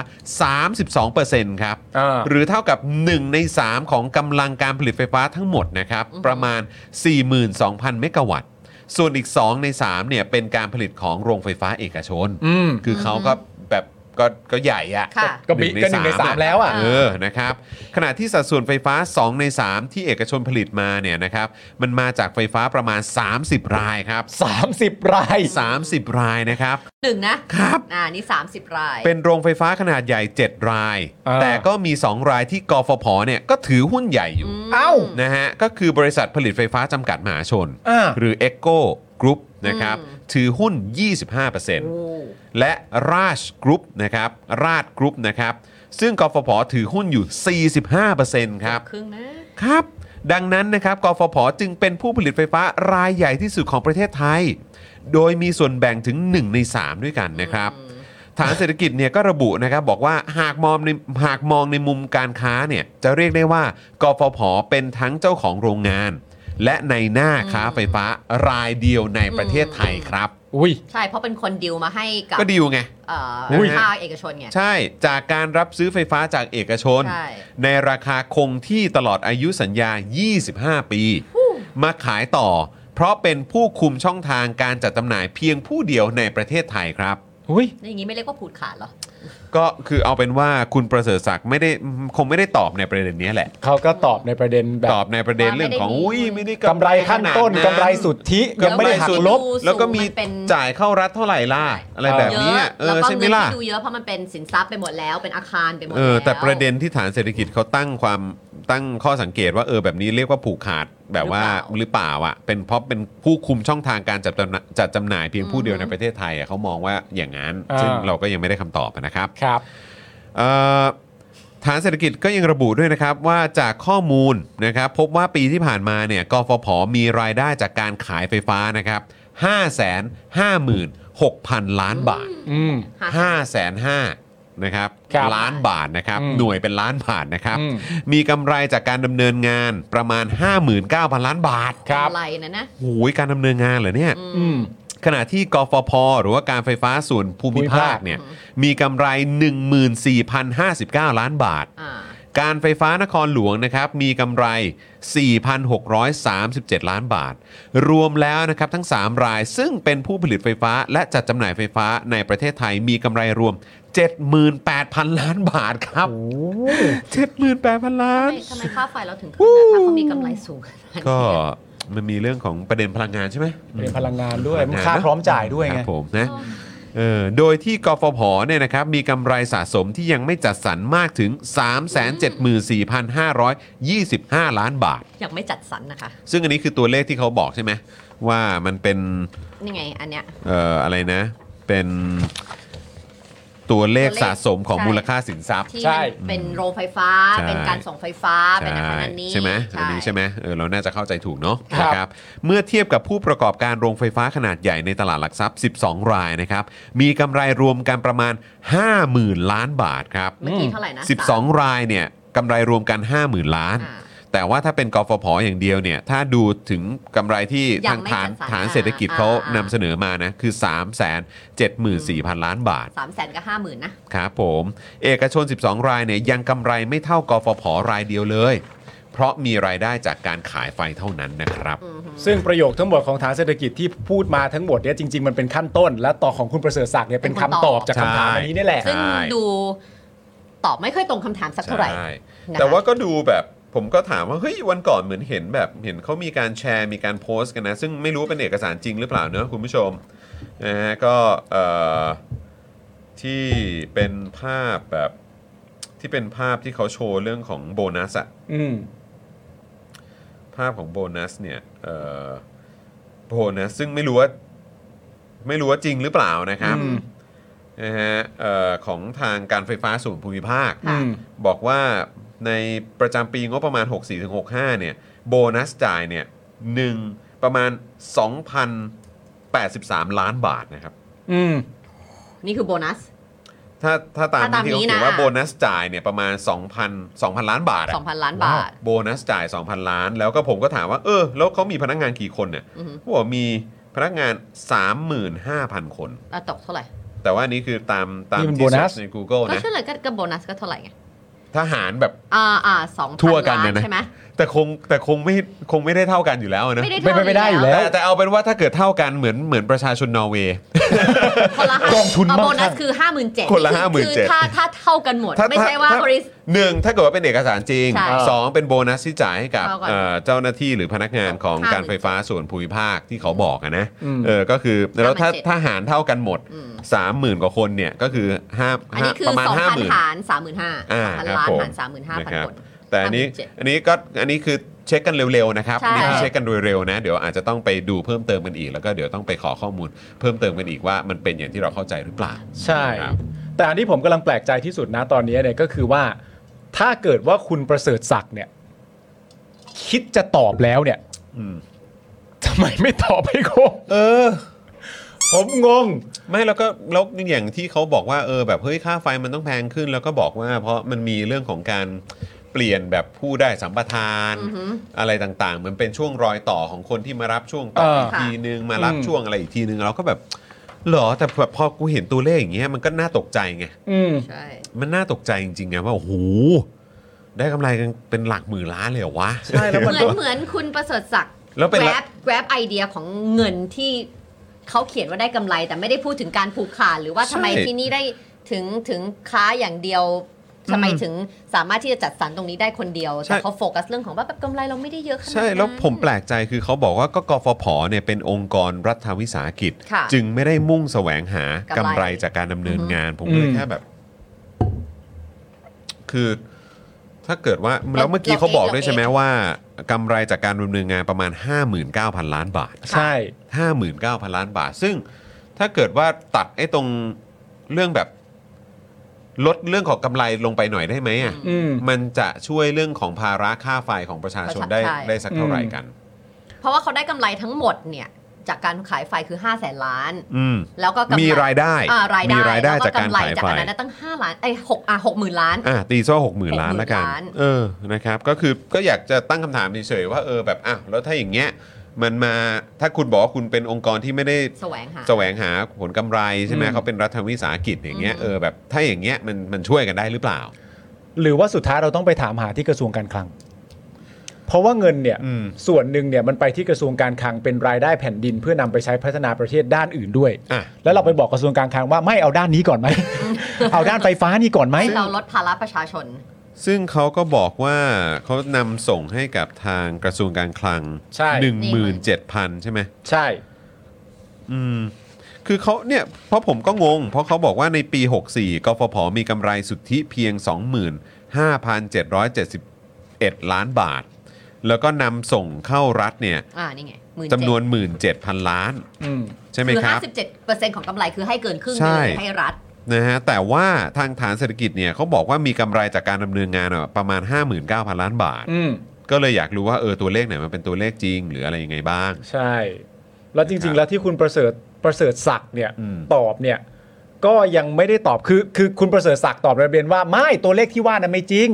A: 32%ครับ
B: อ่า
A: หรือเท่ากับ 1 ใน 3 ของกำลังการผลิตไฟฟ้าทั้งหมดนะครับ ประมาณ 42,000 เมกะวัตต์ ส่วนอีก 2 ใน 3เนี่ยเป็นการผลิตของโรงไฟฟ้าเอกชน
B: อืม
A: คือเขาก็แบบก็ก็ใหญ่อะ
C: ค่ะ
B: ก็บิก็หนึ่งในสามแล้วอ่ะ
C: อ่า
A: เออนะครับ ขณะที่สัดส่วนไฟฟ้า 2 ใน 3 ที่เอกชนผลิตมาเนี่ยนะครับ มันมาจากไฟฟ้าประมาณ 30 รายครับ
B: 30 ราย
A: 30 รายนะครับ
C: หนึ่งนะครับ อ่านี่ 30 ราย
A: เป็นโรงไฟฟ้าขนาดใหญ่ 7 ราย
B: อ่า
A: แต่ก็มี 2 รายที่กฟผเนี่ยก็ถือหุ้นใหญ่อยู่
B: เอ้า
A: นะฮะก็คือบริษัทผลิตไฟฟ้าจำกัดมหาชน
B: อ่า
A: หรือ Echo Group นะครับ
C: อืม
A: ถือหุ้น
C: โอ้
A: 25%และราชกรุ๊ปนะครับราชกรุ๊ปนะครับซึ่งกฟผถือหุ้นอยู่ 45%ครับ
C: ครึ่งนะครับ
A: ดังนั้นนะครับกฟผจึงเป็นผู้ผลิตไฟฟ้ารายใหญ่ที่สุดของประเทศไทย โดยมีส่วนแบ่งถึง 1 ใน 3 ด้วยกันนะครับ ฐานเศรษฐกิจเนี่ยก็ระบุนะครับบอกว่าหากมองในหากมองในมุมการค้าเนี่ยจะเรียกได้ว่ากฟผเป็นทั้งเจ้าของโรงงาน และในหน้าค้าไฟฟ้ารายเดียวในประเทศไทยครับ
B: อุ้ย
C: ใช่เพราะเป็นคนดิวมาให้กับ
A: ก็ดีลไง
C: เอ่อ
A: อุ้ย
C: ภาคเอกชนไง
A: ใช่จากการรับซื้อไฟฟ้าจากเอกชน
C: ใช่
A: ในราคาคงที่ตลอดอายุสัญญา 25 ปี มาขายต่อ เพราะเป็นผู้คุมช่องทางการจัดจำหน่ายเพียงผู้เดียวในประเทศไทยครับ
B: อุ้ย
C: อย่างนี้ไม่เรียกว่าผูดขาดเหรอ
A: ก็คือเอาเป็นว่าคุณประเสริฐศักดิ์ไม่ได้คงไม่ได้ตอบในประเด็นนี้แหละ
B: เขาก็ตอบในประเด็นแบบ
A: ตอบในประเด็น
C: ว่าไม่
A: เรื่องของ
C: ได้มี
A: อุ้ยไม่ได้
B: กำไรขั้นต้น
A: ขาด
B: กำไรสุทธิ
C: เดี๋
B: ยั
C: ย
B: ง
C: ว
B: ไม่ได้หักลบ
C: ดูสูง
A: แล้วก็มี
C: มันเป็น
A: จ่ายเข้ารัฐเท่าไหร่ล่ะ อะไรแบบ
C: เย
A: เนี้ย
C: อะ
A: เอ
C: แล้ว
A: อ
C: ก็
A: ใช่ไหม
C: เงิน
A: ล่ะ
C: ที่ดูเยอะเพราะมันเป็นสินทรัพย์ไปหมดแล้วเป็นอาคารไปหมด
A: เอ
C: แล้ว
A: อแต่ประเด็นที่ฐานเศรษฐกิจเขาตั้งความตั้งข้อสังเกตว่าเออแบบนี้เรียกว่าผูกขาดแบบว่าหรือเปล่าอ่ะเป็นเพราะเป็นผู้คุมช่องทางการจัดจำหน่ายจัดจำหน่ายเพียงผู้เดียวในประเทศไทยอ่ะเขามองว่าอย่างนั้น
B: อ่า
A: ซึ่งเราก็ยังไม่ได้คำตอบนะครับ
B: ครับ
A: เอ่อฐานเศรษฐกิจก็ยังระบุด้วยนะครับว่าจากข้อมูลนะครับพบว่าปีที่ผ่านมาเนี่ยกฟผมีรายได้จากการขายไฟฟ้านะครับ 5 5 6,000 ล้านบาท
B: อืม
C: หา
A: 5 5 0 0นะครับ
B: ครับ
A: ล้านบาทนะครับ
B: อืม
A: หน่วยเป็นล้านบาทนะครับ
B: อืม
A: มีกำไรจากการดำเนินงานประมาณ 59,000 ล้านบาท
B: ครับ
C: อะไรนะนะ
A: โอ้ยการดำเนินงานเหรอเนี่ย
B: อืม
A: ขณะที่กฟผหรือว่าการไฟฟ้าส่วนภูมิภาคเนี่ยมีกำไร 14,059 ล้านบาท
C: อ่า
A: การไฟฟ้านครหลวงนะครับมีกำไร 4,637 ล้านบาท รวมแล้วนะครับทั้ง 3 รายซึ่งเป็นผู้ผลิตไฟฟ้า และจัดจำหน่ายไฟฟ้าในประเทศไทยมีกำไรรวม 78,000 ล้านบาทครับ 78,000 ล้าน
C: ทำไมทำไมค่าไฟเราถึงขึ้นนะคะเขามีกำไรสูงขนาดนี้
A: ก็มันมีเรื่องของประเด็นพลังงานใช่ไหม
B: เป็นพลังงานด้วย
A: พลั
B: มัน
A: งงน
B: ค่า
A: นะ
B: พร้อมจ่ายด้วย
A: ครั
B: ไง
A: บผมนะเออโดยที่กฟผเนี่ยนะครับมีกำไรสะสมที่ยังไม่จัดสรรมากถึง 374,525 ล้านบาท
C: ยังไม่จัดสรรนะคะ
A: ซึ่งอันนี้คือตัวเลขที่เขาบอกใช่ไหมว่ามันเป็น
C: นี่ไงอันเนี้ย
A: เอ่ออะไรนะ เป็นตัวเลขสะสมของ
C: ใช่
A: มูลค่าสินทรัพย์
C: ที่
B: ใช่
C: มันเป็นโรงไฟฟ้า
A: ใช่
C: เป็นการส่งไฟฟ้า เป็นอาคารอันนี้
A: ใช่ไหมอันนี้ใช่ไหมเออเราน่าจะเข้าใจถูกเนาะ
B: ครับ
A: นะครับเมื่อเทียบกับผู้ประกอบการโรงไฟฟ้าขนาดใหญ่ในตลาดหลักทรัพย์ 12 รายนะครับมีกำไรรวมกันประมาณ 50,000 ล้านบาทครับ
C: เมื่อกี้เท่าไหร่นะ
A: 12 รายเนี่ยกำไรรวมกัน 50,000 ล้าน
C: อ่า
A: แต่ว่าถ้าเป็นกฟผอย่างเดียวเนี่ยถ้าดูถึงกำไรที่
C: ยั
A: ทาง ง
C: ไม่
A: ฐาน
C: จัดสรร
A: ฐานเศรษฐกิจเขา
C: อ่าอ่าน
A: ำเสนอมานะคือ 374,000 ล้านบาท
C: สามแสนกับห้าหมื่นนะ
A: ครับผม เอกชน 12 รายเนี่ยยังกำไรไม่เท่ากฟผรายเดียวเลย เพราะมีรายได้จากการขายไฟเท่านั้นนะครับ
B: ซึ่งประโยคทั้งหมดของฐานเศรษฐกิจที่พูดมาทั้งหมดเนี่ยจริง ๆ มันเป็นขั้นต้น และต่อของคุณประเสริฐศักดิ์เนี่ยเป็นคำตอบจากคำถามอันนี้นี่แหละ
C: ซึ่งดูตอบไม่ค่อยตรงคำถามสักเท่าไหร่
A: ใช่
C: นะคะ
A: แต่ว่าก็ดูแบบผมก็ถามว่าเฮ้ยวันก่อนเหมือนเห็นแบบเห็นเขามีการแชร์มีการโพสต์กันนะ ซึ่งไม่รู้เป็นเอกสารจริงหรือเปล่าเนอะคุณผู้ชมนะฮะก็เอ่อที่เป็นภาพแบบที่เป็นภาพที่เขาโชว์เรื่องของโบนัสอะ
B: อืม
A: ภาพของโบนัสเนี่ยเอ่อโบนัสซึ่งไม่รู้ว่าไม่รู้ว่าจริงหรือเปล่านะครับ
B: อืม
A: นะฮะเอ่อของทางการไฟฟ้าส่วนภูมิภาค
B: อืม
A: บอกว่าในประจำปีงบประมาณ 64-65 เนี่ยโบนัสจ่ายเนี่ยหนึ่งประมาณ 2,083 ล้านบาทนะครับ
B: อืม
C: นี่คือโบนัส
A: ถ้าถ้าตาม
C: ถ้าตาม
A: ที่เขาเขีย
C: นี้
A: น
C: นะ
A: ว่าโบนัสจ่ายเนี่ยประมาณ 2,000 2,000 ล้านบาทอะ
C: 2,000 ล้านบาท
A: โบนัสจ่าย 2,000 ล้าน แล้วก็ผมก็ถามว่า เออ แล้วเขามีพนักงานกี่คนเนี่ย
C: อือหือ
A: เขาบอกมีพนักงาน 35,000 คน
C: แล้วตกเท่าไหร่
A: แต่ว่าอันนี้คือตามตาม
B: นี่มัน
A: ที่
B: โบนัส
A: เสิร์ชใน Google
C: ก็
A: นะ
C: เฉลยก็กับโบนัสก็เท่าไหร่ไง
A: ทหารแบบ
C: อ่าอ่าสอง
A: ทั่วกัน
C: ล้า
A: นะนะ
C: ใช่ไหม
A: แต่คงแต่คงไม่คงไม่ได้เท่ากันอยู่แล้วนะ
C: ไม่ได้
B: ไม่
C: เท่า
B: ไม่ได้อยู่แล้ว
A: แต่แต่เอาเป็นว่าถ้าเกิดเท่ากันเหมือนเหมือนประชาชนนอร์เวย์
C: คนละ
B: กองทุน
C: เาโบ
B: มาก
C: นัส
B: ค่ะ
C: คือ 57
A: คนละ
C: อ
A: 57
C: คือถ้าถ้าเท่ากันหมด
A: ถ้า
C: ไม่ใช่ว่า
A: ถ้
C: บริษัท
A: หนึ่งถ้าเกิดว่าเป็นเอกสารจริง
C: ใช่
A: สองเป็นโบนัสที่จ่ายให้กับ
C: เท่ากัน
A: เอ่อเจ้าหน้าที่หรือพนักงานของ
C: ห้าหมื่น
A: การไฟฟ้าส่วนภูมิภาคที่เขาบอกอะนะ
B: อืม
A: เออก็คือแล้วถ้า
C: ห้าหมื่นเจ็ด
A: ทหารเท่ากันหมด
C: อืม
A: 30,000 กว่าคนเนี่ยก็คือห้า
C: อันนี้คือ
A: ประมาณ
C: สอง
A: ห้า
C: พัน
A: หมื่น
C: หารสามหมื่นห้า
A: อ่า
C: พัน
A: ครับ
C: ล้าน
A: ผม
C: หารสามหมื่นห้าพัน
A: นะครับ
C: คน
A: แต่อันนี้
C: 57
A: อันนี้ก็อันนี้คือเช็คกันเร็วๆนะครับ
C: ใช่
A: อันนี้คือเช็คกันโดยเร็วนะ เดี๋ยวอาจจะต้องไปดูเพิ่มเติมกันอีก แล้วก็เดี๋ยวต้องไปขอข้อมูลเพิ่มเติมกันอีกว่ามันเป็นอย่างที่เราเข้าใจหรือเปล่า
B: ใช่
A: ครับ
B: แต่อันที่ผมกำลังแปลกใจที่สุดนะตอนนี้เนี่ยก็คือว่า ถ้าเกิดว่าคุณประเสริฐศักดิ์เนี่ย คิดจะตอบแล้วเนี่ยทำไมไม่ตอบให้ครบเออ ผมงง
A: ไม่แล้วก็แล้วอย่างที่เขาบอกว่าเออแบบเฮ้ยค่าไฟมันต้องแพงขึ้น แล้วก็บอกว่าเพราะมันมีเรื่องของการเปลี่ยนแบบผู้ได้สัมปทาน
C: อือหือ
A: อะไรต่างๆเหมือนเป็นช่วงรอยต่อของคนที่มารับช่วงต่อ
B: เออ
A: อีกทีนึงมารับ
B: อืม
A: ช่วงอะไรอีกทีนึงเราก็แบบเหรอแต่แบบพอกูเห็นตัวเลขอย่างเงี้ยมันก็น่าตกใจไง
B: อืม
C: ใช่
A: มันน่าตกใจจริงๆไงว่าโอ้โหได้กำไรกันเป็นหลักหมื่นล้านเลยเหรอวะ
B: ใช่แล้ว
C: เห
B: มั
C: มือนเหมือนคุณประเสริฐศักดิ์
A: แล้วเป็น
C: แก
A: ละ
C: ร็บแกร็บไอเดียของเงินที่เขาเขียนว่าได้กำไร แต่ไม่ได้พูดถึงการผูกขาดหรือว่าทำไมที่นี่ได้ถึงถึงค้าอย่างเดียวทำไมถึงสามารถที่จะจัดสรรตรงนี้ได้คนเดียว
A: ใช่
C: แต่เขาโฟกัสเรื่องของว่าแบบกำไรเราไม่ได้เยอะขนาดนั้น
A: ใช่แล้วผมแปลกใจคือเขาบอกว่าก็กฟผเนี่ยเป็นองค์กรรัฐวิสาหกิจ
C: ค่ะ
A: จึงไม่ได้มุ่งแสวงหาก
C: ำ
A: กำ
C: ไร
A: ไรจากการดำเนินงาน ผมก็เลย
B: อืม
A: แค่แบบ คือถ้าเกิดว่าแล้วเมื่อกี้เขาบอกด้วยใช่ไหมว่ากำไรจากการดำเนินงานประมาณ 59,000 ล้านบาท
B: ใช่
A: 59,000 ล้านบาท ซึ่งถ้าเกิดว่าตัดไอ้ตรงเรื่องแบบ ลดเรื่องของกำไรลงไปหน่อยได้ไหมอ่ะ
B: อืม
A: มันจะช่วยเรื่องของภาระค่าไฟของประชาชน
C: ประชา
A: ได้
C: ใช่
A: ได้สักเท่าไหร่กัน
C: เพราะว่าเขาได้กำไรทั้งหมดเนี่ยจากการขายไฟคือ5้าแสนล้าน
A: อืม
C: แล้วก็กำไร
A: มีรายได้
C: อ่ารายได้
A: มีรายได้
C: แล้ว
A: จากการ
C: ำไร
A: ขาย
C: จาก
A: ไฟ
C: อันนั้นได้ตั้งห้าล้านไอ้ยหกอ่ะหกหมื่นล้าน
A: อ่ะตีซ่อหกหมื่นล้านละกัน
C: ล้าน
A: เออนะครับ ก็คือก็อยากจะตั้งคำถามเฉยๆว่าเออแบบอ่ะแล้วถ้าอย่างเงี้ย มันมาถ้าคุณบอกว่าคุณเป็นองค์กรที่ไม่ได้
C: แสวงหา
A: แสวงหาผลกำไรใช่ไหม
B: อืม
A: เขาเป็นรัฐวิสาหกิจอย่างเงี้ย
C: อืม
A: เออแบบถ้าอย่างเงี้ยมันมันช่วยกันได้หรือเปล่า
B: หรือว่าสุดท้ายเราต้องไปถามหาที่กระทรวงการคลัง เพราะว่าเงินเนี่ย
A: อืม
B: ส่วนหนึ่งเนี่ยมันไปที่กระทรวงการคลังเป็นรายได้แผ่นดิน เพื่อนำไปใช้พัฒนาประเทศด้านอื่นด้วย
A: อ่ะ
B: แล้วเราไปบอกกระทรวงการคลังว่าไม่เอาด้านนี้ก่อนไหม เอาด้านไฟฟ้านี่ก่อนไหม
C: ให้เราลดภาระประชาชน
A: ซึ่งเขาก็บอกว่าเขานำส่งให้กับทางกระทรวงการคลัง
B: ใช่
A: 17,000 ใช่ไหม
B: ใช่
A: อืม คือเขาเนี่ย เพราะผมก็งง เพราะเขาบอกว่าในปี 64กฟผ มีกำไรสุทธิเพียง 25,771 ล้านบาท แล้วก็นำส่งเข้ารัฐเนี่ย
C: อ่านี่ไง17,000
A: จำนวน 17,000 ล้าน
B: อืม
A: ใช่ไหม
C: คือ
A: ครับ
C: 57เปอร์เซ็นต์ของกำไรคือให้เกินครึ่ง
A: ใช่
C: ไปเลยให้รัฐ
A: นะฮะแต่ว่าทางฐานเศรษฐกิจเนี่ยเขาบอกว่ามีกำไรจากการดำเนินงานอะประมาณ 59,000 ล้านบาท
B: อืม
A: ก็เลยอยากรู้ว่าเออตัวเลขไหนมันเป็นตัวเลขจริง หรืออะไรยังไงบ้าง
B: ใช่ แล้ว
A: ค
B: จ
A: รั
B: ริ
A: บ
B: ง ๆ แล้วที่คุณประเสริฐประเสริฐศักดิ์เนี่ย
A: อืม
B: ตอบเนี่ย ก็ยังไม่ได้ตอบคือคือคุณประเสริฐศักดิ์ตอบในประเด็นว่าไม่ตัวเลขที่ว่านั้นไม่จริง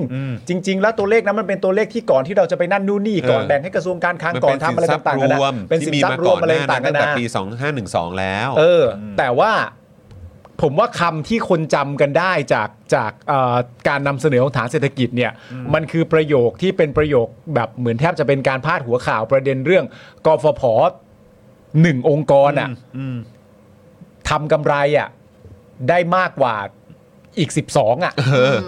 B: จริง ๆ แล้วตัวเลขนั้นมันเป็นตัวเลขที่ก่อนที่เราจะไปนั่นนู่นนี่ก่อนแบ่งให้กระทรวงการคลัง
A: มัน
B: ก่อ
A: เป็น นสิ
B: ทำ
A: น
B: อะไร
A: ทรัพย์
B: ต่างๆ
A: ร
B: กันนะ
A: วม
B: เป็นสิ
A: ที่
B: น
A: มี
B: ทรัพ
A: มา
B: ย์ร
A: ก่
B: ว
A: อ
B: ม
A: น
B: อะไร
A: หน้านั้
B: ต่าง
A: น
B: ๆกั
A: ตั้ง
B: น
A: แต่
B: นะ
A: ปี 2512 แล้ว
B: เอออ แต่ว่าผมว่าคำที่คนจำกันได้จากจากเอ่อการนำเสนอของฐานเศรษฐกิจเนี่ยมันคือประโยคที่เป็นประโยคแบบเหมือนแทบจะเป็นการพาดหัวข่าวประเด็นเรื่องกฟผหนึ่งองค์กรอ่ะทำกำไรอ่ะได้มากกว่าอีก 12 อ่ะ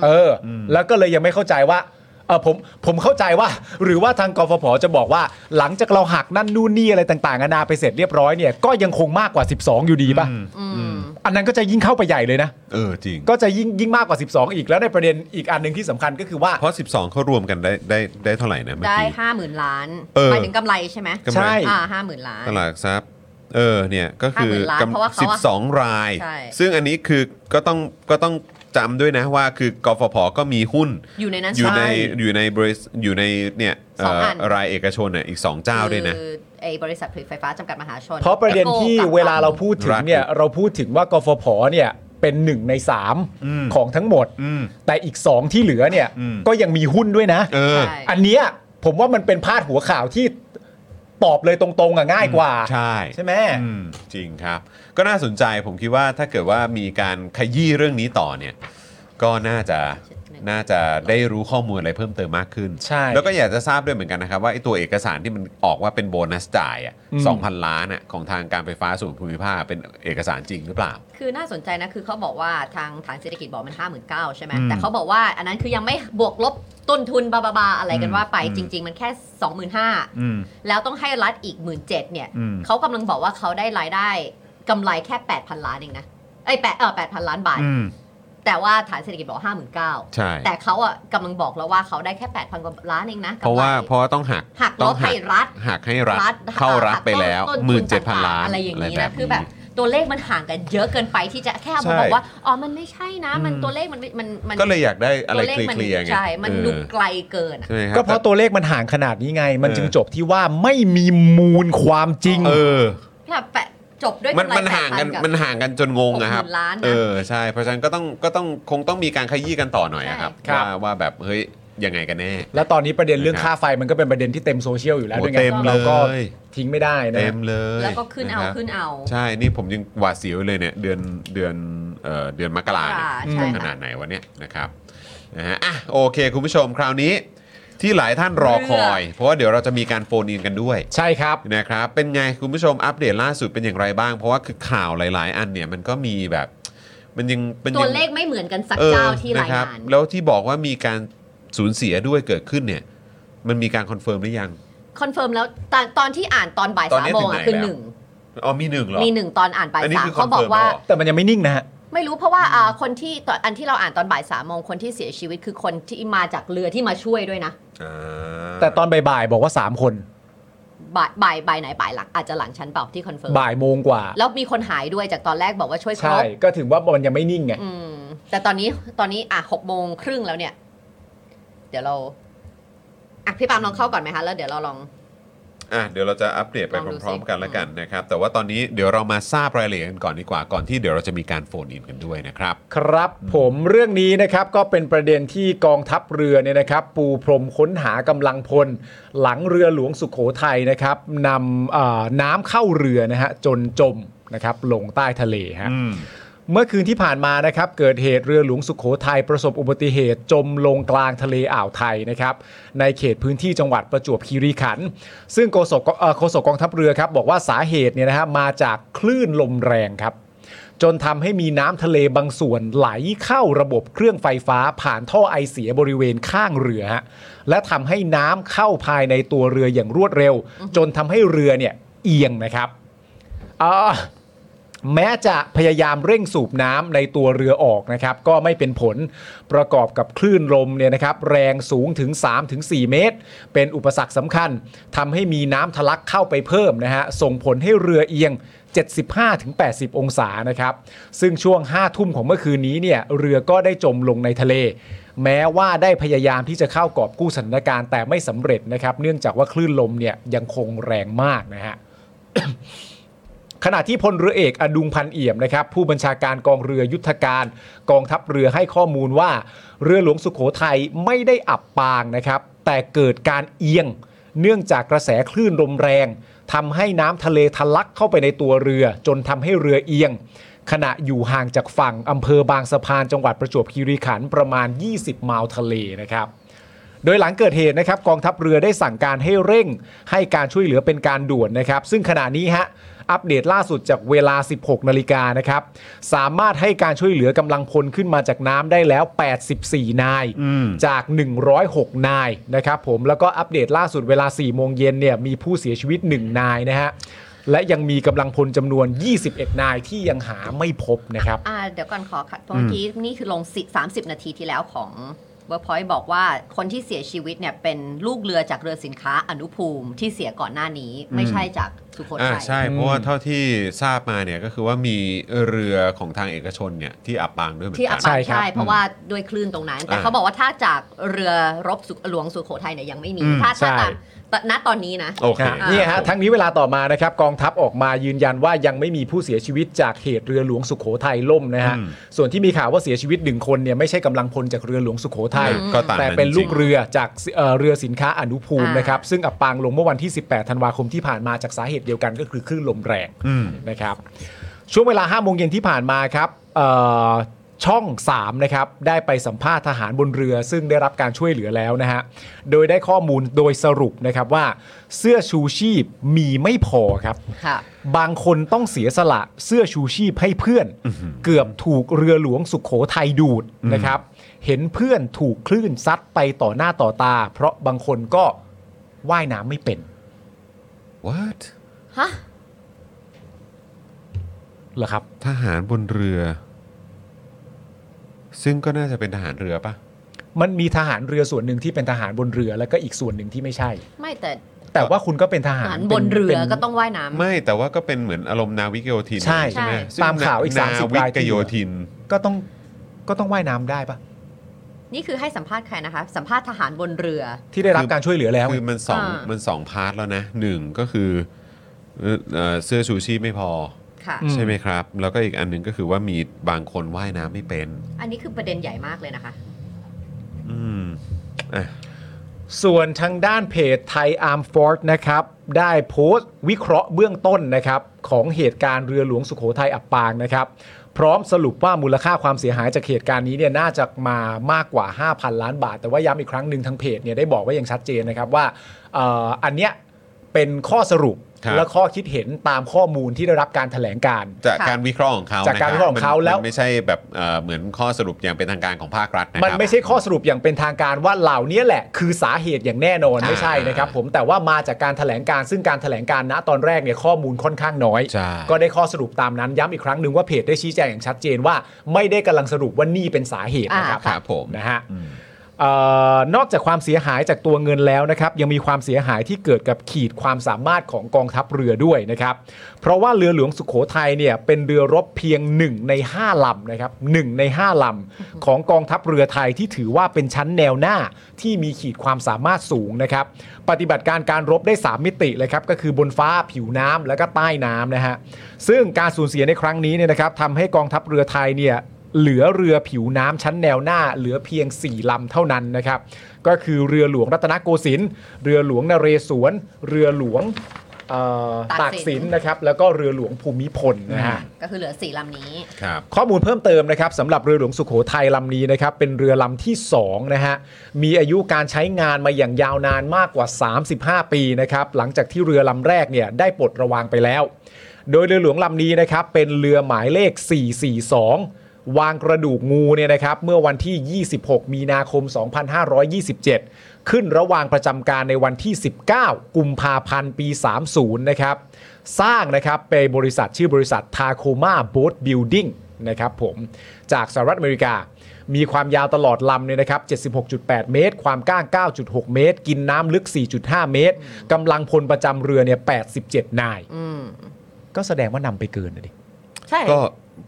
B: เออ แล้วก็เลยยังไม่เข้าใจว่าเออผมผมเข้าใจว่า หรือว่าทางกฟผจะบอกว่า หลังจากเราหักนั่นนู่นนี่อะไรต่างๆนานาไปเสร็จเรียบร้อยเนี่ยก็ยังคงมากกว่า 12 อยู่ดีป่ะ
C: อืม
B: อันนั้นก็จะยิ่งเข้าไปใหญ่เลยนะ
A: เออจริง
B: ก็จะยิ่งยิ่งมากกว่า 12 อีกแล้วในประเด็นอีกอันหนึ่งที่สำคัญก็คือว่า
A: เพราะ 12 เขารวมกันได้ได้ได้เท่าไหร่นะเมื่อ
C: ได้
A: กี้
C: ห้าหมื่นล้าน
A: เออ
C: หมายถึงกำไรใช่ไหม
A: กำไร
B: ใช่
C: อ่าห้าหมื่นล้าน
A: ตลาดทรัพย์เออเนี่ยก็คือ
C: 50,000ล้าน
A: ก
C: เพราะว่าเขาอะ
A: ำ12 ราย
C: ใช่
A: ซึ่งอันนี้คือก็ต้องก็ต้องจำด้วยนะว่าคือกฟผก็มีหุ้น
C: อยู่ในนั้น
A: อยู่ใน
C: ใช่
A: อยู่ในบริษัทอยู่ในเนี่ยเอ่
C: สอง
A: อ
C: อัน
A: รายเอกชนเนี่ยอีก 2 เจ้าด้วยนะ
C: คือไอ้บริษัทผลิตไฟฟ้าจำกัดมหาชน
B: เพราะประเด็นที่
C: กับ
B: เวลาเราพูดถึงเนี่ย
A: รัฐ
B: เราพูดถึงว่ากฟผเนี่ยเป็นหนึ่งในสาม
A: อืม
B: ของทั้งหมด
A: อืม
B: แต่อีกสองที่เหลือเนี่ย
A: อืม
B: ก็ยังมีหุ้นด้วยนะ
A: เออ
C: ใช่
B: อันเนี้ยผมว่ามันเป็นพาดหัวข่าวที่ตอบเลยตรงๆอ่ะง่ายกว่า
A: ใช่
B: ใช่ไหม
A: อืมจริงครับ ก็น่าสนใจผมคิดว่าถ้าเกิดว่ามีการขยี้เรื่องนี้ต่อเนี่ยก็น่าจะน่าจะได้รู้ข้อมูลอะไรเพิ่มเติมมากขึ้น
B: ใช่
A: แล้วก็อยากจะทราบด้วยเหมือนกันนะครับ ว่าไอ้ตัวเอกสารที่มันออกว่าเป็นโบนัสจ่ายอ่ะ
B: อืม
A: สองพันล้านอ่ะของทางการไฟฟ้าส่วนภูมิภาคเป็นเอกสารจริงหรือเปล่า
C: คือน่าสนใจนะ คือเขาบอกว่าทางฐานเศรษฐกิจบอกมัน 5 9 0 0 0ใช่ไหม
A: อืม
C: แต่เขาบอกว่าอันนั้นคือยังไม่บวกลบต้นทุนบาบาบาอะไรกันว่าไป
A: อืม
C: จริง ๆ มันแค่ 25,000
A: อืม
C: แล้วต้องให้รัฐอีก 1 7ื่นเนี่ย
A: อืม
C: เขากำลังบอกว่าเขาได้รายได้กำไรแค่ 8,000 ล้านเองนะไอ้แปดเออ8,000 ล้านบาท
A: อืม
C: แต่ว่าฐานเศรษฐกิจบอก 59,000
A: ใช่
C: แต่เขาอ่ะกำลังบอกแล้วว่าเขาได้แค่ 8,000กว่าล้านเองนะกำไ
A: เพราะว่าเพราะว่าต้องหัก
C: หักล
A: ต้อบ ง
C: ให้รัฐ
A: หักให้รัฐ
C: รัฐ
A: เข้ารัฐไปแล้ว
C: ต้
A: ห
C: ทุ
A: มื่นเจ็ดพัน
C: ต่
A: ล้าน
C: อะไรอย่างนี้
A: ไร
C: นะคือแบบตัวเลขมันห่างกันเยอะเกินไปที่จะแค่เอา
A: ใช่
C: มาบอกว่าอ๋อมันไม่ใช่นะมันตัวเลขมันไม่มันมัน
A: ก็เลยอยากได้อะไร
C: ตัวเล
A: เค
C: ขมั
A: ลียร์ๆไง
C: ใช่มัน
A: เออ
C: ดูไกลเกินอะ
A: ใช่ไหมคบ
B: ก็เพราะตัวเลขมันห่างขนาดนี้ไง มัน
A: เออ
B: จึงจบที่ว่าไม่มีมูลความจริง
A: เออ
C: แบบแปะจบด้วย
A: มัน
C: กำไร
A: มันห่างกัน
C: 8,000บ
A: มันห่างกันจนงงนะครับ
C: 60ล้านนะ
A: เออใช่เพราะฉะนั้นก็ต้องก็ต้องคงต้องมีการขยี้กันต่อหน่อยอะครับ
B: ใช่ครับ
A: ว่าว่าแบบเฮ้ยยังไงกันแน่
B: แล้วตอนนี้ประเด็นเรื่อง
A: นะครับ
B: ค่าไฟมันก็เป็นประเด็นที่เต็มโซเชียลอยู่แล้ว
A: โอ้
B: ด้วยไง
A: เต็ม
B: เราก็
A: เลย
B: ทิ้งไม่ได้นะ
A: เต็มเลย
C: แล้วก็ขึ้นเอา
A: ะ
C: ขึ้นเอา
A: ใช่นี่ผมยังหวาดเสียวเลยเนี่ยเดือนเดือนเอ่อเดือนมกราเนี่ย
C: อ่าใช่
A: ข
C: ค่ะ
A: นาดไหนวะเนี่ยนะครับนะฮะอ่ะโอเค คุณผู้ชมคราวนี้ที่หลายท่านรอคอย เพราะว่าเดี๋ยวเราจะมีการโฟนอินกันด้วย
B: ใช่ครับ
A: นะครับเป็นไงคุณผู้ชมอัปเดตล่าสุดเป็นอย่างไรบ้าง เพราะว่าคือข่าวหลาย ๆ อันเนี่ยมันก็มีแบบ มันยังมัน
C: ตั
A: ยั
C: ว
A: ง
C: เลขไม่เหมือนกันสัก
A: ออ
C: เจ้าที่ราย
A: ะคบ
C: งาน
A: แล้วที่บอกว่ามีการสูญเสียด้วยเกิดขึ้นเนี่ย มันมีการคอนเฟิร์มหรือยัง
C: คอนเฟิร์มแล้วตอนตอนที่อ่านตอนบ่าย
A: ตอน
C: สาม
A: นี้
C: โมง
A: ถึง
C: อ่ะ
A: ไหน
C: คือ
A: แล้ว
C: หนึ่ง
A: อ๋อมีหนึ่งเหรอ
C: มีหนึ่งตอนอ่านบ่าย
A: อันนี้
C: สาม
A: คือคอน
C: เขาบอ
A: เฟิ
C: ก
A: ร์ม
C: ว่า
A: แล้วเหรอ
B: แต่มันยังไม่นิ่งนะฮะ
C: ไม่รู้เพราะว่าอ่าคนที่ตอนอันที่เราอ่านตอนบ่ายสามโมงคนที่เสียชีวิตคือคนที่มาจากเรือที่มาช่วยด้วยนะ
A: อ่า
B: แต่ตอนบ่ายๆบอกว่า 3 คน
C: บ่ายบ่ายบ่ายไหนบ่ายหลังอาจจะหลังชั้นเปล่าที่คอนเฟิร์ม
B: บ่ายโมงกว่า
C: แล้วมีคนหายด้วยจากตอนแรกบอกว่าช่วยคร
B: ใช่
C: บ
B: ก็ถึงว่ามันยังไม่นิ่งไง
C: อืม แต่ตอนนี้ตอนนี้อ่ะหกโมงครึ่งแล้วเนี่ย เดี๋ยวเราอ่ะพี่ปาล์มลองเข้าก่อนไหมคะ แล้วเดี๋ยวเราลอง
A: อ่ะเดี๋ยวเราจะอัปเดตไป
C: ลองดูสิ
A: พร้อม ๆ กันละกันนะครับ แต่ว่าตอนนี้เดี๋ยวเรามาทราบรายละเอียดกันก่อนดีกว่าก่อนที่เดี๋ยวเราจะมีการโฟนอินกันด้วยนะครับ
B: ครับผมเรื่องนี้นะครับก็เป็นประเด็นที่กองทัพเรือเนี่ยนะครับ ปูพรมค้นหากำลังพล หลังเรือหลวงสุขโขทัยนะครับนำเอ่อน้ำเข้าเรือนะฮะจนจมนะครับลงใต้ทะเลฮะ เมื่อคืนที่ผ่านมานะครับ เกิดเหตุเรือหลวงสุขโขทัยประสบอุบัติเหตุจมลงกลางทะเลอ่าวไทยนะครับ ในเขตพื้นที่จังหวัดประจวบคีรีขันธ์ซึ่งโฆษกเอ่อโฆษกกองทัพเรือครับ บอกว่าสาเหตุเนี่ยนะฮะมาจากคลื่นลมแรงครับ จนทำให้มีน้ำทะเลบางส่วนไหลเข้าระบบเครื่องไฟฟ้าผ่านท่อไอเสียบริเวณข้างเรือฮะและทำให้น้ำเข้าภายในตัวเรืออย่างรวดเร็ว จนทำให้เรือเนี่ยเอียงนะครับอ่า แม้จะพยายามเร่งสูบน้ำในตัวเรือออกนะครับ ก็ไม่เป็นผลประกอบกับคลื่นลมเนี่ยนะครับ แรงสูงถึง 3-4 เมตร เป็นอุปสรรคสำคัญทำให้มีน้ำทะลักเข้าไปเพิ่มนะฮะ ส่งผลให้เรือเอียง 75-80 องศานะครับ ซึ่งช่วง 5 ทุ่มของเมื่อคืนนี้เนี่ยเรือก็ได้จมลงในทะเล แม้ว่าได้พยายามที่จะเข้ากอบกู้สถานการณ์แต่ไม่สำเร็จนะครับ เนื่องจากว่าคลื่นลมเนี่ยยังคงแรงมากนะฮะ ขณะที่พลเรือเอกอดุงพันเอี่ยมนะครับ ผู้บัญชาการกองเรือยุทธการ กองทัพเรือให้ข้อมูลว่า เรือหลวงสุขโขทัยไม่ได้อับปางนะครับ แต่เกิดการเอียง เนื่องจากกระแสคลื่นลมแรงทำให้น้ำทะเลทะลักเข้าไปในตัวเรือ จนทำให้เรือเอียง ขณะอยู่ห่างจากฝั่งอำเภอบางสะพานจังหวัดประจวบคีรีขันธ์ประมาณ 20ไมล์ทะเลนะครับ โดยหลังเกิดเหตุนะครับกองทัพเรือได้สั่งการให้เร่ง ให้การช่วยเหลือเป็นการด่วนนะครับ ซึ่งขณะนี้ฮะอัปเดตล่าสุดจากเวลา 16 นาฬิกานะครับ สามารถให้การช่วยเหลือกำลังพลขึ้นมาจากน้ำได้แล้ว 84 นาย จาก 106 นายนะครับผมแล้วก็อัปเดตล่าสุดเวลา 4 โมงเย็นเนี่ยมีผู้เสียชีวิต 1 นายนะฮะและยังมีกำลังพลจำนวน 21 นายที่ยังหาไม่พบนะครับ
C: อ่าเดี๋ยวก่อนขอคัดเพราะเมื่อกี้นี่คือลงสิ30 นาทีที่แล้วของ WorkPoint บอกว่าคนที่เสียชีวิตเนี่ยเป็นลูกเรือจากเรือสินค้าอนุภูมิที่เสียก่อนหน้านี้ไม่ใช่จากสุโข
A: อ่า
C: ทัย
A: ใช่เพราะว่าเท่าที่ทราบมาเนี่ยก็คือว่ามีเรือของทางเอกชนเนี่ยที่อับปางด้วยเหมือน
C: ที่อั
A: กับ น
C: ปาง
B: ใช่ครับ
C: ใช่เพราะว่าด้วยคลื่นตรงนั้น แต่
A: อ่า
C: เขาบอกว่าถ้าจากเรือรบสุหลวงสุโขทัยเนี่ยยังไม่มี
B: อืม
C: ถ้า
B: ใช่
C: ถ้าตามตณตอนนี้นะ
A: โอเค
B: อ่ะเนี่ยฮะทั้งนี้เวลาต่อมานะครับกองทัพออกมายืนยันว่ายังไม่มีผู้เสียชีวิตจากเหตุเรือหลวงสุโขทัยล่มนะฮะส่วนที่มีข่าวว่าเสียชีวิตหนึ่งคนเนี่ยไม่ใช่กำลังพลจากเรือหลวงสุโขทัย
A: ก็ตาม
B: แต่เป็น
A: จริงๆ
B: ลูกเรือจากเอ่อเรือสินค้าอนุภูมิ
C: อ่าน
B: นะครับซึ่งอับปางลงเมื่อวันที่ 18 ธันวาคมที่ผ่านมาจากสาเหตุเดียวกันก็คือคลื่นลมแรงนะครับ ช่วงเวลา5โมงเย็นที่ผ่านมาครับเอ่อช่อง 3 นะครับ ได้ไปสัมภาษณ์ทหารบนเรือ ซึ่งได้รับการช่วยเหลือแล้วนะฮะ โดยได้ข้อมูลโดยสรุปนะครับว่า เสื้อชูชีพมีไม่พอครับ
C: ค่ะ
B: บางคนต้องเสียสละเสื้อชูชีพให้เพื่อน เกือบถูกเรือหลวงสุขโขทัยดูดนะครับ เห็นเพื่อนถูกคลื่นซัดไปต่อหน้าต่อตา เพราะบางคนก็ว่ายน้ำไม่เป็น
A: What
C: ฮะ
B: เหรอครับ
A: ทหารบนเรือ ซึ่งก็น่าจะเป็นทหารเรือปะ
B: มันมีทหารเรือส่วนหนึ่งที่เป็นทหารบนเรือแล้วก็อีกส่วนหนึ่งที่ไม่ใช่
C: ไม่แต่
B: แต่ว่าคุณก็เป็นทหาร
C: หารบนเรือ
B: ป็
C: ก็ต้องว่ายน้ำ
A: ไม่แต่ว่าก็เป็นเหมือนอารมณ์นาวิกโยธิน
B: ใช่
C: ใช่
A: ไหมซึ่ง
B: ตามข่าวอีก
A: น
B: สามสิบ
A: วิ
B: ราย
A: ก
B: ที่
A: โยธิน
B: ก็ต้องก็ต้องว่ายน้ำได้ปะ
C: นี่คือให้สัมภาษณ์ใครนะคะ สัมภาษณ์ทหารบนเรือ
B: ที่ได้รับ
A: คือ
B: การช่วยเหลือแล้ว
A: คือมันสอง
C: อ่ามั
A: มันสองพาร์ทแล้วนะหนึ่งก็คือเอ่อเอ่อเสื้อชูชีพไม่พอ
C: ค่ะ
A: อ
B: ม
A: ใช่ไหมครับ แล้วก็อีกอันหนึ่งก็คือว่ามีบางคนว่ายน้ำไม่เป็น
C: อันนี้คือประเด็นใหญ่มากเลยนะคะ
A: อืมอ่ะ
B: ส่วนทางด้านเพจไทยอาร์มฟอร์ดนะครับ ได้โพสต์วิเคราะห์เบื้องต้นนะครับ ของเหตุการณ์เรือหลวงสุโขทัยอับปางนะครับ พร้อมสรุปว่ามูลค่าความเสียหายจากเหตุการณ์นี้เนี่ยน่าจะมามากกว่า 5,000 ล้านบาท แต่ว่าย้ำอีกครั้งหนึ่งทางเพจเนี่ยได้บอกไว่าอย่างชัดเจนนะครับว่าเอ่ออันเนี้ยเป็นข้อสรุป
A: ครับ
B: และข้อคิดเห็นตามข้อมูลที่ได้รับการแถลงการ
A: จาก
C: ค่ะ
A: การวิเคราะห์ของเขา
B: จากการ
A: นะ
B: วิเคราะห์ของเขา
A: มัน
B: แล้ว
A: มันไม่ใช่แบบเอ่อเหมือนข้อสรุปอย่างเป็นทางการของภาครัฐนะครับ
B: มันไม่ใช่ข้อสรุปอย่างเป็นทางการว่าเหล่านี้แหละ คือสาเหตุอย่างแน่นอนไม่ใช่นะครับผมแต่ว่ามาจากการแถลงการซึ่งการแถลงการณตอนแรกเนี่ยข้อมูลค่อนข้างน้อย
A: ใช่
B: ก็ได้ข้อสรุปตามนั้นย้ำอีกครั้งหนึ่งว่าเพจได้ชี้แจงอย่างชัดเจนว่า ไม่ได้กำลังสรุปว่านี่เป็นสาเหตุนะครับ
C: อ่า
A: ครับผม
B: นะฮะเอ่อนอกจากความเสียหายจากตัวเงินแล้วนะครับ ยังมีความเสียหายที่เกิดกับขีดความสามารถของกองทัพเรือด้วยนะครับ เพราะว่าเรือหลวงสุขโขทัยเนี่ยเป็นเรือรบเพียง 1 ใน 5ลำนะครับหนึ่งใน 5ลำของกองทัพเรือไทยที่ถือว่าเป็นชั้นแนวหน้าที่มีขีดความสามารถสูงนะครับ ปฏิบัติการการรบได้ 3 มิติเลยครับก็คือบนฟ้าผิวน้ำแล้วก็ใต้น้ำนะฮะซึ่งการสูญเสียในครั้งนี้เนี่ยนะครับทำให้กองทัพเรือไทยเนี่ย เหลือเรือผิวน้ำชั้นแนวหน้า เหลือเพียง 4 ลำเท่านั้นนะครับ ก็คือเรือหลวงรัตนโกสินทร์เรือหลวงนเรศวร เรือหลวง เอ่อ
C: ตา
B: ตาก ก
C: สิ
B: สิ
C: น
B: นนะครับแล้วก็เรือหลวงภูมิพลนะฮะ
C: ก็คือเหลือสี่ลำนี้
A: ครับ
B: ข้อมูลเพิ่มเติมนะครับสำหรับเรือหลวงสุโขทัยลำนี้นะครับเป็นเรือลำที่2นะฮะมีอายุการใช้งานมาอย่างยาวนานมากกว่า 35 ปีนะครับหลังจากที่เรือลำแรกเนี่ยได้ปลดระวางไปแล้ว โดยเรือหลวงลำนี้นะครับเป็นเรือหมายเลข 442 วางกระดูกงูเนี่ยนะครับเมื่อวันที่ 26 มีนาคม 2527 ขึ้นระหว่างประจำการในวันที่ 19 กุมภาพันธ์ปี 30 นะครับสร้างนะครับเป็นบริษัทชื่อบริษัททาโคมาโบ๊ทบิลดิ้ง นะครับผมจากสหรัฐอเมริกา มีความยาวตลอดลำเนี่ยนะครับ 76.8 เมตร ความกว้าง 9.6 เมตร กินน้ำลึก 4.5 เมตรกำลังพลประจำเรือเนี่ย 87 นาย
C: อืม
B: ก็แสดงว่านำไปเกินนะดิ
C: ใช่
A: ก็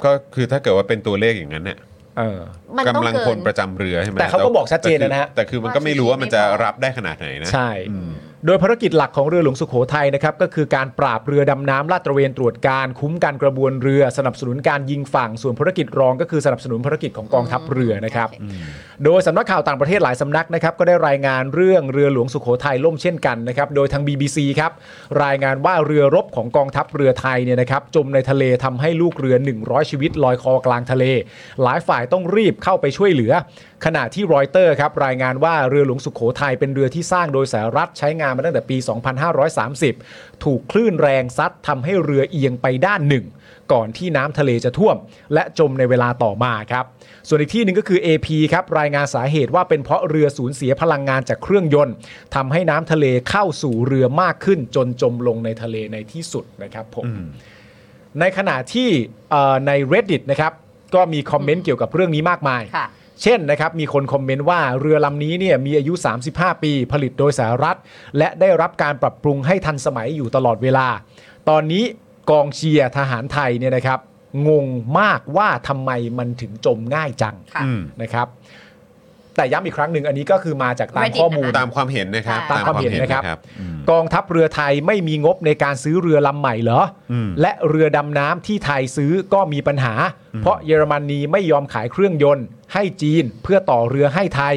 A: ก็คือถ้าเกิดว่าเป็นตัวเลขอย่างนั้นเนี่ย
B: เออ
C: มันต้อง
A: กำลัง
C: เกิ
A: พ
C: น
A: ลประจำเรือใช่ไหม
B: แต่เขาก็บอกชัดเจนนะฮะ
A: แต่คือมันก็ไม่รู้ว่ามันจะรับได้ขนาดไหนนะ
B: ใช่ โดยภารกิจหลักของเรือหลวงสุโขทัยนะครับก็คือการปราบเรือดำน้ำลาดตระเวนตรวจการคุ้มกันกระบวนเรือ สนับสนุนการยิงฝั่งส่วนภารกิจรองก็คือสนับสนุนภารกิจของกองทัพเรือนะครับ
C: โอเค
B: โดยสำนักข่าวต่างประเทศหลายสำนักนะครับก็ได้รายงานเรื่องเรือหลวงสุโขทัยล่มเช่นกันนะครับโดยทาง BBC ครับรายงานว่าเรือรบของกองทัพเรือไทยเนี่ยนะครับจมในทะเลทำให้ลูกเรือ 100 ชีวิตลอยคอกลางทะเล หลายฝ่ายต้องรีบเข้าไปช่วยเหลือ ขณะที่รอยเตอร์ครับรายงานว่าเรือหลวงสุโขทัยเป็นเรือที่สร้างโดยสหรัฐใช้งานมาตั้งแต่ปี 2530 ถูกคลื่นแรงซัดทำให้เรือเอียงไปด้านหนึ่ง ก่อนที่น้ำทะเลจะท่วม และจมในเวลาต่อมาครับ ส่วนอีกที่หนึ่งก็คือ AP ครับรายงานสาเหตุว่าเป็นเพราะเรือสูญเสียพลังงานจากเครื่องยนต์ทำให้น้ำทะเลเข้าสู่เรือมากขึ้น จนจมลงในทะเลในที่สุดนะครับผม ในขณะที่เอ่อใน Reddit นะครับ ก็มีคอมเมนต์เกี่ยวกับเรื่องนี้มากมาย
C: ค่ะ
B: เช่นนะครับ มีคนคอมเมนต์ว่าเรือลำนี้เนี่ยมีอายุ 35 ปีผลิตโดยสหรัฐ และได้รับการปรับปรุงให้ทันสมัยอยู่ตลอดเวลา ตอนนี้กองเชียร์ทหารไทยเนี่ยนะครับ งงมากว่าทำไมมันถึงจมง่ายจัง
C: ค่ะ
A: อืม
B: นะครับ แต่ย้ำอีกครั้งหนึ่งอันนี้ก็คือมาจากตาม
C: Reddit
B: ข้อมูล
C: นะคะ
A: ตามความเห็นนะครับ
B: ตามความเห็นนะครับ
A: อืม
B: กองทัพเรือไทยไม่มีงบในการซื้อเรือลำใหม่เหรออ
A: ม
B: และเรือดำน้ำที่ไทยซื้อก็มีปัญหา เพราะเยอรมนนีไม่ยอมขายเครื่องยนต์ ให้จีนเพื่อต่อเรือให้ไทย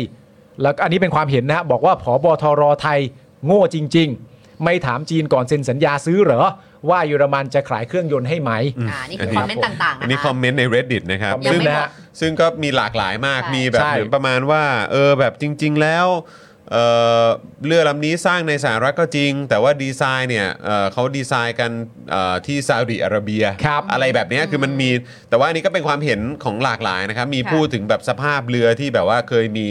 B: แล้วก็อันนี้เป็นความเห็นนะฮะบอกว่าผอบอทรไทยโง่จริง ๆ ไม่ถามจีนก่อนเซ็นสัญญาซื้อเหรอ ว่าเยอรมันจะขายเครื่องยนต์ให้ไหม
C: อ่า นี่คือ
A: ม
C: คอมเมนต์ต่างๆ
A: อั
C: นะ
A: นนี้ค
C: คะ
A: อมเมนต์ใน reddit นะครับ
B: คอมเมนต์นะฮะ
A: ซึ่งก็มีหลากหลายมาก
C: ใช่
A: มีแบบ
B: ใช่
A: เหมือนประมาณว่า เออแบบจริง ๆ แล้วเอ่อเรือลำนี้สร้างในสหรัฐก็จริง แต่ว่าดีไซน์เนี่ยเอ่อเขาดีไซน์กันเอ่อที่ซาอุดิอาระเบีย
B: ครับ
A: อะไรแบบเนี้ยคือมันมี แต่ว่าอันนี้ก็เป็นความเห็นของหลากหลายนะครับ มี
C: ค่ะ
A: พูดถึงแบบสภาพเรือที่แบบว่าเคยมี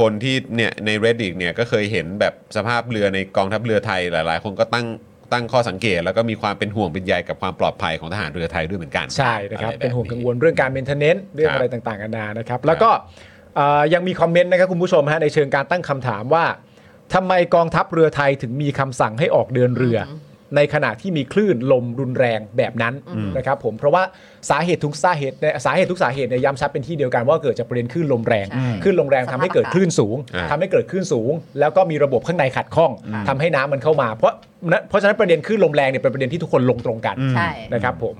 A: คนที่เนี่ยใน reddit เนี่ยก็เคยเห็นแบบสภาพเรือในกองทัพเรือไทยหลาย ๆ คนก็ตั้งตั้งข้อสังเกต แล้วก็มีความเป็นห่วงเป็นใยกับความปลอดภัยของทหารเรือไทยด้วยเหมือนกัน
B: ใช่นะครับ
A: อไแ
B: เป็นห่วงกังวลเรื่องการเมนเทนเนนเรื่องอะไรต่างๆกันานานะครับ แล้วก็เอ่อยังมีคอมเมนต์นะครับคุณผู้ชมฮะในเชิงการตั้งคำถามว่าทำไมกองทัพเรือไทยถึงมีคำสั่งให้ออกเดินเรืออในขณะที่มีคลื่นลมรุนแรงแบบนั้นนะครับผมเพราะว่าสาเหตุทุกสาเหตุเนี่ยสาเหตุทุกสาเหตุเนี่ยย้ำชัดเป็นที่เดียวกันว่าเกิดจากประเด็นคลื่นลมแรง
C: ใช่
B: คลื่นลมแรงทำให้เกิดคลื่นสูง
A: อ่า
B: ทำให้เกิดคลื่นสูง แล้วก็มีระบบข้างในขัดข้องทำให้น้ำมันเข้ามา เพราะเพราะฉะนั้นประเด็นคลื่นลมแรงเนี่ยเป็นประเด็นที่ทุกคนลงตรงกัน
C: ใช่
B: นะครับผม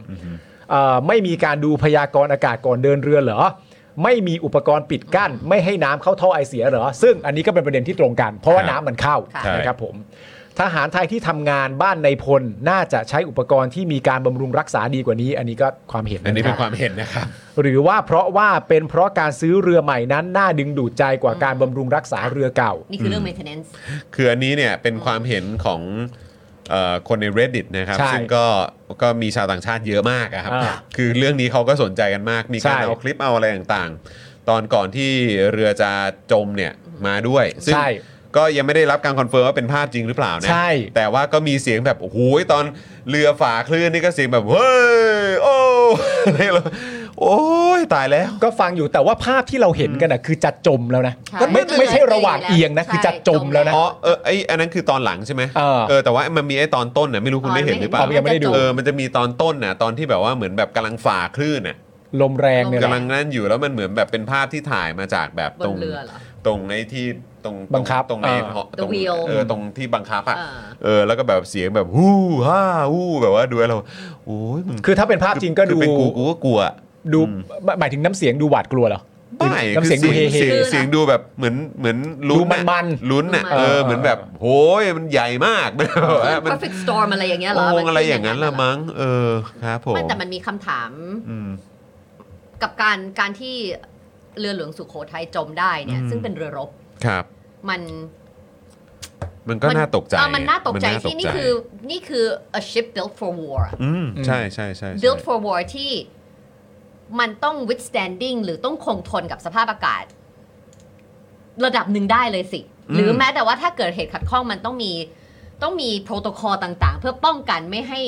B: เอ่อไม่มีการดูพยากรณ์อากาศก่อนเดินเรือเหรอ ไม่มีอุปกรณ์ปิดกั้น ไม่ให้น้ำเข้าท่อไอเสียเหรอ ซึ่งอันนี้ก็เป็นประเด็นที่ตรงกัน เพราะว่า
A: ครับ
B: น้ำมันเข้า
C: ค่ะ
B: นะครับผม ทหารไทยที่ทำงานบ้านในพลน่าจะใช้อุปกรณ์ที่มีการบำรุงรักษาดีกว่านี้ อันนี้ก็ความเห็น
A: อันนี้เป็
B: ะ
A: น
B: ครับ
A: ความเห็นนะครับ
B: หรือว่าเพราะว่าเป็นเพราะการซื้อเรือใหม่นั้นน่าดึงดูดใจกว่าการบำรุงรักษาเรือเก่า
C: นี่คือเรื่อง maintenance
A: คืออันนี้เนี่ยเป็นความเห็นของเอ่อคนใน reddit นะครับ
B: ใช่
A: ซึ่งก็ก็มีชาวต่างชาติเยอะมากอะครับ
B: อ่า
A: คือเรื่องนี้เขาก็สนใจกันมาก มีการ
B: ใช่
A: เอาคลิปเอาอะไรต่างๆ ตอนก่อนที่เรือจะจมเนี่ยมาด้วย ซึ่ง
B: ใช่
A: ก็ยังไม่ได้รับการคอนเฟิร์มว่าเป็นภาพจริงหรือเปล่านะ
B: ใช่
A: แต่ว่าก็มีเสียงแบบโอ้โหตอนเรือฝ่าคลื่นนี่ก็เสียงแบบเฮ้ยโอ้ อะไรแล้วโอ้ยตายแล้ว
B: ก็ฟังอยู่แต่ว่าภาพที่เราเห็นกันนะคือจะจมแล้วนะ
C: ใช่
B: ไม่ไม่ใช่ระหว่าง
C: ใช่
B: เอียงนะคือจะจมแล้วนะ
A: อ๋อเออไออันนั้นคือตอนหลังใช่ไหม
B: เออ
A: เออแต่ว่ามันมีไอตอนต้นน่ะไม่รู้คุณได้เห็นหรือเปล่า
B: อ๋อยังไม่ได้ดู
A: เออมันจะมีตอนต้นน่ะตอนที่แบบว่าเหมือนแบบกำลังฝ่าคลื่นน่ะ
B: ลมแรงเนี่ย
A: กำ
B: นะ
A: ลังนั่นอยู่แล้วมันเหมือนแบบเป็นภาพที่ถ่ายมาจากแบบ
C: บ
A: ตร
C: น
A: ง
C: เรือเหรอ
A: ตรงไอที่ตรง
B: บังคับ
A: ตรงใน
B: เออ
A: เหาะ
C: The
A: ตรง
C: wheel
A: เออตรงที่บังคับอ่ะ
C: เออ
A: เออแล้วก็แบบเสียงแบบฮู้ฮ่าฮู้แบบว่าดูแล้วเราโอ้ยมึง
B: คือถ้าเป็นภาพจริงก็
A: คือ
B: ดู
A: เป็นกูกูก็กลัว
B: ดูหมายถึงน้ำเสียงดูหวาดกลัวเหรอ
A: ป้าย
B: น้ำเสียงดู
A: คือ
B: เฮๆ
A: เสียงเสียงดูแบบเหมือนเหมือนลุ้น
B: ดู
A: น่ะ
B: มันๆ
A: ลุ้นน่ะ
C: เออ
A: เออเหมือนแบบโอ้ยมันใหญ่มาก มันแบบว่ามัน
C: perfect storm อะไรอย่างเงี้ยเหรอ
A: องอะไรอย่างนั้นละมั้ง เออครับผม
C: ไม่แต่มันมีคำถาม
A: อืม
C: กับการการที่เรือหลวงสุโขทัยจมได้เนี่ย
A: อืม
C: ซึ่งเป็นเรือรบ
A: ครับ
C: มัน
A: มันก็
C: มั
A: น่าตกใจ
C: เออมันน่าตกใจ
A: มัา
C: ที่นี่คือนี่คือ a ship built for war อะ
A: อืม
B: อืม
A: ใช่ใช่ใช่ใช่
C: built for war ที่มันต้อง withstanding หรือต้องคงทนกับสภาพอากาศ ระดับหนึ่งได้เลยสิ หรือแม้แต่ว่าถ้าเกิดเหตุขัดข้องมันต้องมีต้องมีโปรโตคอลต่างๆ เพื่อป้องกันไม่ให้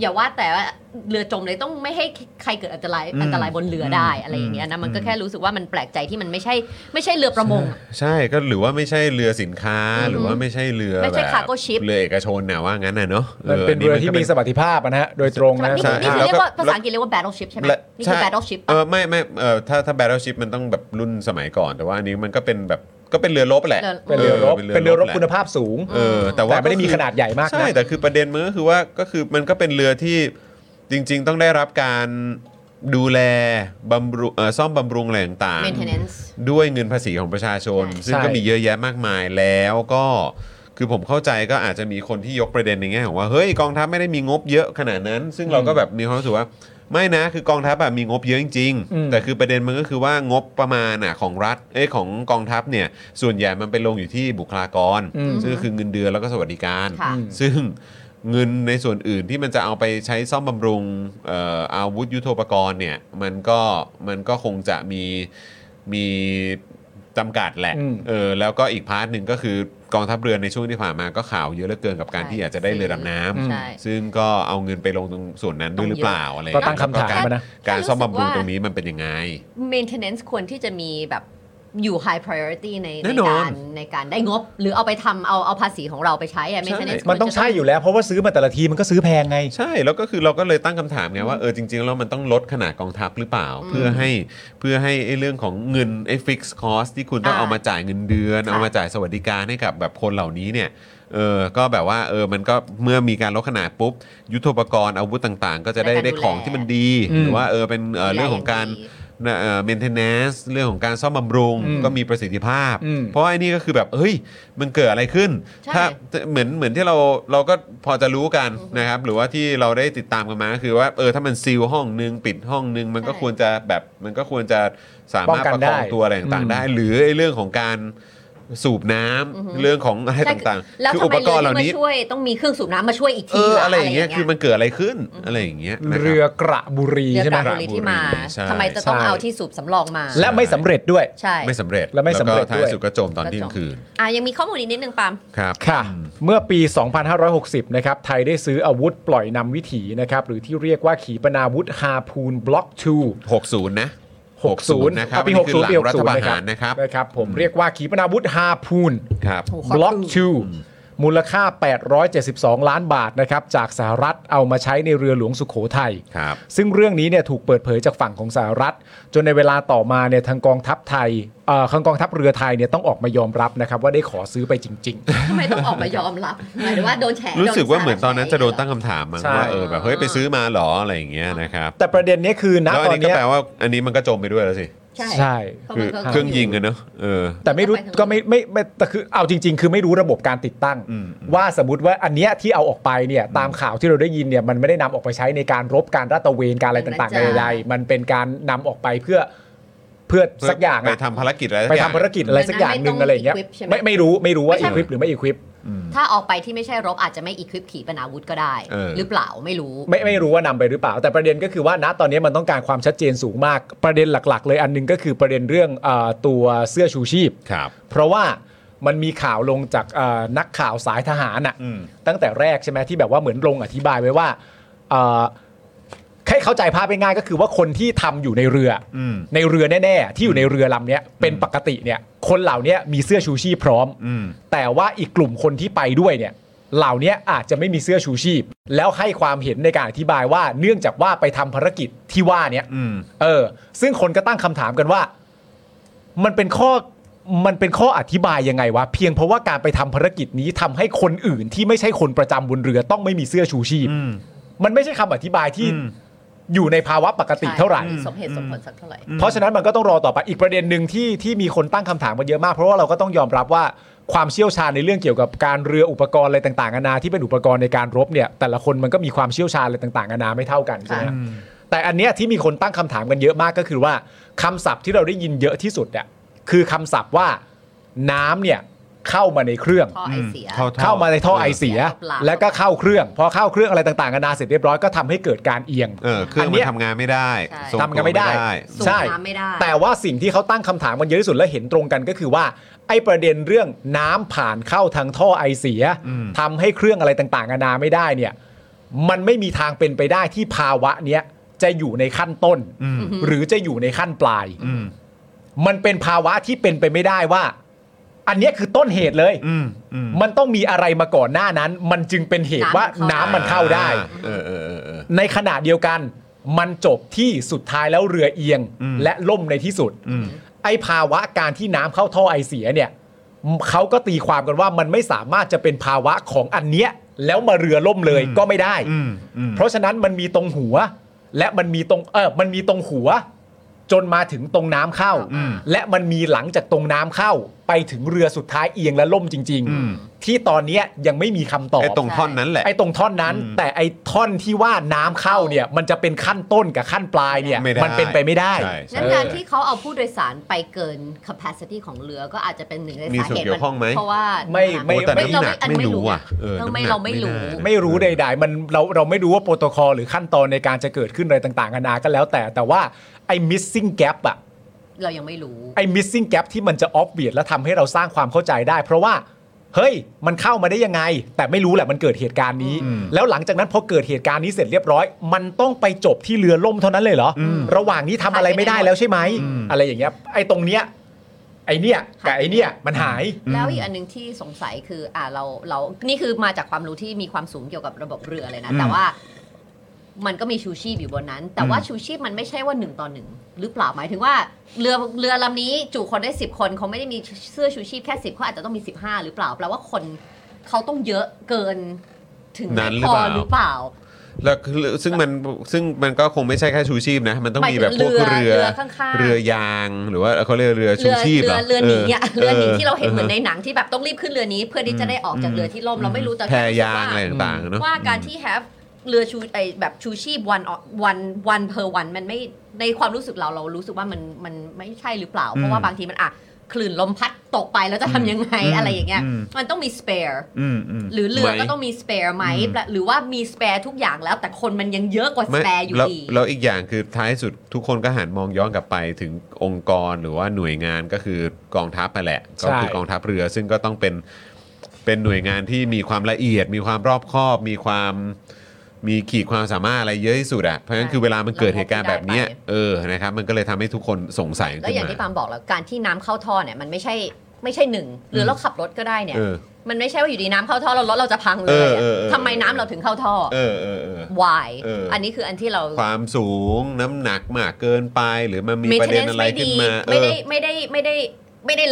C: อย่าว่าแต่ว่าเรือจมเลยต้องไม่ให้ใครเกิดอันตราย
A: อืม
C: อันตรายบนเรือได้
A: อืม
C: อะไรอย่างเงี้ยนะมันก็
A: อืม
C: แค่รู้สึกว่ามันแปลกใจที่มันไม่ใช่ ไม่ใช่เรือประมงอะ
A: ใช่ก็หรือว่าไม่ใช่เรือสินค้า
C: อืม
A: หรือว่าไม่ใช่เรือ
C: ไม่ใช่
A: แบบ
C: cargo ship
A: เรือเอกชนน่ะว่างั้นน่ะเนาะ
B: มันเป็น
A: นี่
B: เรือที่
A: ก็
B: มีสมรรถภาพอะนะฮะโดยตรงนะ
C: นี่
A: ใช่
C: คือนี่คือเรียกว่า
A: แล้วก็
C: ภาษาอังกฤษเรียกว่า battleship ใช่ไหม
A: และ
C: นี่คือ
A: ใช่
C: battleship
A: เออไม่ไม่เออถ้าถ้า battleship มันต้องแบบรุ่นสมัยก่อน แต่ว่าอันนี้มันก็เป็นแบบก็เป็นเรือรบแหละ
C: เรือ
B: เป็นเรือรบเป็นเรือรบคุณ
A: แหละ
B: ภาพสูง
A: เออแต่ว่า
B: แต่ไม่ได้มี
A: ก็คือ
B: ขนาดใหญ่มากนะ
A: ใช่แต่คือประเด็นมันก็คือว่าก็คือมันก็เป็นเรือที่จริง ๆ ต้องได้รับการดูแลบำรุงเอ่อซ่อมบำรุงอะไรต่างๆ
C: maintenance
A: ด้วยเงินภาษีของประชาชน
C: ใช่
A: ซึ่งก็มีเยอะแยะมากมายแล้วก็คือผมเข้าใจก็อาจจะมีคนที่ยกประเด็นในแง่ของว่าเฮ้ยกองทัพไม่ได้มีงบเยอะขนาดนั้น ซึ่งเราก็แบบมีความรู้สึกว่า ไม่นะคือกองทัพแบบมีงบเยอะจริง
B: อืม
A: ๆแต่คือประเด็นมันก็คือว่างบประมาณอ่ะของรัฐเอ้ยของกองทัพเนี่ยส่วนใหญ่มันไปลงอยู่ที่บุคลากร
B: อืม
A: ซึ่งก็คือเงินเดือนแล้วก็สวัสดิการ
C: ค่ะ
A: ซึ่งเงินในส่วนอื่นที่มันจะเอาไปใช้ซ่อมบำรุงเอ่ออาวุธยุโทโธปกรณ์เนี่ยมันก็มันก็คงจะมีมีจำกัดแหละ
B: อืม
A: เออแล้วก็อีกพาร์ทหนึ่งก็คือกองทัพเรือในช่วงที่ผ่านมาก็ข่าวเยอะเหลือเกินกับการ
C: ใช่
A: ที่อยากจะได้เรือดำน้
C: ใช่
A: ำซึ่งก็เอาเงินไปลงตรงส่วนนั้นด้วยหรือเปล่าอะไร
B: ก็ตั้งคำถาม
A: แล้วก
B: อะนะ
A: รการซ่อมบำรุง
C: รู้สึกว่า
A: ตรงนี้มันเป็นยังไง
C: maintenance ควรที่จะมีแบบอยู่ high priority ใน
A: แน่
C: ใน
A: นอน
C: การในการได้งบ หรือเอาไปทำเอาเอาภาษีของเราไปใช้อะ maintenance
A: ใช่
C: ควรจะ
B: มันต้องใช่อยู่แล้ว เพราะว่าซื้อมาแต่ละทีมันก็ซื้อแพงไง
A: ใช่แล้วก็คือเราก็เลยตั้งคำถามไงว่าเออจริงๆแล้วมันต้องลดขนาดกองทัพหรือเปล่า เพื่อให้เพื่อให้ไอ้เรื่องของเงินไอ้ฟิกซ์คอสที่คุณต้อง
C: อ่า
A: เอามาจ่ายเงินเดือน
C: ค่ะ
A: เอามาจ่ายสวัสดิการให้กับแบบคนเหล่านี้เนี่ยเออก็แบบว่าเออมันก็เมื่อมีการลดขนาดปุ๊บ ยุทโธปกรณ์อาวุธต่างๆ ก็จะได้ได้ของที่มันดี
B: อืม
A: หรือว่าเออเป็นเอ่อเรื่องของการ นะเอ่อ maintenance เรื่องของการซ่อมบำรุง
B: อืม
A: ก็มีประสิทธิภาพ
B: อืม
A: เพราะว่าไอ้นี่ก็คือแบบเฮ้ย มันเกิดอะไรขึ้น
C: ใช่
A: ถ้าเหมือนเหมือนที่เราเราก็พอจะรู้กันนะครับ หรือว่าที่เราได้ติดตามกันมาก็คือว่าเออถ้ามันซีลห้องนึง ปิดห้องนึง มันก็
C: ใช่
A: ควรจะแบบมันก็ควรจะสามารถ
B: ป้อง
A: ประ
B: กันได้
A: คองตัวอะไรต่างๆได้ หรือไอ้เรื่องของการสูบน้ำเรื่องของอะไร
C: ใช่
A: ต่างๆ
C: แล้ว
A: คื
C: ทำ
A: อุ
C: ไม
A: ปกร
C: เรือ
A: ณ์เหล่า
C: ที่มา
A: นี้
C: ช่วยต้องมีเครื่องสูบน้ำมาช่วยอีก
A: เอ
C: ที
A: อ
C: ห
A: อะไรอย่างเงี้ยคือมันเกิดอะไรขึ้นอะไรอย่างเงี้ยนะคบ
B: เรือกระบุรี
C: เรือ
B: ใช่ไหม
C: กาบุรีที่มา
A: ใช่
C: ทำไมจะต้อง
B: ใช่
C: เอาที่สูบสำรองมา
B: และไม่สำเร็จด้วย
C: ใช่
A: ไม่สำเร็จ
B: และไม่สำเร็จ
A: ก็ท้า
B: ด้วย ย
A: สุดก็จมตอนเที่ยงคืน
C: อ่ะยังมีข้อมูลอีกนิดนึงปาล์ม
A: ครับ
B: ค่ะ เมื่อปี 2560 นะครับ ไทยได้ซื้ออาวุธปล่อยนำวิถีนะครับ หรือที่เรียกว่าขีปนาวุธฮาพูนบล็อก
A: 60 นะ
B: 2 60
A: นะครับ
B: ปี
A: นี่คือหลัง
B: 60ปี
A: รัฐ
B: 60
A: ประ
B: นะค
A: หา
B: รั
A: ร
B: บ
A: นะครับ
B: นะครับผมเรียกว่าขีปนาวุธฮาพูน
A: ครับ
C: ขอดู
B: บล็อก2มูลค่า 872 ล้านบาทนะครับ จากสหรัฐเอามาใช้ในเรือหลวงสุโขทัย
A: ครับ
B: ซึ่งเรื่องนี้เนี่ยถูกเปิดเผยจากฝั่งของสหรัฐ จนในเวลาต่อมาเนี่ยทางกองทัพไทยเอ่อทางกองทัพเรือไทยเนี่ยต้องออกมายอมรับนะครับว่าได้ขอซื้อไปจริง
C: ทำไมต้องออกมายอมรับหมายถึงว่าโดนแฉ
A: รู้สึกว่า
C: โ
A: เหมือนตอนนั้นจะโดนตั้ง
C: แฉ
A: คำถามมั้ง
B: ใช่
A: ว่าเออแบบเฮ้ย
C: อ่า
A: ไปซื้อมาเหรออะไรอย่างเงี้ยนะครับ
B: ๆ แต่ประเด็นเนี้ยคือณ
A: แล้ว
B: ต
A: อัน
B: อน
A: นี้ก็
B: เนี้ย
A: แปลว่าอันนี้มันก็จมไปด้วยแล้วสิ
C: ใช่
B: ใช่
C: เพราะ
A: คื
C: มั
A: อน
C: ก็
A: เครื่องยิงอะเนอะเออ
B: แต่ไม่รู้
C: ไปทางไหน
B: ก็ไม่ไม่ไม่แต่คือเอาจริง ๆ คือไม่รู้ระบบการติดตั้ง
A: อืม
B: ว่าสมมติว่าอันเนี้ยที่เอาออกไปเนี่ยตามข่าวที่เราได้ยินเนี่ยมันไม่ได้นำออกไปใช้ในการรบการราดตระเวนการอะไรต่างๆใดๆมันเป็นการนำออกไปเพื่อเพื่อสักอย่าง
A: ไป
B: อะ
A: ทำภารกิจอะไรสั
B: ไป
A: อย่ง
B: ทำภารกิจอะไรสักอย่างหนึ่งอะไรอย่างเงี้ย
C: ไม่ต้อง equip ใช่ไหม
B: ไม่ไม่รู้ไม่รู้ว่า
A: ไม่
B: อี
A: ใช่
B: ควิปหรือไม่อีควิป
A: อืม
C: ถ้าออกไปที่ไม่ใช่รบอาจจะไม่อีควิปขีปนาวุธก็ได้
A: เออ
C: หรือเปล่าไม่รู้
B: ไม่ไม่รู้ว่านำไปหรือเปล่า แต่ประเด็นก็คือว่าณตอนนี้มันต้องการความชัดเจนสูงมาก ประเด็นหลัก ๆ เลยอันหนึงก็คือประเด็นเรื่องเออตัวเสื้อชูชีพ
A: ครับ
B: เพราะว่ามันมีข่าวลงจากเอ่อนักข่าวสายทหารน่ะ
A: อืม
B: ตั้งแต่แรกใช่ไหมที่แบบว่าเหมือนลงอธิบายไว้ว่าเอ่อให้เข้าใจภาพง่ายๆก็คือว่าคนที่ทำอยู่ในเรือ
A: อืม
B: ในเรือแน่ ๆ ที่อยู่ในเรือลำเนี้ยเป็นปกติเนี่ยคนเหล่าเนี้ยมีเสื้อชูชีพพร้อม
A: อืม
B: แต่ว่าอีกกลุ่มคนที่ไปด้วยเนี่ย เหล่านี้อาจจะไม่มีเสื้อชูชีพ แล้วให้ความเห็นในการอธิบายว่าเนื่องจากว่าไปทำภารกิจที่ว่าเนี่ย
A: อืม
B: เออ ซึ่งคนก็ตั้งคำถามกันว่า มันเป็นข้อมันเป็นข้ออธิบายยังไงวะเพียงเพราะว่าการไปทำภารกิจนี้ทำให้คนอื่นที่ไม่ใช่คนประจำบนเรือต้องไม่มีเสื้อชูชีพ
A: อืม
B: มันไม่ใช่คำอธิบายที่
A: อืม
B: อยู่ในภาวะปกติเท่าไหร่
C: สมเหตุสมผลสักเท่าไหร่
B: เพราะฉะนั้นมันก็ต้องรอต่อไปอีกประเด็นหนึ่งที่ที่มีคนตั้งคำถามกันเยอะมาก เพราะว่าเราก็ต้องยอมรับว่าความเชี่ยวชาญในเรื่องเกี่ยวกับการเรืออุปกรณ์อะไรต่างๆนานาที่เป็นอุปกรณ์ในการรบเนี่ยแต่ละคนมันก็มีความเชี่ยวชาญอะไรต่างๆนานาไม่เท่ากันใช่ไหม
C: ค่ะ
B: แต่อันเนี้ยที่มีคนตั้งคำถามกันเยอะมากก็คือว่าคำศัพท์ที่เราได้ยินเยอะที่สุดเนี่ยคือคำศัพท์ว่าน้ำเนี่ยเข้ามาในเครื่อง
C: ท่อไอเสีย
B: เข้ามาในท่อไอเสีย
C: เปล่า
B: แล้วก็เข้าเครื่อง พอเข้าเครื่องอะไรต่างๆนานาเสร็จเรียบร้อยก็ทำให้เกิดการเอียง
A: เออเครื่อง
B: อัน
A: มั
B: เนี้
A: น
B: ย
A: ทำงานไม่ได้
C: ใช่
A: ทรงตัว
B: ทำกันไม่ได้
C: สูบ
B: ใช่
C: น้ำไม่ได้
B: แต่ว่าสิ่งที่เขาตั้งคำถามกันเยอะที่สุดและเห็นตรงกันก็คือว่า ไอ้ประเด็นเรื่องน้ำผ่านเข้าทางท่อไอเสียทำให้เครื่องอะไรต่างๆนานาไม่ได้เนี่ย มันไม่มีทางเป็นไปได้ที่ภาวะเนี้ยจะอยู่ในขั้นต้น หรือจะอยู่ในขั้นปลาย
E: อืม
B: มันเป็นภาวะที่เป็นไปไม่ได้ว่า อันเนี้ยคือต้นเหตุเลย
E: อืมอืม
B: มันต้องมีอะไรมาก่อนหน้านั้น มันจึงเป็นเหตุว่า
C: น้ำ
B: น้ำ
C: มั
B: มัน
C: น
B: เข้า
C: เข้า
B: ได้
A: เออเออเออเออ
B: ในขณะเดียวกัน มันจบที่สุดท้ายแล้วเรือเอียงและล่มในที่สุด ไอ้ภาวะการที่น้ำเข้าท่อไอเสียเนี่ยเขาก็ตีความกันว่ามันไม่สามารถจะเป็นภาวะของอันเนี้ยแล้วมาเรือล่มเลยก็ไม่ได้
E: อืมอืม
B: เพราะฉะนั้นมันมีตรงหัว และมันมีตรงเออมันมีตรงหัว จนมาถึงตรงน้ำเข้า และมันมีหลังจากตรงน้ำเข้า ไปถึงเรือสุดท้ายเอียงและล่มจริง ๆ ที่ตอนเนี้ยยังไม่มีคำตอบ
A: ไอตรงท่อนนั้นแหละ
B: ไอ้ตรงท่อนนั้น แต่ไอ้ท่อนที่ว่าน้ำเข้าเนี่ย มันจะเป็นขั้นต้นกับขั้นปลายเนี่ย
A: ไม่ได้
B: นเป็นไปไม่ได้
A: ใช่ใช่
C: งั้นการที่เขาเอาผู้โดยสารไปเกิน capacity ของเรือก็อาจจะเป็นหนึ่งใน
A: มีส่
C: สา
A: วน
C: เหตุ
A: เกี่ยวข้องไหม
C: เพราะว่า
B: ไม่ไม่
A: โอ้แต่
C: ไม่เรา
A: น้ำหนัก
C: อัน
A: ไม่
C: ไม่
A: รู้
C: รู้
A: อ่ะ
C: อ่ะ
A: เออ
C: เรา
A: น้ำ
C: ไม่
A: หนัก
C: เราไม่รู้
A: น่า
B: ไม่รู้ใดๆมันเราเราไม่รู้ว่าโปรโตคอลหรือขั้นตอนในการจะเกิดขึ้นอะไรต่างๆกันานาก็แล้วแต่แต่ว่าไอ้ missing gap อะ
C: เรายังไม่รู้
B: ไอ้ missing gap ที่มันจะ obvious และทำให้เราสร้างความเข้าใจได้ เพราะว่า เฮ้ย มันเข้ามาได้ยังไง แต่ไม่รู้แหละมันเกิดเหตุการณ์นี้ แล้วหลังจากนั้นพอเกิดเหตุการณ์นี้เสร็จเรียบร้อย มันต้องไปจบที่เรือล่มเท่านั้นเลยเหรออระหว่างนี้ทำอะไรไม่ได้แล้วใช่ไหมอะไรอย่างเงี้ยไอ้ตรงเนี้ยไอ้เนี่ยกับไอ้เนี่ยมันหาย
C: แล้วอีกอันหนึ่งที่สงสัยคืออ่าเราเรานี่คือมาจากความรู้ที่มีความสูงเกี่ยวกับระบบเรือเลยนะ แต่ว่ามันก็มีชูชีพอยู่บนนั้น แต่ว่าชูชีพมันไม่ใช่ว่าหนึ่งต่อหนึ่งหรือเปล่าหมายถึงว่าเรือเรือลำนี้จุคนได้ 10 คนเขาไม่ได้มีเสื้อชูชีพแค่ 10เขาอาจจะต้องมี 15 หรือเปล่าแปลว่าคนเขาต้องเยอะเกินถึง
A: นั้นหรือ
C: พอ
A: เปล่า
C: หรือเปล่า
A: แล้วคือซึ่งมันซึ่งมันก็คงไม่ใช่แค่ชูชีพนะ มันต้อง
C: หาย
A: มี
C: ถึ
A: แบบพวกเรือ
C: เรือข้างๆ
A: เรือยางหรือว่าเขาเรียกเรือชู
C: เรือ
A: ชีพ
C: เรื
A: หร
C: อเรือหนีอ่ะเรือหนีที่เราเห็นเหมือน
A: ใน
C: ในหนังที่แบบต้องรีบขึ้นเรือนี้ เพื่อที่จะได้ออกจากเรือที่ล่มเราไม่รู้แต่
A: แพรยางอะ
C: รู้สึกว่
A: ไรต่างๆเนอะ
C: ว่าการที่ have เรือชูไอแบบชูชีพวันวันวันเพอวันมันไม่ในความรู้สึกเราเรารู้สึกว่ามันมันไม่ใช่หรือเปล่า เพราะว่าบางทีมันอะคลื่นลมพัดตกไปแล้วจะทำยังไงอะไรอย่างเงี้ยมันต้องมี spare
E: อืมอืม
C: หรือเรือ
A: ไหม
C: ก็ต้องมี spare ไหมหรือว่ามี spare ทุกอย่างแล้ว แต่คนมันยังเยอะกว่า
A: ไม่
C: spare อยู่
A: แล้ว
C: ดี
A: แล้วอีกอย่างคือท้ายสุดทุกคนก็หันมองย้อนกลับไปถึงองค์กรหรือว่าหน่วยงานก็คือกองทัพไปแหละ
B: ใช่
A: ก็คือกองทัพเรือ ซึ่งก็ต้องเป็นเป็นหน่วยงานที่มีความละเอียด มีความรอบคอบ มีความมีขีดความสามารถอะไรเยอะที่สุดอะเพราะฉะนั้นคือเวลามันเกิดเหตุการณ์แบบเนี้ย
C: เราก็ได้ไป
A: เออนะครับมันก็เลยทำให้ทุกคนสงสัย
C: แล้ว
A: ขึ้น
C: อย่าง
A: มา
C: ที่ปาล์มบอกแล้วการที่น้ำเข้าท่อเนี่ยมันไม่ใช่ไม่ใช่หนึ่งหรือเราขับรถก็ได้เนี่ย
A: เออ
C: มันไม่ใช่ว่าอยู่ดีน้ำเข้าท่อเรารถเราจะพังเลยอะ
A: เออเออเออ
C: ทำไมน้ำเราถึงเข้าท่อ
A: เออเออเออ
C: why
A: เอออั
C: อันนี้คืออันที่เรา
A: ความสูงน้ำหนักมากเกินไปหรือมันมีประเด็น
C: maintenance
A: อะไรขึ้นมาเอ
C: ไม่
A: อ
C: ดีไม่ได้ไม่ได้ไม่ได้ไม่ได้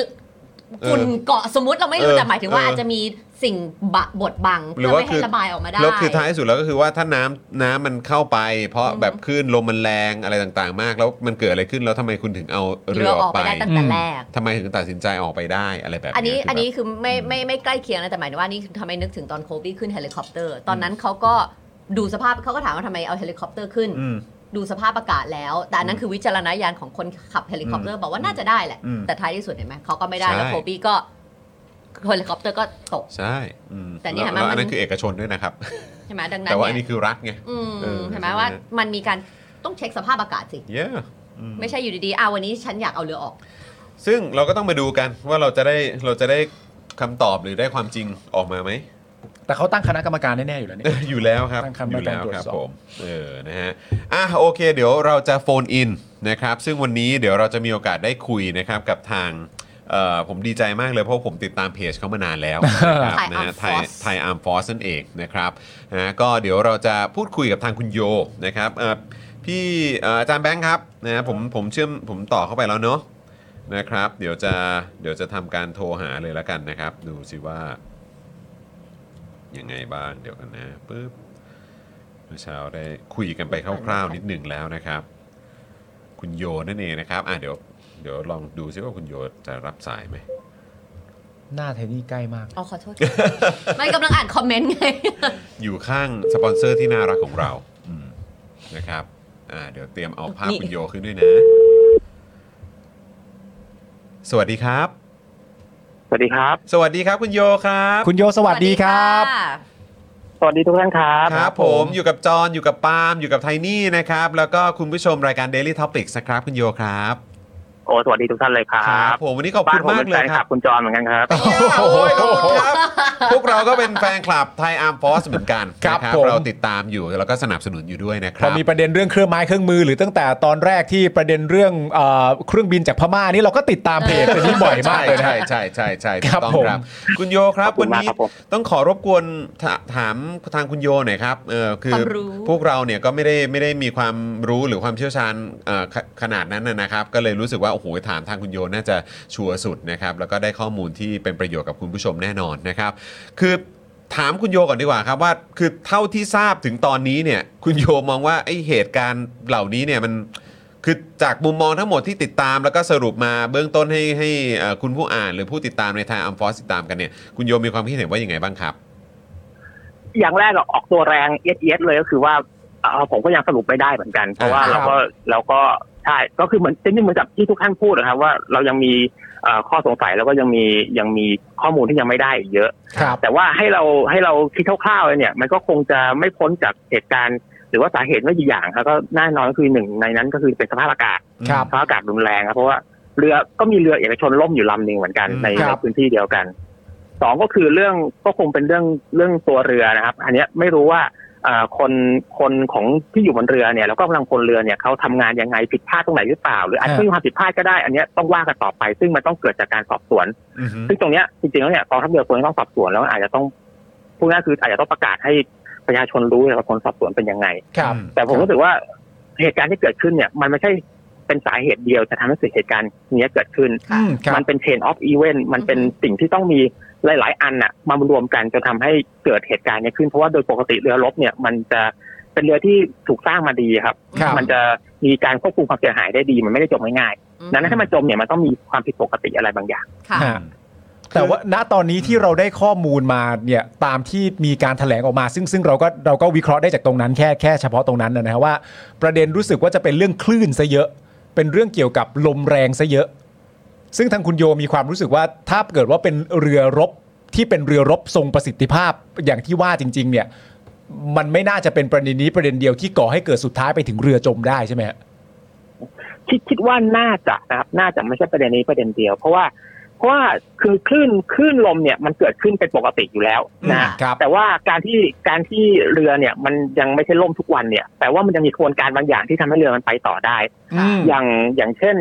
C: ฝุ่น
A: เออ
C: เกาะสมมติเราไม่รู้
A: เออ
C: แต่หมายถึงว่า
A: เอออ
C: อาจจะมีสิ่งบะบดบัง
A: หรือ
C: เพื่อ
A: ว่า
C: ไม่
A: คื
C: ให้
A: อ
C: ระบายออกมาได้
A: แล้วคือท้ายสุดแล้วก็คือว่าถ้าน้ำน้ำมันเข้าไป เพราะแบบคลื่นลมมันแรงอะไรต่างๆ มาก แล้วมันเกิดอะไรขึ้นแล้วทำไมคุณถึงเอาเรือออกไป
C: เรือออกไปได้ตั้งแต่แรก
A: ทำไมถึงตัดสินใจออกไปได้อะไรแบบ
C: อันนี้
A: เย
C: อันนี้
A: คื
C: คือไม่ไม่ไม่ใกล้เคียงนะแต่หมายถึงว่านี่ทำให้นึกถึงตอนโคบี้ขึ้นเฮลิคอปเตอร์ ตอนนั้นเขาก็ดูสภาพเขาก็ถามว่าทำไมเอาเฮลิคอปเตอร์ขึ้น ดูสภาพอากาศแล้ว แต่อันนั้นคือวิจารณญาณของคนขับเฮลิคอปเตอร์บอกว่าน่าจะได้แหละ แต่ท้ายที่สุดเห็นไหมเขาก็ไม่ได้แล้วโคบี้ก็เฮลิคอปเตอร์ก็ตก
A: ใช่อืม
C: แต่เนี่ย
A: ล้ว
C: มัน
A: ล้วอันนั้นคือเอกชนด้วยนะครับ
C: ใช่ไหมดังนั้น
A: แต่ว่าอัน
C: เนี่ย
A: นี้คือรัฐไง
C: อืม
A: เออ
C: เห็นไหม
A: ใช่ไหม
C: ว่ามันมีการต้องเช็คสภาพอากาศสิ
A: เย้
C: ไม่ใช่อยู่ดีๆอ่าวันนี้ฉันอยากเอาเรือออก
A: ซึ่งเราก็ต้องมาดูกันว่าเราจะได้เราจะได้คำตอบหรือได้ความจริงออกมา ไหม
B: แต่เขาตั้งคณะกรรมการแน่ๆอยู่แล้วเนี่ย
A: เอออยู่แล้วครับ
B: ตั้งคณะกรรม
A: อยู่แล้วค
B: การตรวจ
A: รับ
B: สอบ
A: ผมเออนะฮะอ่ะโอเค เดี๋ยวเราจะโฟนอินนะครับซึ่งวันนี้เดี๋ยวเราจะมีโอกาสได้คุยนะครับกับทางเอ่อผมดีใจมากเลยเพราะผมติดตามเพจเขามานานแล้วนะครับ
C: Thai
A: นะฮะ
C: Armed
A: ไทย
C: Force
A: ไทยอาร์มฟอสนั่นเองนะครับนะก็เดี๋ยวเราจะพูดคุยกับทางคุณโยนะครับเอ่อพี่เอ่ออาจารย์แบงค์ครับนะผมผมเชื่อมผมต่อเข้าไปแล้วเนาะนะครับ เดี๋ยวจะเดี๋ยวจะทำการโทรหาเลยแล้วกันนะครับ ดูสิว่า ยังไงบ้างเดี๋ยวกันนะปึ๊บ เมื่อเช้าได้คุยกันไปคร่าวๆนิดหนึ่งแล้วนะครับ คุณโยนั่นเองนะครับอ่ะเดี๋ยวเดี๋ยวลองดูซิว่าคุณโยจะรับสายไหม
B: หน้าไทนี่ใกล้มาก
C: อ๋อขอโทษ ไม่กำลังอ่านคอมเมนต์ไง
A: อยู่ข้างสปอนเซอร์ที่น่ารักของเราอืมนะครับอ่าเดี๋ยวเตรียมเอาภาพ
C: นี่
A: คุณโยขึ้นด้วยนะ สวัสดีครับ
F: สวัสดีครับ
A: สวัสดีครับคุณโยครับ
B: คุณโยสวัสดีครับ
C: ะ
F: สวัสดีทุกท่านครับ
A: ครับ
B: ครับ
A: ผ
B: ผม ม
A: อยู่กับจอนอยู่กับปาล์มอยู่กับไทนี่นะครับ แล้วก็คุณผู้ชมรายการ Daily Topics นะครับ คุณโยครับ
F: โอ้สวัสดีทุกท่านเลยครั
A: ครับ ผมวันนี้ขอบ
F: บ้า
A: คุณ
F: นผม
A: มาก
F: เป็น
A: เล
F: แฟ
A: ยค
F: นค
A: รั
F: ลั
A: บบ
F: คุณจอนเหมือนกันครับ
A: โอ้ยขอบคุณครับ พวกเราก็เป็นแฟนคลับไทยอาร์มฟอสเหมือนกัน
B: ครับ
A: นะ
B: ผม
A: เราติดตามอยู่แล้วก็สนับสนุนอยู่ด้วยนะค
B: พอ
A: รับ
B: มีประเด็นเรื่องเครื่องไม้เครื่องมือหรือตั้งแต่ตอนแรกที่ประเด็นเรื่องเอ่อเครื่องบินจากพม่านี่เราก็ติดตามเพจเป็นที่บ่อยมากเลยนะ
A: ใช่
B: ฮะ
A: ใช่ใช่ใช่
B: ครับ
A: ถูกต้อง
B: ผม
A: คุณโยครับ
F: ขอบคุ
A: วัน
F: ณมาก
A: นี้
F: ครับผม
A: ต้องขอรบกวนถาถามทางคุณโยหน่อยครับเออคือ
C: ความรู้
A: พวกเราเนี่ยก็ไม่ได้ไม่ได้มีความรู้หรือความเชี่ยวชาญเอ่อขขนาดนั้นนะนะครับ ก็เลยรู้สึกว่าโอ้โหถามทางคุณโยน่าจะชัวร์สุดนะครับ แล้วก็ได้ข้อมูลที่เป็นประโยชน์กับคุณผู้ชมแน่นอนนะครับ คือถามคุณโยก่อนดีกว่าครับว่า คือเท่าที่ทราบถึงตอนนี้เนี่ย คุณโยมองว่าไอเหตุการณ์เหล่านี้เนี่ยมัน คือจากมุมมองทั้งหมดที่ติดตามแล้วก็สรุปมาเบื้องต้นให้ให้เอ่อคุณผู้อ่านหรือผู้ติดตามในทางอัมฟอสติดตามกันเนี่ย คุณโยมมีความคิดเห็นว่าอย่างไงบ้างครับ
F: อย่างแรกอะออกตัวแรงเอียดเอียดๆเลยก็คือว่าเอ่อผมก็ยังสรุปไม่ได้เหมือนกัน เพราะว่า
B: ครั
F: เรา
B: บ
F: ก็เราก็ใช่ก็คือเหมือนจริงๆเหมือนกับที่ทุกท่านพูดนะครับว่าเรายังมีเอ่อข้อสงสัยแล้วก็ยังมียังมีข้อมูลที่ยังไม่ได้อีกเยอะ
B: ครับ
F: แต่ว่าให้เราให้เราคิดคร่าวๆเลยเนี่ย มันก็คงจะไม่พ้นจากเหตุการณ์ หรือว่าสาเหตุไม่กี่อย่างครับก็แน่นอนก็คือหนึ่งในนั้นก็คือเป็นสภาพอากาศ
B: ครับ
F: สภาพอากาศรุนแรงครับเพราะว่าเรือก็มีเรือเอกชนล่มอยู่ลำหนึ่งเหมือนกัน
A: อืม
F: ใน
B: ค
F: ใน
B: รับ
F: พื้นที่เดียวกันสองก็คือเรื่องก็คงเป็นเรื่องเรื่องตัวเรือนะครับ อันเนี้ยไม่รู้ว่าเอ่อคนคนของที่อยู่บนเรือเนี่ยแล้วก็กำลังคนเรือเนี่ยเขาทำงานยังไงผิดพลาดตรงไหนหรือเปล่า หรืออาจจะไม่มีความผิดพลาดก็ได้ อันเนี้ยต้องว่ากันต่อไป ซึ่งมันต้องเกิดจากการสอบสวน
A: อือฮึ
F: ซึ่งตรงเนี้ยจริงๆแล้วเนี่ยกองทัพเรือควรจะต้องสอบสวนแล้วอาจจะต้องพูดง่ายๆคืออาจจะต้องประกาศให้ประชาชนรู้เลยว่าผลสอบสวนเป็นยังไง
B: ครับ
F: แต่ผมรู้สึกว่าเหตุการณ์ที่เกิดขึ้นเนี่ย มันไม่ใช่เป็นสาเหตุเดียวจะทำให้เกิดเหตุการณ์เนี้ยเกิดขึ้น
B: อืมครับ
F: มันเป็น chain of event มันเป็นสิ่งที่ต้องมีหลาย ๆ อันน่ะมารวมกันจนทำให้เกิดเหตุการณ์เนี้ยขึ้น เพราะว่าโดยปกติเรือรบเนี่ย มันจะเป็นเรือที่ถูกสร้างมาดีครับ
B: ครับ
F: มันจะมีการควบคุมความเสียหายได้ดี มันไม่ได้จมง่ายๆดังนั้นถ้ามันจมเนี่ยมันต้องมีความผิดปกติอะไรบางอย่าง
C: ค่ะ
B: ฮะแต่ว่าณตอนนี้ที่เราได้ข้อมูลมาเนี่ยตามที่มีการแถลงออกมา ซึ่งซึ่งเราก็เราก็วิเคราะห์ได้จากตรงนั้นแค่แค่เฉพาะตรงนั้นนะฮะว่า ประเด็นรู้สึกว่าจะเป็นเรื่องคลื่นซะเยอะ เป็นเรื่องเกี่ยวกับลมแรงซะเยอะ ซึ่งทางคุณโยมีความรู้สึกว่าถ้าเกิดว่าเป็นเรือรบที่เป็นเรือรบทรงประสิทธิภาพอย่างที่ว่าจริง ๆ เนี่ย มันไม่น่าจะเป็นประเด็นนี้ประเด็นเดียวที่ก่อให้เกิดสุดท้ายไปถึงเรือจมได้ใช่ไหมฮะ
F: คิดคิดว่าน่าจะนะครับน่าจะไม่ใช่ประเด็นนี้ประเด็นเดียว เพราะว่าเพราะว่าคือคลื่นคลื่นลมเนี่ยมันเกิดขึ้นเป็นปกติอยู่แล้วนะ
B: อืมครับ
F: แต่ว่าการที่การที่เรือเนี่ยมันยังไม่ใช่ล่มทุกวันเนี่ยแต่ว่ามันยังมีกระบวนการบางอย่างที่ทำให้เรือมันไปต่อได้
B: อืม
F: อย่างอย่างเช่น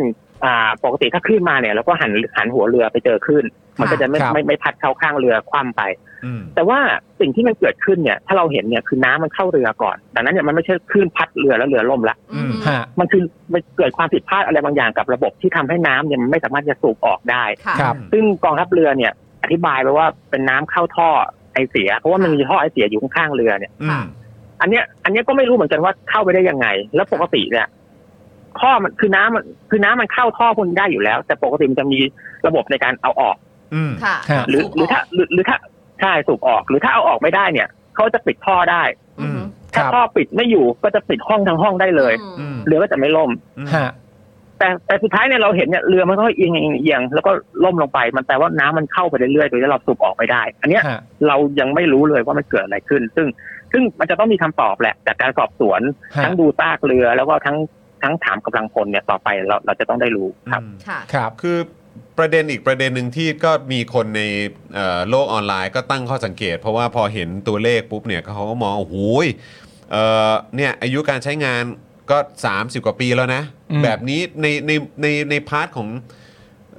F: อ่าปกติถ้าคลื่นมาเนี่ยเราก็หันหันหัวเรือไปเจอคลื่นมันก็จะไม่
B: ครับ
F: ไม่ไม่พัดเข้าข้างเรือคว่ำไป
A: อืม
F: แต่ว่าสิ่งที่มันเกิดขึ้นเนี่ยถ้าเราเห็นเนี่ยคือน้ำมันเข้าเรือก่อนดังนั้นเนี่ยมันไม่ใช่คลื่นพัดเรือแล้วเรือล่มละ
C: อืม
B: ฮะ
F: มันคือมันเกิดความผิดพลาดอะไรบางอย่างกับระบบที่ทำให้น้ำเนี่ยมันไม่สามารถจะสูบออกได้
C: ค่ะ
B: ครับ
F: ซึ่งกองทัพเรือเนี่ยอธิบายไปว่าเป็นน้ำเข้าท่อไอเสีย เพราะว่ามันมีท่อไอเสียอยู่ข้างๆเรือเนี่ย
A: อืม
F: อันเนี้ยอันเนี้ยก็ไม่รู้เหมือนกันว่าเข้าไปได้ยังไง แล้วปกติเนี่ยท่อมันคือน้ำมันคือน้ำมันเข้าท่อพวกนได้อยู่แล้ว แต่ปกติมันจะมีระบบในการเอาออก
A: อืม
C: ค่ะ
B: ฮะ
F: หรือหรือถ้าหรือหรือถ้าใช่สูบออก หรือถ้าเอาออกไม่ได้เนี่ยเขาจะปิดท่อได้
C: อืม
B: ครั
F: ถ้า
B: บ
F: ท่อปิดไม่อยู่ก็จะปิดห้องทั้งห้องได้เลย
C: อื
A: อื
C: ม
A: ม
F: เรือก็จะไม่ล่ม
B: ฮะ
F: แต่แต่สุดท้ายเนี่ยเราเห็นเนี่ยเรือมันก็เอียงเอียงเอียงแล้วก็ล่มลงไป มันแปลว่าน้ำมันเข้าไปเรื่อยๆโดยที่เราสูบออกไม่ได้ อันเนี้ย
B: ฮะ
F: เรายังไม่รู้เลยว่ามันเกิดอะไรขึ้น ซึ่งซึ่งมันจะต้องมีคำตอบแหละจากการสอบสวน
B: ฮะ
F: ทั้งดูซากเรือแล้วก็ทั้งทั้งถามกำลังพลเนี่ยต่อไปเราเราจะต้องได้รู้ครับ
A: อืม
C: ค่ะ
B: ครับ
A: คือประเด็นอีกประเด็นหนึ่งที่ก็มีคนในเอ่อโลกออนไลน์ก็ตั้งข้อสังเกต เพราะว่าพอเห็นตัวเลขปุ๊บเนี่ยเขาก็มองโอ้โหยเอ่อเนี่ยอายุการใช้งานก็ 30 กว่าปีแล้วนะ
B: อืม
A: แบบนี้ในในในในพาร์ทของ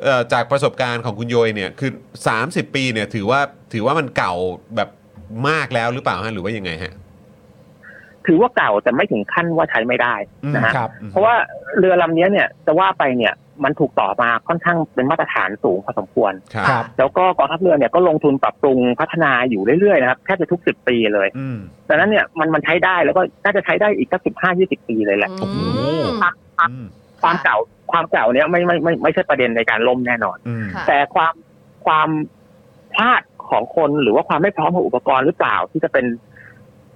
A: เอ่อจากประสบการณ์ของคุณโยยเนี่ยคือ 30 ปีเนี่ยถือว่าถือว่ามันเก่าแบบมากแล้วหรือเปล่าฮะหรือว่ายังไงฮะ
F: ถือว่าเก่าแต่ไม่ถึงขั้นว่าใช้ไม่ได้นะฮะ
B: ครับ
F: เพราะว่าเรือลำเนี้ยเนี่ยจะว่าไปเนี่ยมันถูกต่อมาค่อนข้างเป็นมาตรฐานสูงพอสมควร
A: ครับ
B: ครับ
F: แล้วก็กองทัพเรือเนี่ยก็ลงทุนปรับปรุงพัฒนาอยู่เรื่อยๆนะครับแทบจะทุกสิบปีเลย
A: อืม
F: ดังนั้นเนี่ยมันมันใช้ได้แล้วก็น่าจะใช้ได้อีกสักสิบห้ายี่สิบปีเลยแหละ
C: อืม
A: อืม
F: ความเก่าความเก่าเนี่ยไม่ไม่ไม่ไม่ใช่ประเด็นในการล่มแน่นอน
A: อืม
C: ค่ะ
F: แต่ความความพลาดของคนหรือว่าความไม่พร้อมของอุปกรณ์หรือเปล่าที่จะเป็น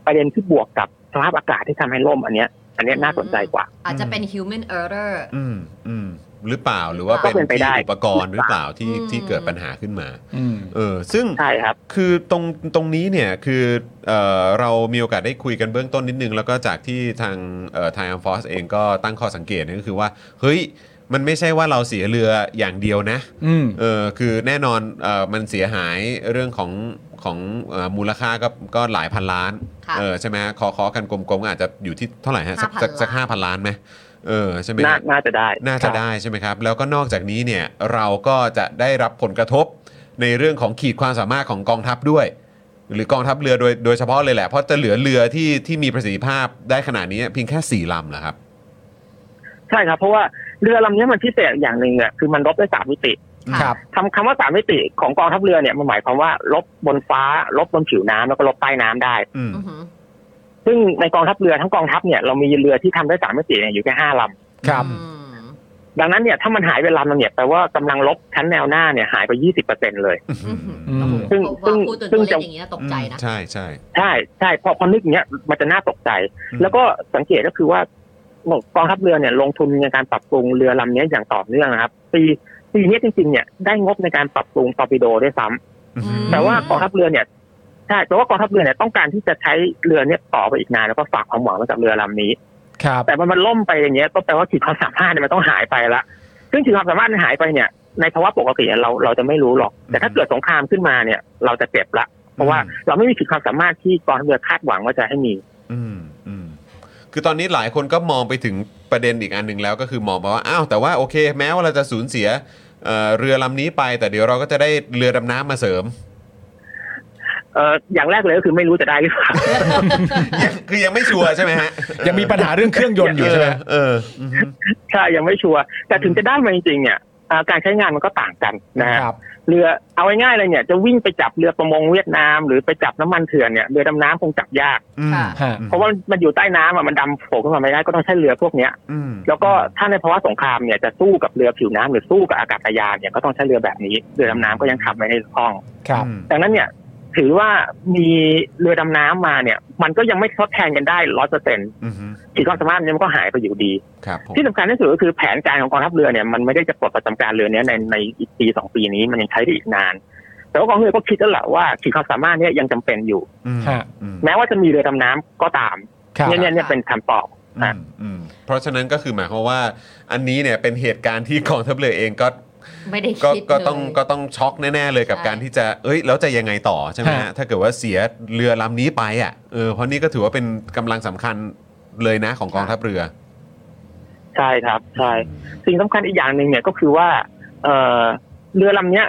F: ประเด็นที่บวกกับสภาพอากาศที่ทำให้ล่มอันเนี้ย อันเนี้ยน่าสนใจกว่า
C: อาจจะเป็น human error
A: อืมอืมหรือเปล่าหรือว่า
C: ก็
A: เป็น
F: เป็น
A: ที่
F: ไปได้
A: อุปกรณ์หรือเปล่าที่
C: อืม
A: ที่เกิดปัญหาขึ้นมา
B: อืม
A: เออซึ่ง
F: ใช่ครับ
A: คือตรงตรงนี้เนี่ยคือเออเรามีโอกาสได้คุยกันเบื้องต้นนิดนึง แล้วก็จากที่ทางไทยอัมฟอสเองก็ตั้งข้อสังเกตเนี่ยก็คือว่า เฮ้ย มันไม่ใช่ว่าเราเสียเรืออย่างเดียวนะ
B: อืม
A: เออคือแน่นอนเออมันเสียหายเรื่องของของเอ่อมูลค่าก็ก็หลายพันล้าน
C: ค่ะ
A: เออใช่ไหมคอคอกันกลมๆก็อาจจะอยู่ที่เท่าไหร่ฮะสัก
C: 5,000
A: สักสัก
C: ล้าน
A: ห้าพันล้านไหมเออใช่ไหม
F: น่า
A: ฮะ
F: น่าจะได้
A: น่าจะได้ใช่ไหมครับ แล้วก็นอกจากนี้เนี่ยเราก็จะได้รับผลกระทบในเรื่องของขีดความสามารถของกองทัพด้วย หรือกองทัพเรือโดยโดยเฉพาะเลยแหละ เพราะจะเหลือเรือที่ที่มีประสิทธิภาพได้ขนาดนี้เพียงแค่ 4ลำเหรอครับ
F: ใช่ครับ เพราะว่าเรือลำนี้มันพิเศษอย่างหนึ่งอ่ะคือมันรบด้วยสามมิติ
C: ค่ะ
B: ครับ
F: คำคำว่าสามมิติของกองทัพเรือเนี่ยมันหมายความว่ารบบนฟ้า รบบนผิวน้ำแล้วก็รบใต้น้ำได้
A: อืม
C: อือหือ
F: ซึ่งในกองทัพเรือทั้งกองทัพเนี่ยเรามีเรือที่ทำได้สามมิติเนี่ยอยู่แค่ห้าล
B: ครับ
C: อืม
F: ำดังนั้นเนี่ยถ้ามันหายไปลำนึงเนี่ยแปลว่ากำลังรบชั้นแนวหน้าเนี่ยหายไปยี่สิบเปอร์เซ็นเลย
C: อือหือ
B: อืม
C: โอ้โห
F: ซึ่ง
C: พอพูด
F: ซึ่
C: ตัว
F: ง
C: เล
F: จะ
C: ขอย่างนี้ยตกใจนะ
A: ใช่ใช่
F: ใช่ใช่พอพอนึกอย่างเงี้ยมันจะน่าตกใจ
A: อืม
F: แล้วก็สังเกตก็คือว่ากองทัพเรือเนี่ยลงทุนในการปรับปรุงเรือลำนี้อย่างต่อเนื่องนะครับ ปีปีนี้จริงๆเนี่ยได้งบในการปรับปรุงตอร์ปิโดด้วยซ้ำ
A: อืม
F: แต่ว่ากองทัพเรือเนี่ยใช่แต่ว่ากองทัพเรือเนี่ยต้องการที่จะใช้เรือเนี่ยต่อไปอีกนานแล้วก็ฝากความหวังไว้กับเรือลำนี้
B: ครับ
F: แต่มันมันล่มไปอย่างเงี้ยก็แปลว่าขีดความสามารถเนี่ยมันต้องหายไปละซึ่งขีดความสามารถมันหายไปเนี่ย ในภาวะปกติเนี่ยเราเราจะไม่รู้หรอก แต่ถ้าเกิดสงครามขึ้นมาเนี่ย เราจะเจ็บละ เพราะว่าเราไม่มีขีดความสามารถที่กองทัพเรือคาดหวังว่าจะให้มี
A: อืมอืมคือตอนนี้หลายคนก็มองไปถึงประเด็นอีกอันหนึ่งแล้วก็คือมองไปว่าอ้าวแต่ว่าโอเค แม้ว่าเราจะสูญเสียเอ่อเรือลำนี้ไป แต่เดี๋ยวเราก็จะได้เรือดำน้ำมาเสริม
F: เอออย่างแรกเลยก็คือไม่รู้จะได้หรือเปล่า
A: ยังคือยังไม่ชัวร์ใช่ไหมฮะ
B: ยังมีปัญหาเรื่องเครื่องยนต์อยู่ใช่ไหม
A: เออเอออือฮึ
F: ใช่ยังไม่ชัวร์แต่ถึงจะได้มาจริงๆเนี่ยอ่าการใช้งานมันก็ต่างกันนะฮะ
B: ครับ
F: เรือเอาง่ายๆเลยเนี่ยจะวิ่งไปจับเรือประมงเวียดนาม หรือไปจับน้ำมันเถื่อนเนี่ยเรือดำน้ำคงจับยาก
A: อืม
C: ค่ะ
B: ฮะ
F: เพราะว่ามันอยู่ใต้น้ำอ่ะมันดำโผล่ขึ้นมาไม่ได้ก็ต้องใช้เรือพวกเนี้ย
A: อืม
F: แล้วก็ถ้าในภาวะสงครามเนี่ยจะสู้กับเรือผิวน้ำหรือสู้กับอากาศยานเนี่ยก็ต้องใช้เรือแบบนี้ เรือดำน้ำก็ยังขับไม่ได้คล่อง
B: ครับ
A: อืม
F: ดังนั้นเนี่ยถือว่ามีเรือดำน้ำมาเนี่ย มันก็ยังไม่ทดแทนกันได้ร้อยเปอร์เซ็นต์
A: อือฮึ
F: ขีดความสามารถเนี่ยมันก็หายไปอยู่ดี
A: ครับผม
F: ที่สำคัญที่สุดก็คือแผนการของกองทัพเรือเนี่ยมันไม่ได้จะปลดประจำการเรือเนี้ยในในอีกปีสองปีนี้มันยังใช้ได้อีกนาน แต่ว่ากองทัพเรือก็คิดแล้วแหละว่าขีดความสามารถเนี่ยยังจำเป็นอยู่
A: อืม
B: ฮะ
A: อืม
F: แม้ว่าจะมีเรือดำน้ำก็ตาม
B: ครับ
F: เนี่ยเนี่ยเนี่ยเป็นคำตอบ
A: อืมอืมเพราะฉะนั้นก็คือหมายความว่าอันนี้เนี่ยเป็นเหตุการณ์ที่กองทัพเรือเองก็
C: ไม่ได้
A: ก็
C: คิด
A: ก็
C: เลย
A: ต้องก็ต้องช็อกแน่ๆเลยกับ
C: ใช่
A: การที่จะเอ้ยแล้วจะยังไงต่อใช่ไหมฮะ
B: ฮะ
A: ถ้าเกิดว่าเสียเรือลำนี้ไปอ่ะเออเพราะนี่ก็ถือว่าเป็นกำลังสำคัญเลยนะของกองทัพเรือ
F: ใช่ครับ ใช่ สิ่งสำคัญอีกอย่างหนึ่งเนี่ยก็คือว่าเอ่อเรือลำเนี้ย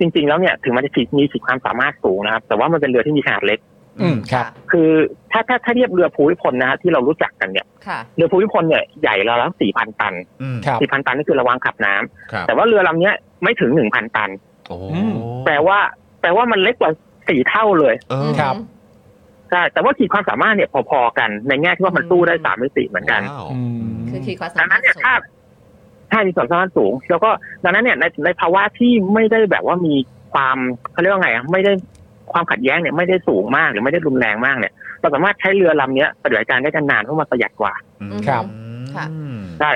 F: จริง ๆ แล้วเนี่ยถึงมันจะขีดมีขีดความสามารถสูงนะครับ แต่ว่ามันเป็นเรือที่มีขนาดเล็ก
B: อืม ครับ
F: คือถ้าถ้าถ้าเทียบเรือภูมิพลนะฮะที่เรารู้จักกันเนี่ย
C: ค่ะ
F: เรือภูมิพลเนี่ยใหญ่ราวแล้วสี่พันตัน
A: อืม
B: ครับ
F: สี่พันตันนี่คือระวางขับน้ำ
A: ครับ
F: แต่ว่าเรือลำเนี้ยไม่ถึงหนึ่งพันตัน
A: โอ้
B: อืม
F: แปลว่า แปลว่ามันเล็กกว่าสี่เท่าเลย
A: เออ
B: ครับ
F: ใช่แต่ว่าขีดความสามารถเนี่ยพอๆกัน ในแง่ที่ว่ามันสู้ได้สามมิติเหมือนกัน
A: ว้าว
B: อืม
C: คือขีดความสา
F: ดัง
C: มา
F: นั้
C: รถ
F: นเนี่ย
C: สูง
F: ถ้าถ้ามีความสามารถสูง แล้วก็ดังนั้นเนี่ยในในภาวะที่ไม่ได้แบบว่ามีความเขาเรียกว่าไงอะไม่ได้ความขัดแย้งเนี่ยไม่ได้สูงมากหรือไม่ได้รุนแรงมากเนี่ยเราสามารถใช้เรือลำเนี้ยปฏิบัติการได้กันนานเพราะมันประหยัดกว่า
A: อืม
B: ครับ
A: อืม
C: ค่ะ
F: ได้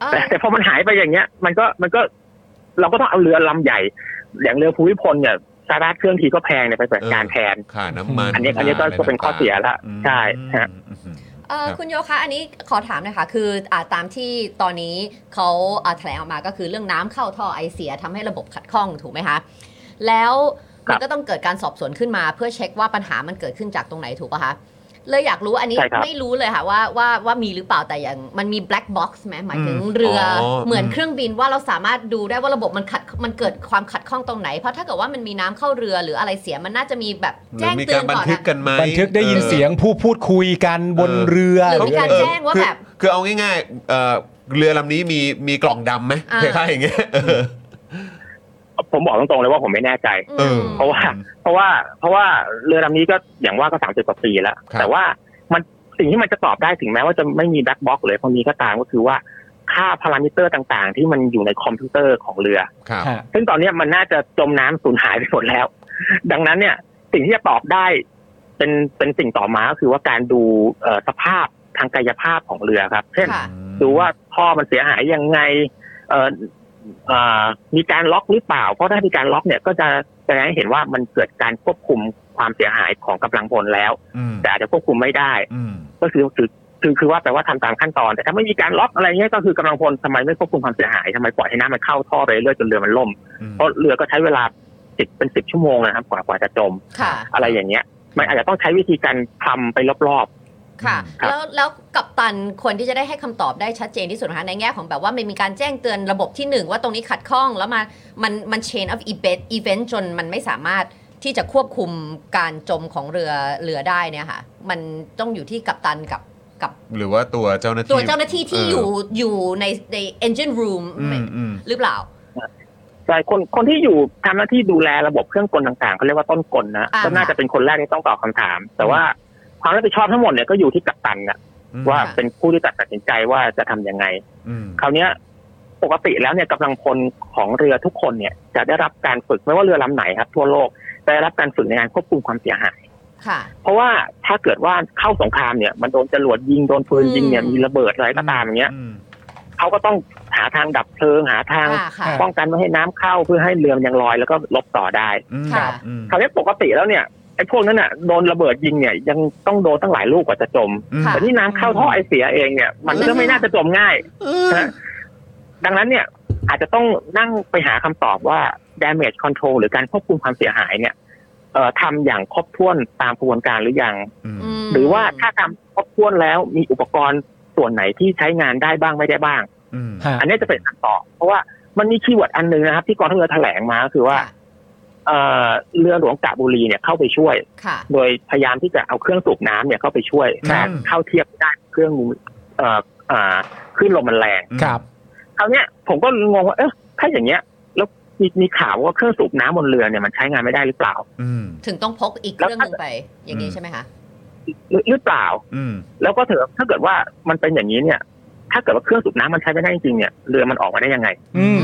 C: เออ
F: แต่แต่พอมันหายไปอย่างเงี้ย มันก็มันก็เราก็ต้องเอาเรือลำใหญ่อย่างเรือภูมิพลเนี่ยสตาร์ทเครื่องทีก็แพงเนี่ยไปปฏิบัติการแทน
A: ค่าน้ำมัน
F: อันนี้อันนี้ก็
A: ค่าะไร
F: ก็เป็นข้อ
A: ต่างๆ
F: เสียละ
A: อืม
F: ใช่ฮะ
A: อืม
C: เอ่อ
A: ครับ
C: คุณโยคะ อันนี้ขอถามหนะคะ คืออ่าตามที่ตอนนี้เขาอ่าแถลงออกมาก็คือเรื่องน้ำเข้าท่อไอเสียทำให้ระบบขัดข้องถูกไหมคะ แล้ว
F: ครั
C: มัน
F: บ
C: ก็ต้องเกิดการสอบสวนขึ้นมา เพื่อเช็คว่าปัญหามันเกิดขึ้นจากตรงไหนถูกป่ะคะ เลยอยากรู้อันนี้
F: ใช่ครับ
C: ไม่รู้เลยค่ะว่าว่าว่ามีหรือเปล่าแต่อย่างมันมี black box ไหมหมายถึงเรืออ
A: อ
C: เหมือนเครื่องบินว่าเราสามารถดูได้ว่าระบบมันขัดมันเกิดความขัดข้องตรงไหน เพราะถ้าเกิดว่ามันมีน้ำเข้าเรือหรืออะไรเสียมันน่าจะมีแบบ
A: หรือ
C: แจ้ง
A: มี
C: เตื
A: การ
C: อน
A: บัน
C: ก่อน
A: ทึก
C: อะ
A: กันไหม
B: บันทึกได้ยินเสียงผู้พูดคุยกันบนเรือ
C: หรือมีการแจ้งว่า
A: คือ
C: แบบ
A: คือเอาง่ายๆเอ่อเรือลำนี้มีมีกล่องดำไหม
C: อ่า
A: คล้ายๆอย่างเงี้ยเออ
F: ผมบอกตรงๆเลยว่าผมไม่แน่ใจ
C: อื
A: เออ
C: ม
F: เพราะว่า เพราะว่าเพราะว่าเรือลำนี้ก็อย่างว่าก็สามสิบกว่าปีแล้ว
A: ครับ
F: แต่ว่ามันสิ่งที่มันจะตอบได้ถึงแม้ว่าจะไม่มีแบ็กบ็อกเลยพวกนี้ก็ตามก็คือว่าค่าพารามิเตอร์ต่างๆ ที่มันอยู่ในคอมพิวเตอร์ของเรือ
A: ครับ
F: ซึ่งตอนเนี้ยมันน่าจะจมน้ำสูญหายไปหมดแล้ว ดังนั้นเนี่ยสิ่งที่จะตอบได้ เป็นเป็นสิ่งต่อมาก็คือว่าการดูเอ่อสภาพทางกายภาพของเรือครับ เช่น
C: ค่ะ
F: ดูว่าท่อมันเสียหายยังไงเอ่อเอ่อมีการล็อกหรือเปล่า เพราะถ้ามีการล็อกเนี่ยก็จะแสดงให้เห็นว่ามันเกิดการควบคุมความเสียหายของกำลังพลแล้ว
A: อืม
F: แต่อาจจะควบคุมไม่ได้
A: อืม
F: ก็คือคือคือคือว่าแปลว่าทำตามขั้นตอน แต่ถ้าไม่มีการล็อกอะไรเงี้ยก็คือกำลังพลทำไมไม่ควบคุมความเสียหายทำไมปล่อยให้น้ำมันเข้าท่อไปเรื่อยจนเรือมันล่ม
A: อืม
F: เพราะเรือก็ใช้เวลาสิบเป็นสิบชั่วโมงนะครับกว่ากว่าจะจม
C: ค่ะ
F: อะไรอย่างเงี้ย มันอาจจะต้องใช้วิธีการทำไปรอบ
C: ค่ะ
F: ครับ
C: แล้วแล้วกัปตันคนที่จะได้ให้คำตอบได้ชัดเจนที่สุดนะคะในแง่ของแบบว่ามันมีการแจ้งเตือนระบบที่หนึ่งว่าตรงนี้ขัดข้องแล้วมามันมัน chain of event event จนมันไม่สามารถที่จะควบคุมการจมของเรือเรือได้เนี่ยค่ะ มันต้องอยู่ที่กัปตันกับกับ
A: หรือว่าตัวเจ้าหน้าที่
C: ตัวเจ้าหน้าที่ที่
A: เอออ
C: อยู่อยู่ในใน engine room
A: อืมอืม
C: หรือเปล่า
F: ๆใช่คนคนที่อยู่ทำหน้าที่ดูแลระบบเครื่องกลต่างๆเขาเรียกว่าต้นกลนะ
C: อ่า
F: ก็น่าจะเป็นคนแรกที่ต้องตอบคำถาม แต่ว่าความรับผิดชอบทั้งหมดเนี่ยก็อยู่ที่กัปตันนะ
A: อืม
F: ว่าเป็นผู้ที่ตัดสินใจว่าจะทำยังไง
A: อืม
F: คราวเนี้ยปกติแล้วเนี่ยกำลังพลของเรือทุกคนเนี่ยจะได้รับการฝึกไม่ว่าเรือลำไหนครับทั่วโลกจะได้รับการฝึกในการควบคุมความเสียหาย
C: ค่ะ
F: เพราะว่าถ้าเกิดว่าเข้าสงครามเนี่ย มันโดนจรวดยิงโดนปืนยิงเนี่ย
C: อืม
F: มีระเบิดอะไรก็ตามอย่างเงี้ย
A: อืม
F: เขาก็ต้องหาทางดับเพลิงหาทาง
C: อ่าค่ะ
F: ป้องกันไม่ให้น้ำเข้าเพื่อให้เรือมันยังลอยแล้วก็ลบต่อได้
A: อืม
C: ค่ะ
A: อืม
F: คราวนี้ปกติแล้วเนี่ยไอ้พวกนั้นน่ะโดนระเบิดยิงเนี่ยยังต้องโดนตั้งหลายลูกกว่าจะจม
A: อืม
C: ค่ะ
F: แต่นี่น้ำเข้าท่อไอเสียเองเนี่ย มันก็ไม่น่าจะจมง่ายนะฮะดังนั้นเนี่ยอาจจะต้องนั่งไปหาคำตอบว่า damage control หรือการควบคุมความเสียหายเนี่ยเอ่อทำอย่างครบถ้วนตามกระบวนการหรือยัง
A: อืม
C: ม
F: หรือว่าถ้าทำครบถ้วนแล้วมีอุปกรณ์ส่วนไหนที่ใช้งานได้บ้างไม่ได้บ้าง
A: อืม
B: ฮะ
F: อันนี้จะเป็นคำตอบเพราะว่ามันมีคีย์เวิร์ดอันหนึงนะครับ ที่กองทัพเรือแถลงมาก็คือว่า
C: ค่ะ
F: เอ่อเรือหลวงกระบุรีเนี่ยเข้าไปช่วย
C: ค่ะ
F: โดยพยายามที่จะเอาเครื่องสูบน้ำเนี่ยเข้าไปช่วย
C: ครั
F: แต่
C: บ
F: เข้าเทียบไม่ได้เครื่องเอ่อเอ่อขึ้นลมมันแรง
B: ครับ
F: คราวเนี้ยผมก็งงว่าเอ๊ะถ้าอย่างเงี้ยแล้วมีมีข่าวว่าเครื่องสูบน้ำบนเรือเนี่ยมันใช้งานไม่ได้หรือเปล่า
A: อืม
C: ถึงต้องพกอีกเครื่องหนึ่งไปอย่างนี้ใช่ไหมคะ
F: หรือหรือเปล่า
A: อืม
F: แล้วก็เถอะถ้าเกิดว่ามันเป็นอย่างนี้เนี่ย ถ้าเกิดว่าเครื่องสูบน้ำมันใช้ไม่ได้จริงๆเนี่ยเรือมันออกมาได้ยังไง
B: อืม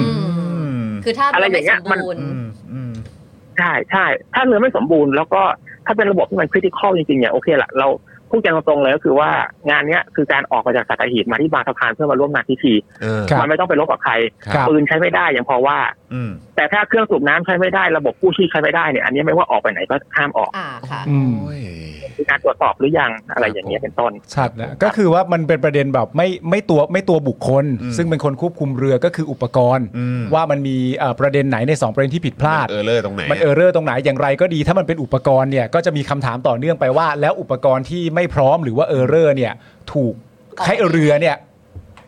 A: อืม
C: คือถ้า
F: อะไร
C: เรา
F: อ
C: ไม่
F: ย่างเงี้
C: ส
F: ย
C: ม
F: มัน
C: บูรณ์
A: อืมอืม
F: ใช่ใช่ถ้าเรือไม่สมบูรณ์แล้วก็ถ้าเป็นระบบที่มันคริติคอลจริงๆเนี่ยโอเคละเราพูดกันตรงๆเลยก็คือว่างานเนี้ยคือการออกมาจากสัตหีบมาที่บางสะพานเพื่อมาร่วมงานพิธี
A: เออ
B: ครับ
F: มันไม่ต้องไปรบกับใคร
B: ครับ
F: ปืนใช้ไม่ได้ยังพอว่า
A: อืม
F: แต่ถ้าเครื่องสูบน้ำใช้ไม่ได้ระบบกู้ชีพใช้ไม่ได้เนี่ยอันนี้ไม่ว่าออกไปไหนก็ห้ามออก
C: อ่าค่ะ
B: อืม
A: โอ้ย
F: มีการตรวจสอบหรือยังอะไรอย่างเงี้ยเป็นต้น
B: ชัดนะก็คือว่ามันเป็นประเด็นแบบไม่ไม่ตัวไม่ตัวบุคคล
A: อืม
B: ซึ่งเป็นคนควบคุมเรือก็คืออุปกรณ์
A: อืม
B: ว่ามันมีเอ่อประเด็นไหนใน 2 ประเด็นที่ผิดพลาด
A: เออเลอร์ตรงไหน
B: มันเออเรอร์ตรงไหนอย่างไรก็ดี ถ้ามันเป็นอุปกรณ์เนี่ยก็จะมีคำถามต่อเนื่องไปว่า แล้วอุปกรณ์ที่ไม่พร้อมหรือว่าเออเรอร์เนี่ยถูกให้เรือเนี่ย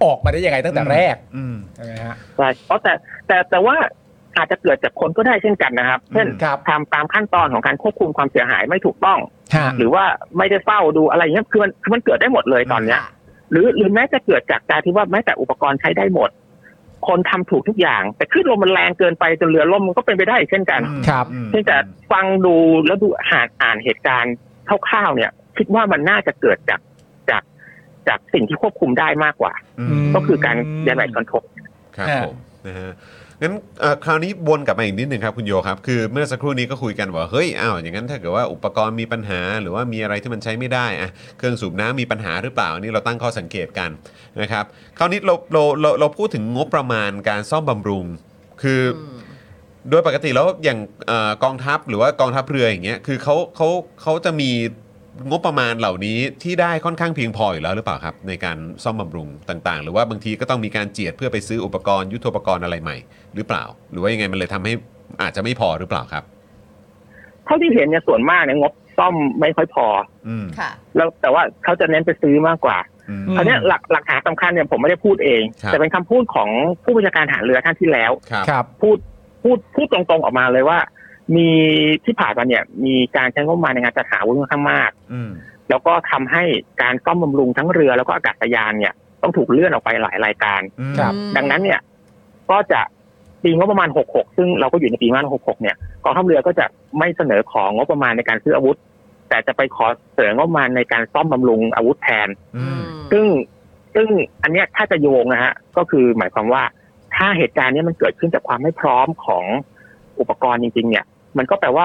B: ออกมาได้ยังไงตั้งแต่แรก
A: อืม
B: ใช่ไหมฮะ
F: ใช่เพราะแต่แต่แต่ว่าอาจจะเกิดจากคนก็ได้เช่นกันนะครับ เช่น
B: ครับ
F: ทำตามขั้นตอนของการควบคุมความเสียหายไม่ถูกต้อง
B: ฮะ
F: หรือว่าไม่ได้เฝ้าดูอะไรอย่างเงี้ยคือมันคือมันเกิดได้หมดเลยตอนเนี้ย
C: ค่ะ
F: หรือหรือแม้จะเกิดจากการที่ว่าแม้แต่อุปกรณ์ใช้ได้หมด คนทำถูกทุกอย่าง แต่ขึ้นลมมันแรงเกินไปจนเรือล่มมันก็เป็นไปได้อีกเช่นกัน
B: ครับ
A: อืม
F: เพียงแต่ฟังดูแล้วดูอ่านอ่านเหตุการณ์คร่าวๆเนี่ย คิดว่ามันน่าจะเกิดจากจากจากสิ่งที่ควบคุมได้มากกว่า
A: อืม
F: ก็คือการยานไหนคอนโทร
A: ครับ
B: ฮะ
A: ผมนะฮะงั้นเอ่อคราวนี้วนกลับมาอีกนิดหนึ่งครับคุณโยครับ คือเมื่อสักครู่นี้ก็คุยกันว่าเฮ้ยอ้าวอย่างนั้นถ้าเกิดว่าอุปกรณ์มีปัญหา หรือว่ามีอะไรที่มันใช้ไม่ได้อะเครื่องสูบน้ำมีปัญหาหรือเปล่าอันนี่เราตั้งข้อสังเกตกันนะครับคราวนี้เราเราเราเราพูดถึงงบประมาณการซ่อมบำรุง คืออ
C: ม
A: โดยปกติแล้วอย่างเอ่อกองทัพหรือว่ากองทัพเรืออย่างเงี้ยคือเขาเขาเขาจะมีงบประมาณเหล่านี้ที่ได้ค่อนข้างเพียงพออยู่แล้วหรือเปล่าครับ ในการซ่อมบำรุงต่าง ๆ หรือว่าบางทีก็ต้องมีการเจียดเพื่อไปซื้ออุปกรณ์ยุทโธปกรณ์อะไรใหม่ หรือเปล่า หรือว่ายังไงมันเลยทำให้อาจจะไม่พอหรือเปล่าครับ
F: เท่าที่เห็นเนี่ยส่วนมากเนี่ยงบ ซ่อมไม่ค่อยพอ
A: อืม
C: ค่ะ
F: แล้วแต่ว่าเขาจะเน้นไปซื้อมากกว่า
A: อืม
B: ม
F: อันเนี้ยหลักหลักฐานสำคัญเนี่ยผมไม่ได้พูดเอง
A: ครับ
F: แต่เป็นคำพูดของผู้บัญชาการทหารเรือท่านที่แล้ว
A: ครับ
B: ครับ
F: พูดพูดพูดตรงๆออกมาเลยว่า มีที่ผ่านมาเนี่ยมีการใช้งบประมาณในงานจัดหาอาวุธค่อนข้างมาก
A: อืม
F: แล้วก็ทำให้การซ่อมบำรุงทั้งเรือแล้วก็อากาศยานเนี่ยต้องถูกเลื่อนออกไปหลายรายการ
A: อืม
B: ครับ
F: ดังนั้นเนี่ยก็จะปีงบประมาณ 66 ซึ่งเราก็อยู่ในปีงบประมาณ 66 เนี่ยกองทัพเรือก็จะไม่เสนอของงบประมาณในการซื้ออาวุธ แต่จะไปขอเสนองบประมาณในการซ่อมบำรุงอาวุธแทน
A: อืม
F: ซึ่งซึ่งอันเนี้ยถ้าจะโยงนะฮะก็คือหมายความว่าถ้าเหตุการณ์เนี้ยมันเกิดขึ้นจากความไม่พร้อมของอุปกรณ์จริง ๆ เนี่ย มันก็แปลว่า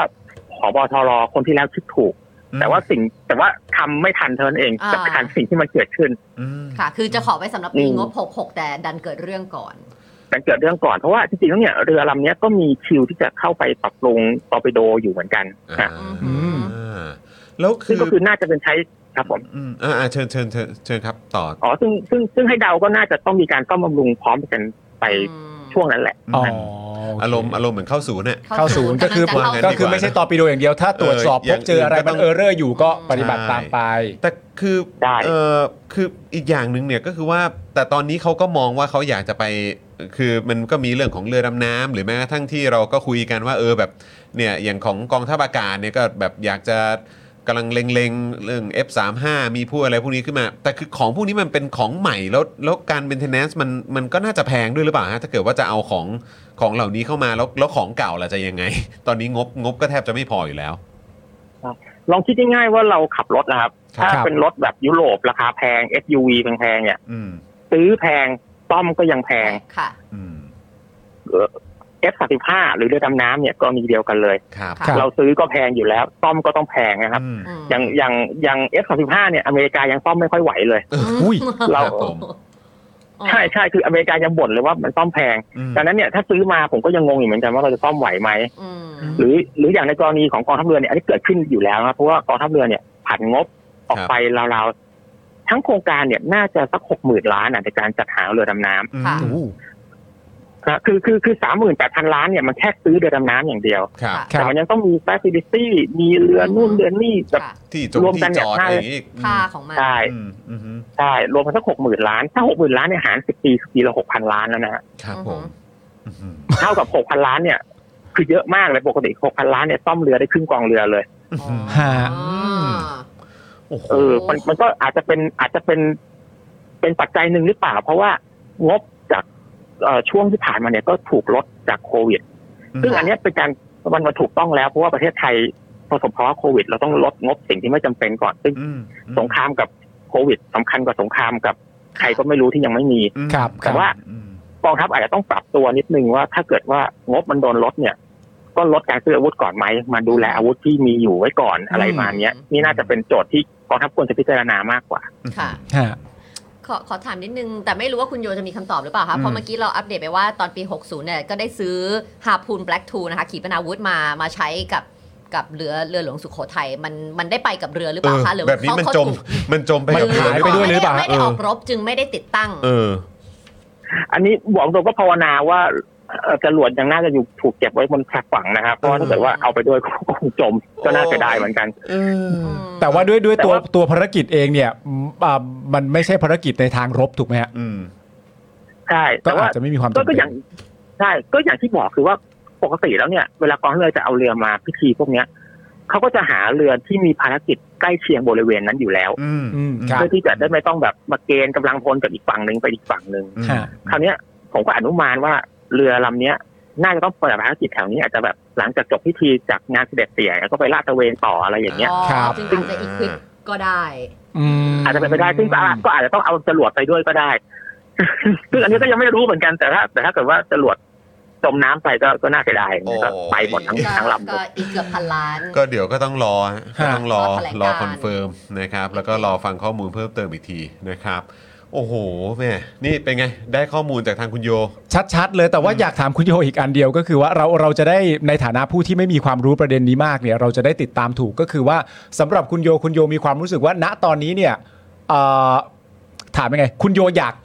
F: ผอบทรคนที่แล้วคิดถูก แต่ว่าสิ่งแต่ว่าทำไม่ทันเท่านั้นเอง
C: อ่า
F: กับการสิ่งที่มันเกิดขึ้น
A: อืม
C: ค่ะ คือจะขอไว้สำหรับปี
F: อืม
C: งบ 66 แต่ดันเกิดเรื่องก่อน
F: แต่เกิดเรื่องก่อนเพราะว่าจริงๆแล้วเนี่ยเรือลำเนี้ยก็มีคิวที่จะเข้าไปปรับปรุงตอร์ปิโดอยู่เหมือนกัน
A: อ่า
F: นะ
C: อืม
A: อ่าแล้วคื
F: ซึ่ง
A: อ
F: ก็คือน่าจะเป็นใช้ครับผม
A: อืมอ่าอ่าเชิญเชิญเชิญเชิญครับต่อ
F: อ๋อซึ่งซึ่งซึ่งให้เดาก็น่าจะต้องมีการซ่อมบำรุงพร้อมกันไป
C: อืม
F: ช่วงนั้นแหละ
A: อ
B: อ๋อ
A: อารมณ์อารมณ์เหมือนเข้าศูนย์เนี่ย
B: เข้าศูนย์ก็คือ
C: ำลังจะเข้า
B: ก็คือไม่ใช่ตอร์ปิโดอย่างเดียว ถ้าตรวจสอบ
A: เอออ
B: พ
A: ย่า
B: บ
A: ง
B: เจออะไร
A: อื่นก็ต้
B: มั
A: อน ง
B: เออร์เรอร์อยู่ก็ปฏิบัติตามไป
A: แต่คือ
F: ได้
A: เออคืออีกอย่างหนึ่งเนี่ยก็คือว่าแต่ตอนนี้เขาก็มองว่าเขาอยากจะไป คือมันก็มีเรื่องของเรือดำน้ำหรือแม้กระทั่งที่เราก็คุยกันว่าเออแบบเนี่ยอย่างของกองทัพอากาศเนี่ยก็แบบอยากจะกำลังเล็งๆเรื่อง F35 มีพูดอะไรพวกนี้ขึ้นมา แต่คือของพวกนี้มันเป็นของใหม่แล้วแล้วการ maintenance มันมันก็น่าจะแพงด้วยหรือเปล่าฮะถ้าเกิดว่าจะเอาของของเหล่านี้เข้ามาแล้วแล้วของเก่าล่ะจะยังไง ตอนนี้งบงบก็แทบจะไม่พออยู่แล้ว
F: ลองคิดง่ายๆว่าเราขับรถนะครับ
A: ครับ
F: ถ้าเป็นรถแบบยุโรปราคาแพง SUV แพงๆเนี่ย
A: อืม
F: ซื้อแพงต้อมก็ยังแพง
C: ค่ะ
A: อืม
F: F35 หรือเรือดำน้ำเนี่ยก็มีเดียวกันเลย
A: ครับ
C: ครับ
F: เราซื้อก็แพงอยู่แล้วต้อมก็ต้องแพงนะครับ
A: อืม
C: อืม
F: อย่างอย่างอย่าง F35 เนี่ยอเมริกายังซ่อมไม่ค่อยไหวเลย
B: อุ้ย
F: เรา
A: ครับผม
F: ใช่ใช่คืออเมริกายังบ่นเลยว่ามันซ่อมแพง
A: อืม
F: ดังนั้นเนี่ยถ้าซื้อมาผมก็ยังงงอยู่เหมือนกันว่าเราจะซ่อมไหวไหม
C: อืม
F: หรือหรืออย่างในกรณีของกองทัพเรือเนี่ยอันนี้เกิดขึ้นอยู่แล้วนะครับเพราะว่ากองทัพเรือเนี่ยผ่านงบออกไปราวๆทั้งโครงการเนี่ยน่าจะสักหกหมื่นล้านอ่ะในการจัดหาเรือดำน้ำ
C: ค่ะ
F: นะคือคือคือสามหมื่นแปดพันล้านเนี่ยมันแค่ซื้อเรือดำน้ำอย่างเดียว
A: ครับ
C: ค่ะ
F: แต่มันยังต้องมีแฟซิลิตี้มีเรือนู่นเรือนี่แบบ
C: ค่ะ
A: ที่จง
F: รวม
A: ที่
F: กัน
A: จ
F: เนี่ย
A: อดอะ
F: น่า
A: ไรอย่างงี้อีก
C: ค่าของมัน
F: ใช่
A: อืมอืมอืม
F: ใช่รวมกันสักหกหมื่นล้าน ถ้าหกหมื่นล้านเนี่ยหารสิบปีคือปีละหกพันล้านแล้วนะฮะ
A: ครับผมอืม
F: เท่ากับ 6,000 ล้านเนี่ย คือเยอะมากเลย ปกติ 6,000 ล้านเนี่ยซ่อมเรือได้ครึ่งกองเรือเลย
C: อ๋อ
B: ฮะ
A: โอ้โห
F: เออ มันมันก็อาจจะเป็นอาจจะเป็น เป็นปัจจัยหนึ่งหรือเปล่า เพราะว่างบจากเอ่อช่วงที่ผ่านมาเนี่ยก็ถูกลดจากโควิด ซึ่งอันเนี้ยเป็นการมันมาถูกต้องแล้ว เพราะว่าประเทศไทยประสบภาวะโควิด เราต้องลดงบสิ่งที่ไม่จำเป็นก่อน ซึ่ง
A: อืมอื
F: สงครามกับโควิดสำคัญกว่าสงครามกับใครก็ไม่รู้ที่ยังไม่มี
A: อืม
B: ครับ
F: แต่ว่า
A: อืม
F: กองทัพอาจจะต้องปรับตัวนิดนึงว่าถ้าเกิดว่างบมันโดนลดเนี่ย ก็ลดการซื้ออาวุธก่อนไหมมาดูแลอาวุธที่มีอยู่ไว้ก่อนอะไรประมาณเนี้ยนี่น่าจะเป็นโจทย์ที่กองทัพควรจะพิจารณามากกว่า
C: ค่ะ
B: ฮะ
C: ขอขอถามนิดนึง แต่ไม่รู้ว่าคุณโยจะมีคำตอบหรือเปล่าคะเพราะเมื่อกี้เราอัปเดตไปว่าตอนปี 60 เนี่ย ก็ได้ซื้อฮาพูนแบล็กทูนะคะ ขีปนาวุธมามาใช้กับกับเรือเรือหลวงสุโขทัยมันมันได้ไปกับเรือหรือเปล่าคะหรือว่า
A: แบบนี้
C: เขา
A: มัน
C: เขา
A: จม
C: ถูก
A: มันจมไป
B: มัน
A: กับเรือ
B: หายไป
A: รือ
B: ด้วยหรือเปล่า
C: ไม่ได้ไม่ได้ออกรบจึงไม่ได้ติดตั้ง
A: เออ
F: อันนี้บอกตรงก็ภาวนาว่าเอ่อจรวดยังน่าจะอยู่ถูกเก็บไว้บนฝั่งนะครับเพราะว่าถ้าเกิดว่าเอาไปด้วยก็ คงจมก็น่าเสียดายเหมือนกัน
A: เออ
B: แต่ว่าด้วยด้วยตัว
F: แต่ว่า
B: ตัวภารกิจเองเนี่ยอืมอ่ามันไม่ใช่ภารกิจในทางรบถูกไหมฮะ
A: อืม
F: ใช่
B: ก็
F: แต่
B: อา
F: ว่า
B: จจะไม่มีความจำ
F: ก็
B: เป็
F: ก็อย่าง
B: น
F: ใช่ก็อย่างที่บอกคือว่าปกติแล้วเนี่ยเวลากองทัพเรือจะเอาเรือมาพิธีพวกเนี้ยเขาก็จะหาเรือที่มีภารกิจใกล้เคียงบริเวณนั้นอยู่แล้ว
A: อืม
B: อืมครับ
F: เพื่อที่จะได้ไม่ต้องแบบมาเกณฑ์กำลังพลกับอีกฝั่งหนึ่งไปอีกฝั่งหนึ่ง
A: อืม
B: ฮะ
F: คราวเนี้ยผมก็อนุมานว่าเรือลำเนี้ย น่าจะต้องเปิดภารกิจแถวนี้อาจจะแบบหลังจากจบพิธีจากงานเสด็จเตี่ยก็ไปลาดตระเวนต่ออะไรอย่างเงี้ย
C: อ๋อซึ่งอาจจะอีกควิปก็ได้
B: อืม
F: อาจจะเป็นไปได้ซึ่งก็อาจก็อาจจะต้องเอาจรวดไปด้วยก็ได้ ซึ่งอันนี้ก็ยังไม่รู้เหมือนกันแต่ถ้าแต่ถ้าเกิดว่าจรวดจมน้ำไปก็ก็น่าเสียดายนะก็ไปหมดทั้งทั้งลำเล
C: ก็
F: ย
C: อีกเกือบพันล้าน
A: ก็เดี๋ยวก็ต้องรอฮะก็ต้องรอ
C: รอแถลงการ
A: รอคอนเฟิร์มนะครับ แล้วก็รอฟังข้อมูลเพิ่มเติมอีกทีนะครับ โอ้โหแม่นี่เป็นไง ได้ข้อมูลจากทางคุณโย
B: ชัดๆ เลยแต่ว่าอยากถามคุณโยอีกอันเดียวก็คือว่าเราเราจะได้ในฐานะผู้ที่ไม่มีความรู้ประเด็นนี้มากเนี่ย เราจะได้ติดตามถูกก็คือว่าสำหรับคุณโยคุณโยมีความรู้สึกว่าณตอนนี้เนี่ยเอ่อถามยังไง คุณโยอยาก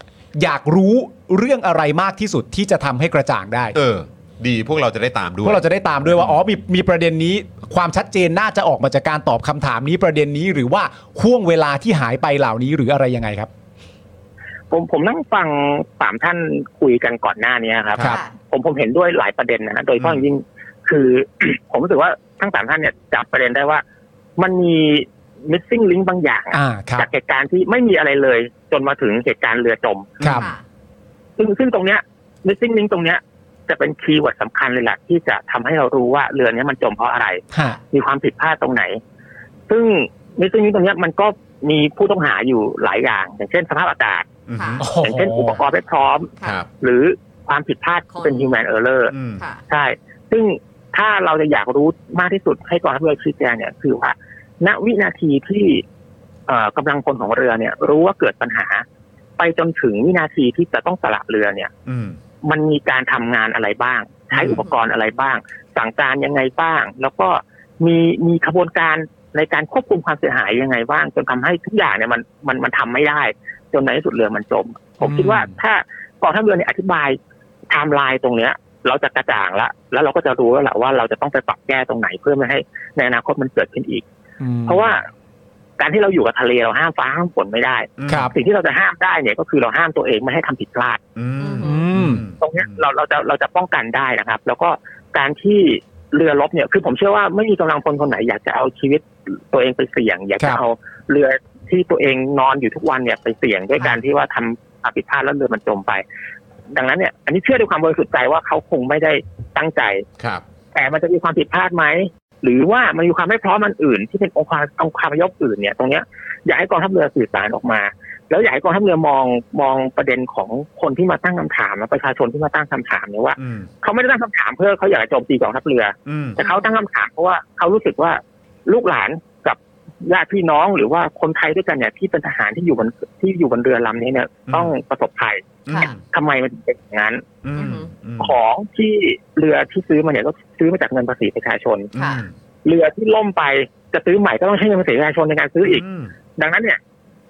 B: อยากรู้เรื่องอะไรมากที่สุดที่จะทำให้กระจ่างได้
A: เออ ดีพวกเราจะได้ตามด้วย
B: พวกเราจะได้ตามด้วยว่า อ๋อมีมีประเด็นนี้ ความชัดเจนน่าจะออกมาจากการตอบคำถามนี้ประเด็นนี้ หรือว่าห่วงเวลาที่หายไปเหล่านี้หรืออะไรยังไงครับ
F: ผมผมนั่งฟังสามท่านคุยกันก่อนหน้านี้ครับ
B: ครับ
C: ะ
F: ผมผมเห็นด้วยหลายประเด็นนะฮะโดยเฉพาะอย่างยิ่งคือ ผมรู้สึกว่าทั้งสามท่านเนี่ยจับประเด็นได้ว่า มันมี missing link บางอย่างอะ
B: อ่าครับ
F: จากเหตุการณ์ที่ไม่มีอะไรเลย จนมาถึงเหตุการณ์เรือจม
B: ครับ
C: ค่ะ
F: ซึ่งซึ่งตรงเนี้ย missing link ตรงเนี้ยจะเป็นคีย์เวิร์ดสำคัญเลยแหละที่จะทำให้เรารู้ว่าเรือเนี้ยมันจมเพราะอะไร
B: ฮะ
F: มีความผิดพลาดตรงไหน ซึ่ง missing link ตรงเนี้ยมันก็มีผู้ต้องหาอยู่หลายอย่าง อย่างเช่นสภาพอากาศ
A: อืม
C: ค่ะ
F: อย่างเช่นอุปกรณ์ไม่พร้อม
A: ครับ
F: หรือความผิดพลาดที่เป็น
C: คน
F: human error
A: อืม
C: ค่ะ
F: ใช่ ซึ่งถ้าเราจะอยากรู้มากที่สุดให้กองทัพเรือชี้แจงเนี่ยคือว่า ณ วินาทีที่เอ่อกำลังพลของเรือเนี่ย รู้ว่าเกิดปัญหา ไปจนถึงวินาทีที่จะต้องสละเรือเนี่ย
A: อืม
F: มันมีการทำงานอะไรบ้าง ใช้อุปกรณ์อะไรบ้าง สั่งการยังไงบ้าง แล้วก็มีมีขบวนการในการควบคุมความเสียหายยังไงบ้าง จนทำให้ทุกอย่างเนี่ยมันมันมันทำไม่ได้ จนในที่สุดเรือมันจม ผมคิดว่าถ้ากองทัพเรือเนี่ยอธิบายไทม์ไลน์ตรงเนี้ย เราจะกระจ่างละแล้วเราก็จะรู้แล้วแหละว่าเราจะต้องไปปรับแก้ตรงไหนเพื่อไม่ให้ในอนาคตมันเกิดขึ้นอีก เพราะว่าการที่เราอยู่กับทะเลเราห้ามฟ้าห้ามฝนไม่ได้
B: ครับ
F: สิ่งที่เราจะห้ามได้เนี่ยก็คือเราห้ามตัวเองไม่ให้ทำผิดพลาด
A: อืม
B: อืม
F: ตรงเนี้ยเราเราจะเราจะป้องกันได้นะครับ แล้วก็การที่เรือลบเนี่ยคือผมเชื่อว่าไม่มีกำลังพลคนไหนอยากจะเอาชีวิตตัวเองไปเสี่ยง อยาก
B: ค
F: จะ
B: รับ
F: เอาเรือที่ตัวเองนอนอยู่ทุกวันเนี่ยไปเสี่ยงด้วยการที่ว่าทำอาผิดพลาดแล้วเรือมันจมไป ดังนั้นเนี่ยอันนี้เชื่อด้วยความบริสุทธิ์ใจว่าเขาคงไม่ได้ตั้งใจ
A: ครับ
F: แต่มันจะมีความผิดพลาดไหม หรือว่ามันมีความไม่พร้อมมันอื่น ที่เป็นองค์ความองค์ความพยพอื่นเนี่ย ตรงเนี้ยอยากให้กองทัพเรือสื่อสารออกมา แล้วอยากให้กองทัพเรือมองมองประเด็นของคนที่มาตั้งคำถามและประชาชนที่มาตั้งคำถามเนี่ยว่า
A: อืม
F: เขาไม่ได้ตั้งคำถามเพื่อเขาอยากจะโจมตีกองทัพเรือ
A: อืม
F: แต่เขาตั้งคำถามเพราะว่าเขารู้สึกว่าลูกหลานกับญาติพี่น้องหรือว่าคนไทยด้วยกันเนี่ยที่เป็นทหารที่อยู่บนที่อยู่บนเรือลำนี้เนี่ย ต้องประสบภัย
A: อืม
F: ทำไมมันถึงเป็นอย่างนั้น
A: อืมม
F: ของที่เรือที่ซื้อมาเนี่ยก็ซื้อมาจากเงินภาษีประชาชน
C: ค่ะ
F: เรือที่ล่มไปจะซื้อใหม่ก็ต้องใช้เงินภาษีประชาชนในการซื้ออีก
A: อืม
F: ดังนั้นเนี่ย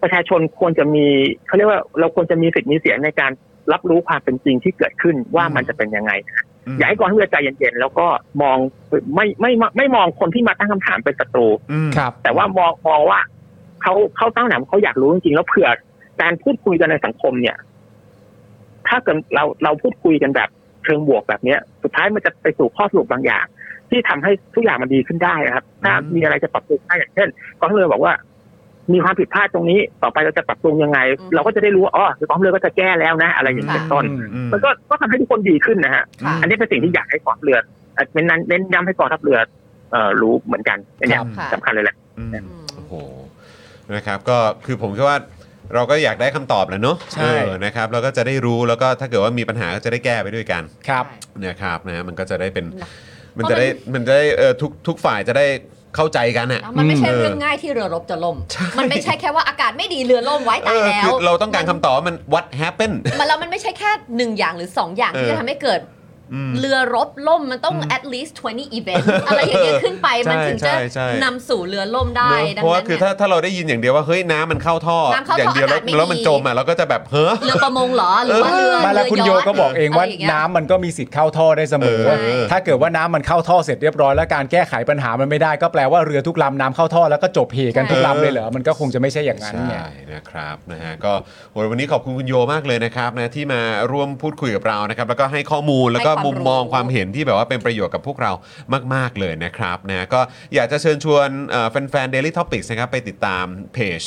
F: ประชาชนควรจะมีเขาเรียกว่าเราควรจะมีสิทธิ์มีเสียงในการรับรู้ความเป็นจริงที่เกิดขึ้นว่ามันจะเป็นยังไง
A: ม
F: อยากให้กองทัพเรือใจเย็นๆแล้วก็มองไม่ไม่ไม่ไม่มองคนที่มาตั้งคำถามเป็นศัตรู
A: อืม
B: ครับ
F: แต่ว่ามองมองว่าเขาเขาตั้งคำถามเขาอยากรู้จริงๆแล้วเผื่อการพูดคุยกันในสังคมเนี่ย ถ้าเกิดเราเราพูดคุยกันแบบเชิงบวกแบบเนี้ย สุดท้ายมันจะไปสู่ข้อสรุปบางอย่าง ที่ทำให้ทุกอย่างมันดีขึ้นได้นะครับ ถ้ามีอะไรจะปรับปรุงได้อย่างเช่นกองทัพเรือบอกว่า มีความผิดพลาดตรงนี้ ต่อไปเราจะปรับปรุงยังไง
C: อืม
F: เราก็จะได้รู้ว่าอ๋อกองทัพเรือก็จะแก้แล้วนะ อะไรอย่างนี้เป็นต้น
A: อืม
F: มันก็ก็ทำให้ทุกคนดีขึ้นนะฮะ
C: ค่ะ
F: อันนี้เป็นสิ่งที่อยากให้กองทัพเรือเอ่อเน้นนั้นเน้นย้ำให้กองทัพเรือเอ่อรู้เหมือนกันอันเนี้ย
C: ครับ
F: สำคัญเลยแหละ
A: อืม
C: อืม
A: โอ้โห นะครับ ก็คือผมคิดว่าเราก็อยากได้คำตอบแหละเนาะ
B: ใช่
A: เออนะครับ เราก็จะได้รู้แล้วก็ถ้าเกิดว่ามีปัญหาก็จะได้แก้ไปด้วยกัน
B: ครับ
A: นะครับนะมันก็จะได้เป็น
C: นะ
A: มันจะได้ มันจะได้เออทุกทุกฝ่ายจะได้เข้าใจกันอ่ะ
C: แล้วมันไม่ใช่
A: อืม
C: เรื่องง่ายที่เรือรบจะล่ม
A: ใช่
C: มันไม่ใช่แค่ว่าอากาศไม่ดีเรือล่มไว้
A: เอ
C: ตาย
A: อ
C: แล้
A: คื
C: ว
A: อเราต้องการคำตอบว่ามัน what happened
C: มันแล้วมันไม่ใช่แค่หนึ่งอย่างหรือสองอย่างที่
A: เออ
C: จะทำให้เกิด
A: อืม
C: เรือรบล่มมันต้อง at least 20 event อะไรอย่างเงี้ยขึ้นไป
A: ใช่
C: มันถึง
A: ใช่
C: จะ
A: ใช่
C: นำสู่เรือล่มได้
A: เนอะ
C: ดั
A: เพราะว่า
C: นั้น
A: คือ
C: เนี่ย
A: ถ้าถ้าเราได้ยินอย่างเดียวว่าเฮ้ยน้ำมันเข้าท่อ
C: น้ำเข้า
A: อ
C: ท่ออย่าง
A: เดียวแล้ว
C: อากาศไม่
A: แล้วมัน
C: ดี
A: จมอ่ะเราก็จะแบบเฮ้อ
C: เรือประมงเหรอหรือว่าเรือ
B: ไมาแล้ว
C: เรือ
B: คุณโย
C: ท
B: ก็บอกเองว่า
C: ะไรย่ย
B: น้ำมันก็มีสิทธิ์เข้าท่อได้เสมอ
A: เออ
B: ถ้าเกิดว่าน้ำมันเข้าท่อเสร็จเรียบร้อยแล้วการแก้ไขปัญหามันไม่ได้ก็แปลว่าเรือทุกลำน้ำเข้าท่อแล้วก็จบเหกันทุกลำเลยเหรอมันก็คงจะไม่ใช่อย่างนั้นไง
A: ใช่นะครับนะฮะก็โอ้ยวันนี้ขอบคุณคุณโยมากเลยนะครับนะที่มาร่วมพูดคุยกับเรานะครับ แล้วก็ให้ข้อมูลแล้วก็
C: ให้ความรู้
A: มุมมองความเห็นที่แบบว่าเป็นประโยชน์กับพวกเรามาก ๆ เลยนะครับนะก็อยากจะเชิญชวนเอ่อแฟนๆ Daily Topics นะครับไปติดตามเพจ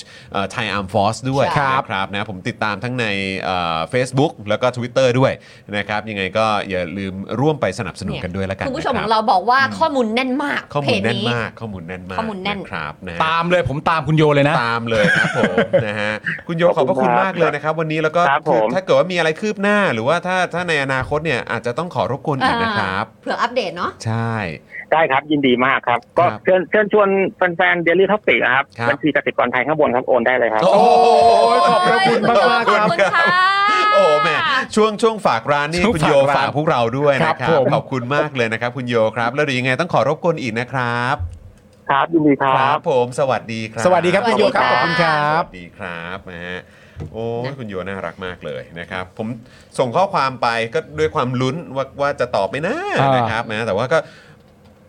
A: ไทยอาร์มฟอสด้วย
B: ครับ
A: นะครับนะผมติดตามทั้งในเอ่อ Facebook แล้วก็ Twitter ด้วยนะครับยังไงก็อย่าลืมร่วมไปสนับสนุนกันด้วยละกัน
C: คุณผู้ชม
A: นะรั
C: ขอบ งเราบอกว่าข้อมูลแน่นมาก
A: ข้อมูลแน่น
C: เพจ
A: มากข้อมูลแน่นมาก
C: ข้อมูลแน่น
A: ะครับนะฮะ
B: ตามเลยผมตามคุณโยเลยนะ
A: ตามเลยครับผม นะฮะคุณโยข
F: ข
A: อ
F: อ
A: บบ พ
F: คุณ
A: ระคุณ
F: ครับ
A: มากเลยนะครับ วันนี้แล้วก็
F: ครับ
A: คือ
F: ผม
A: ถ้าเกิดว่ามีอะไรคืบหน้า หรือว่าถ้าถ้าในอนาคตเนี่ยอาจจะต้องขอรบกวนอีกนะค
C: อ่า
A: รับ
C: เผื่ออัปเดตเนาะ
A: ใช่
F: ได้ครับ ยินดีมากครับ ก็
A: ครับ
F: เชิญเชิญชวนแฟนๆเดลี่ท็อปติกนะครับ
A: ครับ
F: บัญชีกสิกรไทยข้างบนครับ โอนได้เลยครับ
A: โอ้ยข
C: ข
A: อบ
C: อ
A: บ พ
C: พ
A: ระ
C: ระ
A: คุ
C: คุณ ณ
A: มาม
C: าก ก
A: มาม
C: าก ก
A: ค
C: ค
A: รั
C: รั
A: บบโอ้แหม่ช่วงช่วงฝากร้านนี่
B: ช่วง
A: คุณโย
B: ฝากร้าน
A: ฝากพวกเราด้วย
B: ครั
A: นะ
B: บ
A: ครับ
B: ผม
A: ขอบคุณมากเลยนะครับ คุณโยครับ แล้วเดี๋ยวยังไงต้องขอรบกวนอีกนะครับ
F: ครับ ยินดีครับ
A: ผมสวัสดีครับ
B: สวัสดีครับคุณโยครับขอบคุณครั
A: ส
B: บ
A: วัสดีครับนะฮะโอ้ยคุณโยน่ารักมากเลยนะครับ ผมส่งข้อความไปก็ด้วยความลุ้นว่าว่าจะตอบไหมนะ
B: อ่าน
A: นะครับนะแต่ว่าก็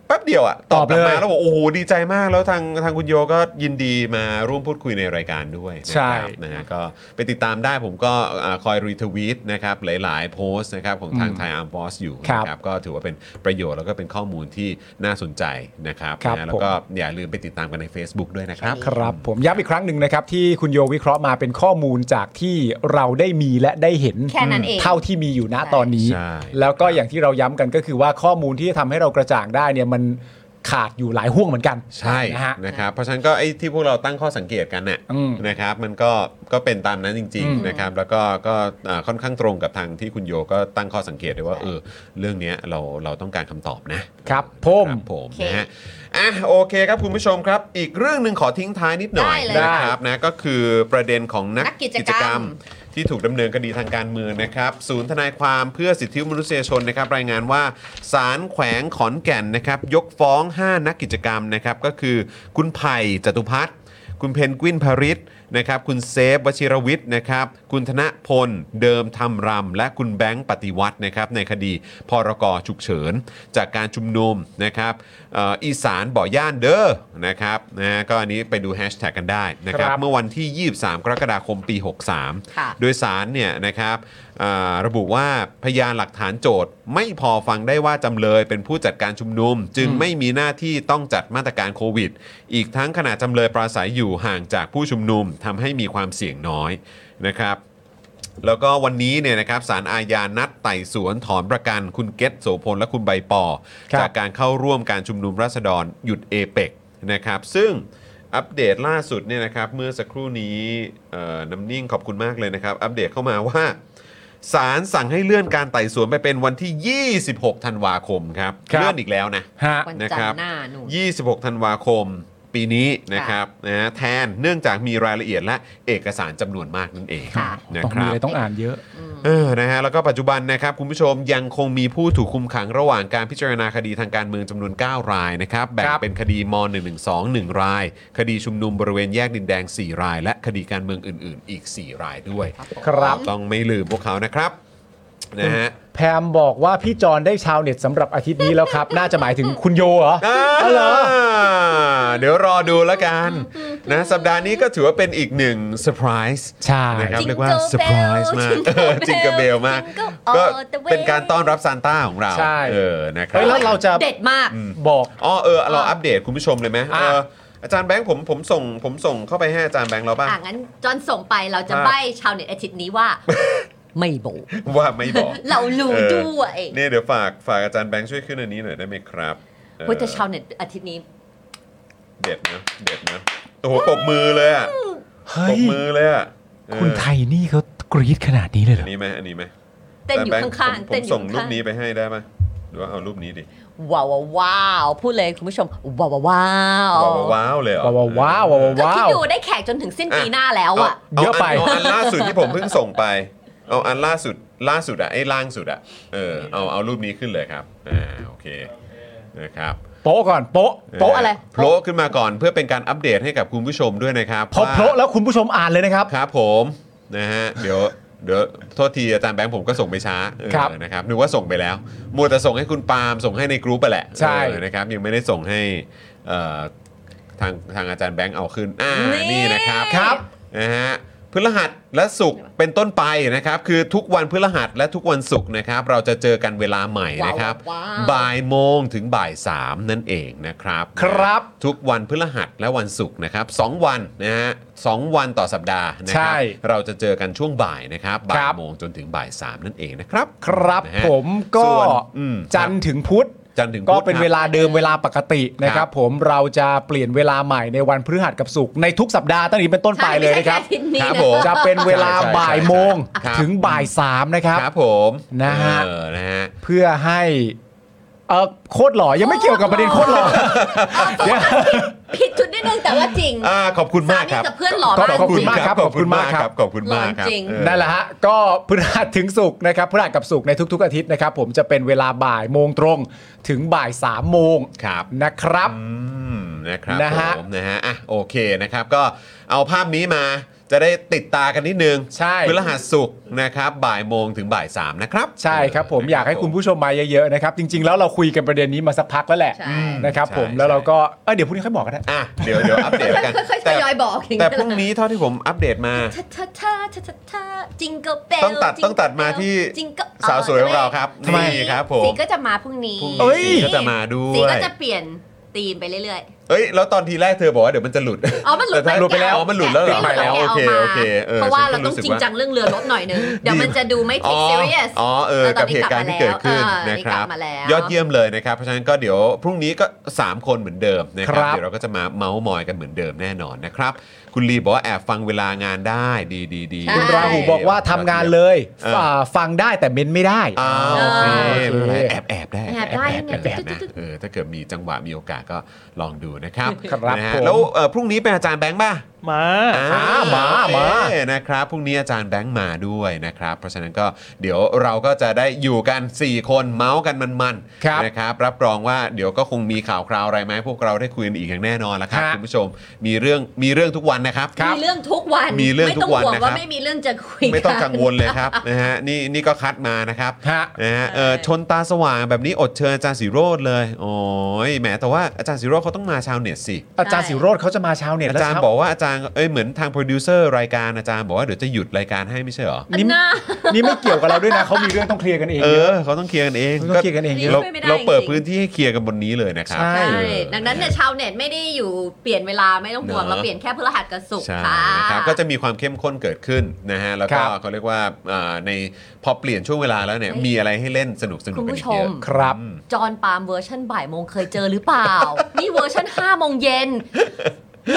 A: แป๊บเดียวอะตอบกลับ
B: ตอบเล
A: มาย แล้วบอกโอ้โหดีใจมากแล้วทางทางคุณโยก็ยินดีมาร่วมพูดคุยในรายการด้วย
B: ใช่
A: นะครับนะฮะก็ไปติดตามได้ผมก็อ่าคอยรีทวีตนะครับหลาย ๆ โพสต์นะครับของทางไทยอาร์มบอสอยู่
B: ครับ
A: นะครับก็ถือว่าเป็นประโยชน์แล้วก็เป็นข้อมูลที่น่าสนใจนะครับ
B: ครับ
A: นะฮะ
B: ผม
A: แล้วก็อย่าลืมไปติดตามกันใน Facebook ด้วยนะครับ
B: ครับผมย้ำอีกครั้งหนึ่งนะครับ ที่คุณโยวิเคราะห์มาเป็นข้อมูลจากที่เราได้มีและได้เห็น
C: แค่นั้นเอง
B: เท่าที่มีอยู่ณ
C: ใช่
B: ตอนนี้
A: ใช่
B: แล้วก็อย่างที่เราย้ำกันก็คือว่าข้อมูลที่จะทำให้เรากระจ่างได้เนี่ยมันขาดอยู่หลายห่วงเหมือนกัน
A: ใช่
B: นะฮะ
A: นะครับเพราะฉะนั้นก็ไอ้ที่พวกเราตั้งข้อสังเกตกันน่ะ
B: อืม
A: นะครับมันก็ก็เป็นตามนั้นจริง
B: อืม
A: ๆนะครับแล้วก็ก็อ่าค่อนข้างตรงกับทางที่คุณโยก็ตั้งข้อสังเกตด้วยว่าเออเรื่องเนี้ยเราเราต้องการคำตอบนะครับ เออ
B: ผม
A: ครับผมนะฮะอ่ะโอเคครับคุณผู้ชมครับ อีกเรื่องหนึ่งขอทิ้งท้ายนิดหน่อย
C: ได้เลย
A: นะครับนะก็คือประเด็นของนัก
C: นักกิจกรรม
A: ที่ถูกดำเนินคดีทางการเมืองนะครับ ศูนย์ทนายความเพื่อสิทธิมนุษยชนนะครับรายงานว่าศาลแขวงขอนแก่นนะครับยกฟ้อง 5 นักกิจกรรมนะครับก็คือคุณไผ่จตุพัฒน์คุณเพนกวินพริษนะครับคุณเซฟวชิรวิทย์นะครับคุณธนพลเดิมธรรมรำและคุณแบงค์ปฏิวัตินะครับในคดีพรกฉุกเฉิน จากการชุมนุมนะครับเอ่ออีสานบ่อย่านเด้อนะครับนะฮะก็อันนี้ไปดูแฮชแท็กกันได้นะครับ
B: ครับ
A: เมื่อวันที่ 23 กรกฎาคมปี 63
C: ค่ะ
A: โดยสารเนี่ยนะครับอ่าระบุว่าพยานหลักฐานโจทย์ ไม่พอฟังได้ว่าจำเลยเป็นผู้จัดการชุมนุม จึงไม่มีหน้าที่ต้องจัดมาตรการโควิด อีกทั้งขณะจำเลยปราศัยอยู่ห่างจากผู้ชุมนุมทำให้มีความเสี่ยงน้อยนะครับ แล้วก็วันนี้เนี่ยนะครับสารอาญานัดไต่สวนถอนประกัน คุณเกตโสพลและคุณใบปอ
B: ครับ
A: จากการเข้าร่วมการชุมนุมราษฎรหยุดเอเปกนะครับ ซึ่งอัปเดตล่าสุดเนี่ยนะครับเมื่อสักครู่นี้เอ่อน้ำนิ่งขอบคุณมากเลยนะครับ อัปเดตเข้ามาว่าศาลสั่งให้เลื่อนการไต่สวนไปเป็นวันที่ 26 ธันวาคมครับ
B: ครับ
A: เลื่อนอีกแล้วนะ
B: ฮะ
C: วัน
A: นะค
C: จันท
A: รับ
C: ร์หน้าหนูน
A: 26 ธันวาคมปีนี้นะครับนะฮะแทนเนื่องจากมีรายละเอียดและเอกสารจำนวนมากนั่นเอง
C: ค่ะ
A: นะ
B: ต้อง
A: ครั
B: มี
A: บ
B: อะไรต้องอ่านเยอะ
A: เออ นะฮะ แล้วก็ปัจจุบันนะครับ คุณผู้ชมยังคงมีผู้ถูกคุมขังระหว่างการพิจารณาคดีทางการเมืองจำนวน 9 รายนะครับ แบ่ง
B: ครับ
A: เป็นคดีม .112 1 ราย คดีชุมนุมบริเวณแยกดินแดง 4 ราย และคดีการเมืองอื่น ๆ อีก 4 รายด้วย
B: ครับ
A: ต้องไม่ลืมพวกเขานะครับ นะฮะ
B: แพมบอกว่าพี่จอนได้ชาวเน็ตสำหรับอาทิตย์นี้แล้วครับ น่าจะหมายถึงคุณโยเหรอ
A: อ่า
B: เหรอ
A: เดี๋ยวรอดูแล้วกันนะสัปดาห์นี้ก็ถือว่าเป็นอีกหนึ่งเซอร์ไพรส์
B: ใช่
A: นะครับ
C: Jingle
A: เรียกว่าเซอร์ไพรส์มาก
C: Bell
A: เอ อจิงกระเบลมาก
C: Jingle all
A: ก็
C: the way
A: เป็นการต้อนรับซานต้าของเรา
B: ใช่
A: เออนะครั
B: เฮ้ยแล้วเราจะ
C: เด็ดมาก
B: บอก
A: อ๋อเออเราอัปเดตคุณผู้ชมเลยไหม
B: อ่ะ
A: เอออาจารย์แบงค์ผมผมส่งผมส่งเข้าไปให้อาจารย์แบงค์แล้วป่ะ
C: อ่ะงั้นจอนส่งไปเราจะ
A: อ่า
C: ใบชาวเน็ตอาทิตย์นี้ว่า ไม่โบ
A: ว่าไม่บอก
C: เรารู้
A: เออ
C: ด้วย
A: เนี่ยเดี๋ยวฝากฝากอาจารย์แบงค์ช่วยขึ้นอันนี้หน่อยได้ไหมครับเออ
C: ว่าจะชาวเน็ตอาทิตย์นี้
A: เด็ดนะเด็ดนะโอ้โหปรบมือเลยอะ
B: เฮ้
A: ปร
B: ย
A: บมือเลยอะเออ
B: คุณไทยนี่เขากรี๊ดขนาดนี้เลยเหร
A: อั
B: อน
A: นี้ไหมอันนี้ไหม
C: เต้นอยู่
A: แต่แบ
C: ข้าง
A: ผม
C: ๆ
A: ผ
C: เต้
A: ม
C: นอยู่
A: ส่งรูป
C: ข้าง
A: นี้ไปให้ได้ไหมหรือว่าเอารูปนี้ดิ
C: ๆว้าวว้าวว้าวพูดเลยคุณผู้ชมว้าวว้าวว้าว
A: ว้าวว้าวเลยเหรอ
B: ว้าวว้าวว้าว
C: ก็
B: ว้า
C: คิด
B: ว
C: ดูได้แขกจนถึงสิ้นปีหน้าแล้ว
A: เอา
C: อ่ะ
A: เา
B: เยอะไป
A: นเอาอันล่าสุดที่ผมเพิ่งส่งไป เอาอันล่าสุดล่าสุดอะไอ้ล่างสุดอะเออเอาเอารูปนี้ขึ้นเลยครับอ่าโอเคนะครับ
B: โป๊ะก่อนโป๊ะ
C: โป๊ะอะไร
A: โป๊ะขึ้นมาก่อนเพื่อเป็นการอัปเดตให้กับคุณผู้ชมด้วยนะครับ
B: พอ
A: ว่า
B: โป๊ะแล้วคุณผู้ชมอ่านเลยนะครับ
A: ครับผมนะฮะเดี๋ยวเดี๋ยวโทษทีอาจารย์แบงค์ผมก็ส่งไปช้าเออ
B: ครับ
A: นะครับนึกว่าส่งไปแล้วมัวแต่ส่งให้คุณปาล์มส่งให้ในกรุ๊ปไปแหละ
B: ใช่
A: เออนะครับยังไม่ได้ส่งให้เอ่อ ทางทางอาจารย์แบงค์เอาขึ้น อ่า
C: นี่
A: นี่นะครับ
B: ครับ
A: นะฮะพฤหัสและศุกร์เป็นต้นไปนะครับ คือทุกวันพฤหัสและทุกวันศุกร์นะครับ เราจะเจอกันเวลาใหม่นะครับ
C: ว้าวว้าว
A: บ่ายโมงถึงบ่ายสามนั่นเองนะครับ
B: ครับ
A: ทุกวันพฤหัสและวันศุกร์นะครับสองวันนะฮะสองวันต่อสัปดาห์นะค
B: ใช่
A: รัเราจะเจอกันช่วงบ่ายนะครับบ่า
B: ครั
A: ย
B: บ
A: โมงจนถึงบ่ายสามนั่นเองนะครับ
B: ครับ
A: นะฮะ
B: ผมก็
A: ส่วนอืม
B: จันทร์ถึงพุธ
A: จันทร์ถึง
B: ก็
A: พุธ
B: เป็น
A: ครับ
B: เวลาเดิมเวลาปกตินะค
A: ครั
B: รับ บ ผมเราจะเปลี่ยนเวลาใหม่ในวันพฤหัสกับศุกร์ในทุกสัปดาห์ตั้งแต่นี้เป็นต้นไป
C: ใช่
B: เลย
C: ไม่ใช่
B: นะค
C: แค่
B: รับ
C: อาทิตย์นี้
A: ครับ
C: นะ
A: ผม
B: จะเป็นเวลา
A: ใช่ใช่
B: บ่ายโมง
A: ครับ
B: ถึงบ่ายสามนะครับ
A: ครับผม
B: นะฮะ
A: เออนะฮะ
B: เพื่อให้เออโคตรหล่อยังไม่เกี่ยวกับประเด็นโคตรหล่อ เดี๋ยว
C: ผิดจุดนิดนึงแต่ว่าจริง
A: อ่าขอบคุณมากครับ
C: สามีกับเพื่อนหล่อมาก
B: ขอบคุณมากครับ
A: ข
B: ข
A: อ
B: อ
A: บบ
B: คุ
A: คุณมาม
B: ณาก ก
A: ค
B: ครั
A: รับ
B: บ
A: ขอบคุณมากครับ
C: หล่อจริง
A: เออ
B: นั่นแหละฮะก็พฤหัสถึงศุกร์นะครับพฤหัสกับศุกร์ในทุกๆอาทิตย์นะครับ ผมจะเป็นเวลาบ่ายโมงตรงถึงบ่ายสามโมง
A: ครับ
B: นะครับ
A: อืมนะครับ
B: นะฮะ
A: ผมนะฮะอ่ะโอเคนะครับ ก็เอาภาพนี้มา จะได้ติดตากันนิดนึง
B: ใช่
A: พฤหัสศุกร์นะครับบ่ายโมงถึงบ่ายสามนะครับ
B: ใช่ครับผม
A: เ
B: อยากให้คุณผู้ชมมาเยอะๆนะครับ จริง ๆ แล้วเราคุยกันประเด็นนี้มาสักพักแล้วแหละ
C: ใช่
B: นะครับผม
A: ใช่
B: แล้วเราก็เอ้ยเดี๋ยวพรุ่งนี้ค่อยบอกกันนะ
A: อ่ะเดี๋ยวเดี๋ยวอัปเดตกัน
C: ค่อยๆทยอยบอกอย่างเงี้ย
A: แต่พรุ่งนี้เท่าที่ผมอัปเดตมา
C: ทะทะทะทะทะทะจิงเกิลเบล
A: ต้องตัดต้องตัดมาที่สาวสวยของเราครับทำไมครับผม
C: สีก็จะมาพรุ่งนี้
A: พรุ่ง
B: เอ้ย
A: นี้ก็จะมาด้วย
C: สีก็จะเปลี่ยนธีมไปเรื่อย
A: เอ้ยแล้วตอนทีแรกเธอบอกว่าเดี๋ยวมันจะหลุด
C: อ๋อมันหลุด
A: แถ้า
C: ไปแล้ว
A: อ๋อมันหลุดแล้วเหรอ
C: ๆ
A: โอเค
C: ามา
A: โอเคออ
C: เพราะว่า
A: ฉั
C: เรา
A: นก็
C: ต้องจริงจังเรื่องเรือรบหน่อยนึง เดี๋ยวมันจะดูไม่
A: อ๋
C: ติ
A: อ
C: ดซีเรียส
A: อ๋อเออกับเหตุการณ์ที่เกิดขึ้น
C: เออตอน
A: นะ
C: นี้
A: ค
C: กลั
A: รับบ
C: มาแล้ว
A: ยอดเยี่ยมเลยนะครับ เพราะฉะนั้นก็เดี๋ยวพรุ่งนี้ก็ 3 คนเหมือนเดิมนะค
B: ค
A: รั
B: รั
A: บบ เดี๋ยวเราก็จะมาเมาส์มอยกันเหมือนเดิมแน่นอนนะครับ คุณลีบอกว่าแอบฟังเวลางานได้ดีดีดี
C: ใช่
B: คุณราหูบอกว่าทำงานเลย
A: เอออ่
B: าฟังได้แต่เม้นไม่ได้
A: อ้าวโอเค
B: โอเค
A: แอบแอบได้
C: แอบได้
A: แอบแอบนะ
C: เนี่ย
A: เออถ้าเกิดมีจังหวะมีโอกาสก็ลองดูนะครับ
B: ครับ
A: นะฮะ
B: ผม
A: แล้วเอ่อพรุ่งนี้เป็นอาจารย์แบงค์ป่ะ
D: มา
A: อ่า
B: มามา
A: โอเคนะครับพรุ่งนี้อาจารย์แบงค์มาด้วยนะครับ เพราะฉะนั้นก็เดี๋ยวเราก็จะได้อยู่กัน 4 คนเมาส์กันมัน
B: ครับ
A: ๆนะครับ รับรองว่าเดี๋ยวก็คงมีข่าวคราวอะไรไหมพวกเราได้คุยกันอีกอย่างแน่นอนละครับ
B: ฮะ
A: คุณผู้ชมมีเรื่องมีเรื่องทุกวันนะครับ
C: มีเรื่องทุกวัน
A: มีเรื่องทุกวัน
C: ไม่ต้องห่วง
A: นะครับ
C: ว่าไม่มีเรื่องจะคุย
A: ไม่ต้อง
C: น
A: กังวลเลยครับ นะฮะนี่นี่ก็คัดมานะครับ
B: ฮะ
A: นะฮะเออ
C: ใช่
A: ชนตาสว่างแบบนี้อดเชิญอาจารย์สีโรดเลยโอ้ยแหมแต่ว่าอาจารย์สีโรดเขาต้องมาชาวเน็ตสิ
B: อาจารย์สิโรธเขาจะมาเช้าเนี่ย
A: อาจารย์บอกว่าอาจารย์เอ้ยเหมือนทางโปรดิวเซอร์รายการอาจารย์บอกว่าเดี๋ยวจะหยุดรายการให้ไม่ใช่เหรอ
C: อันน่า
B: นี่ไม่เกี่ยวกับเราด้วยนะเขามีเรื่องต้องเคลียร์กันเอง
A: เอ
B: เยอะ
A: อเขาต้องเคลียร์กันเอง
B: ต้องเคลียร์กันเองเยอะ
A: เรา
C: ช่วยไม่ได้
A: เราเปิด
C: จริง
A: พื้นที่ให้เคลียร์กันบนนี้เลยนะครับ
B: ใช่
C: ใช่ ดังนั้นเนี่ยชาวเน็ตไม่ได้อยู่เปลี่ยนเวลาไม่ต้องห่วง
A: เนอะ
C: เราเปลี่ยนแค่พฤหัสกับศุกร์
A: ใช่
C: ค่ะ
A: นะครับก็จะมีความเข้มข้นเกิดขึ้นนะฮะแล้วก็
B: ครับ
A: เขาเรียกว่าอ่าในพอเปลี่ยนช่วงเวลาแล้วเนี่ย
C: ใช่
A: มีอะไรให้เล่นสนุกสนุกกันอีกเยอะ
C: คุณผู้ชม
B: ครับ
A: อืม
C: จอห์นปาล์มเวอร์ชันบ่ายโมงเคยเจอหรือ เปล่า นี่เวอร์ชันห้าโมงเย็น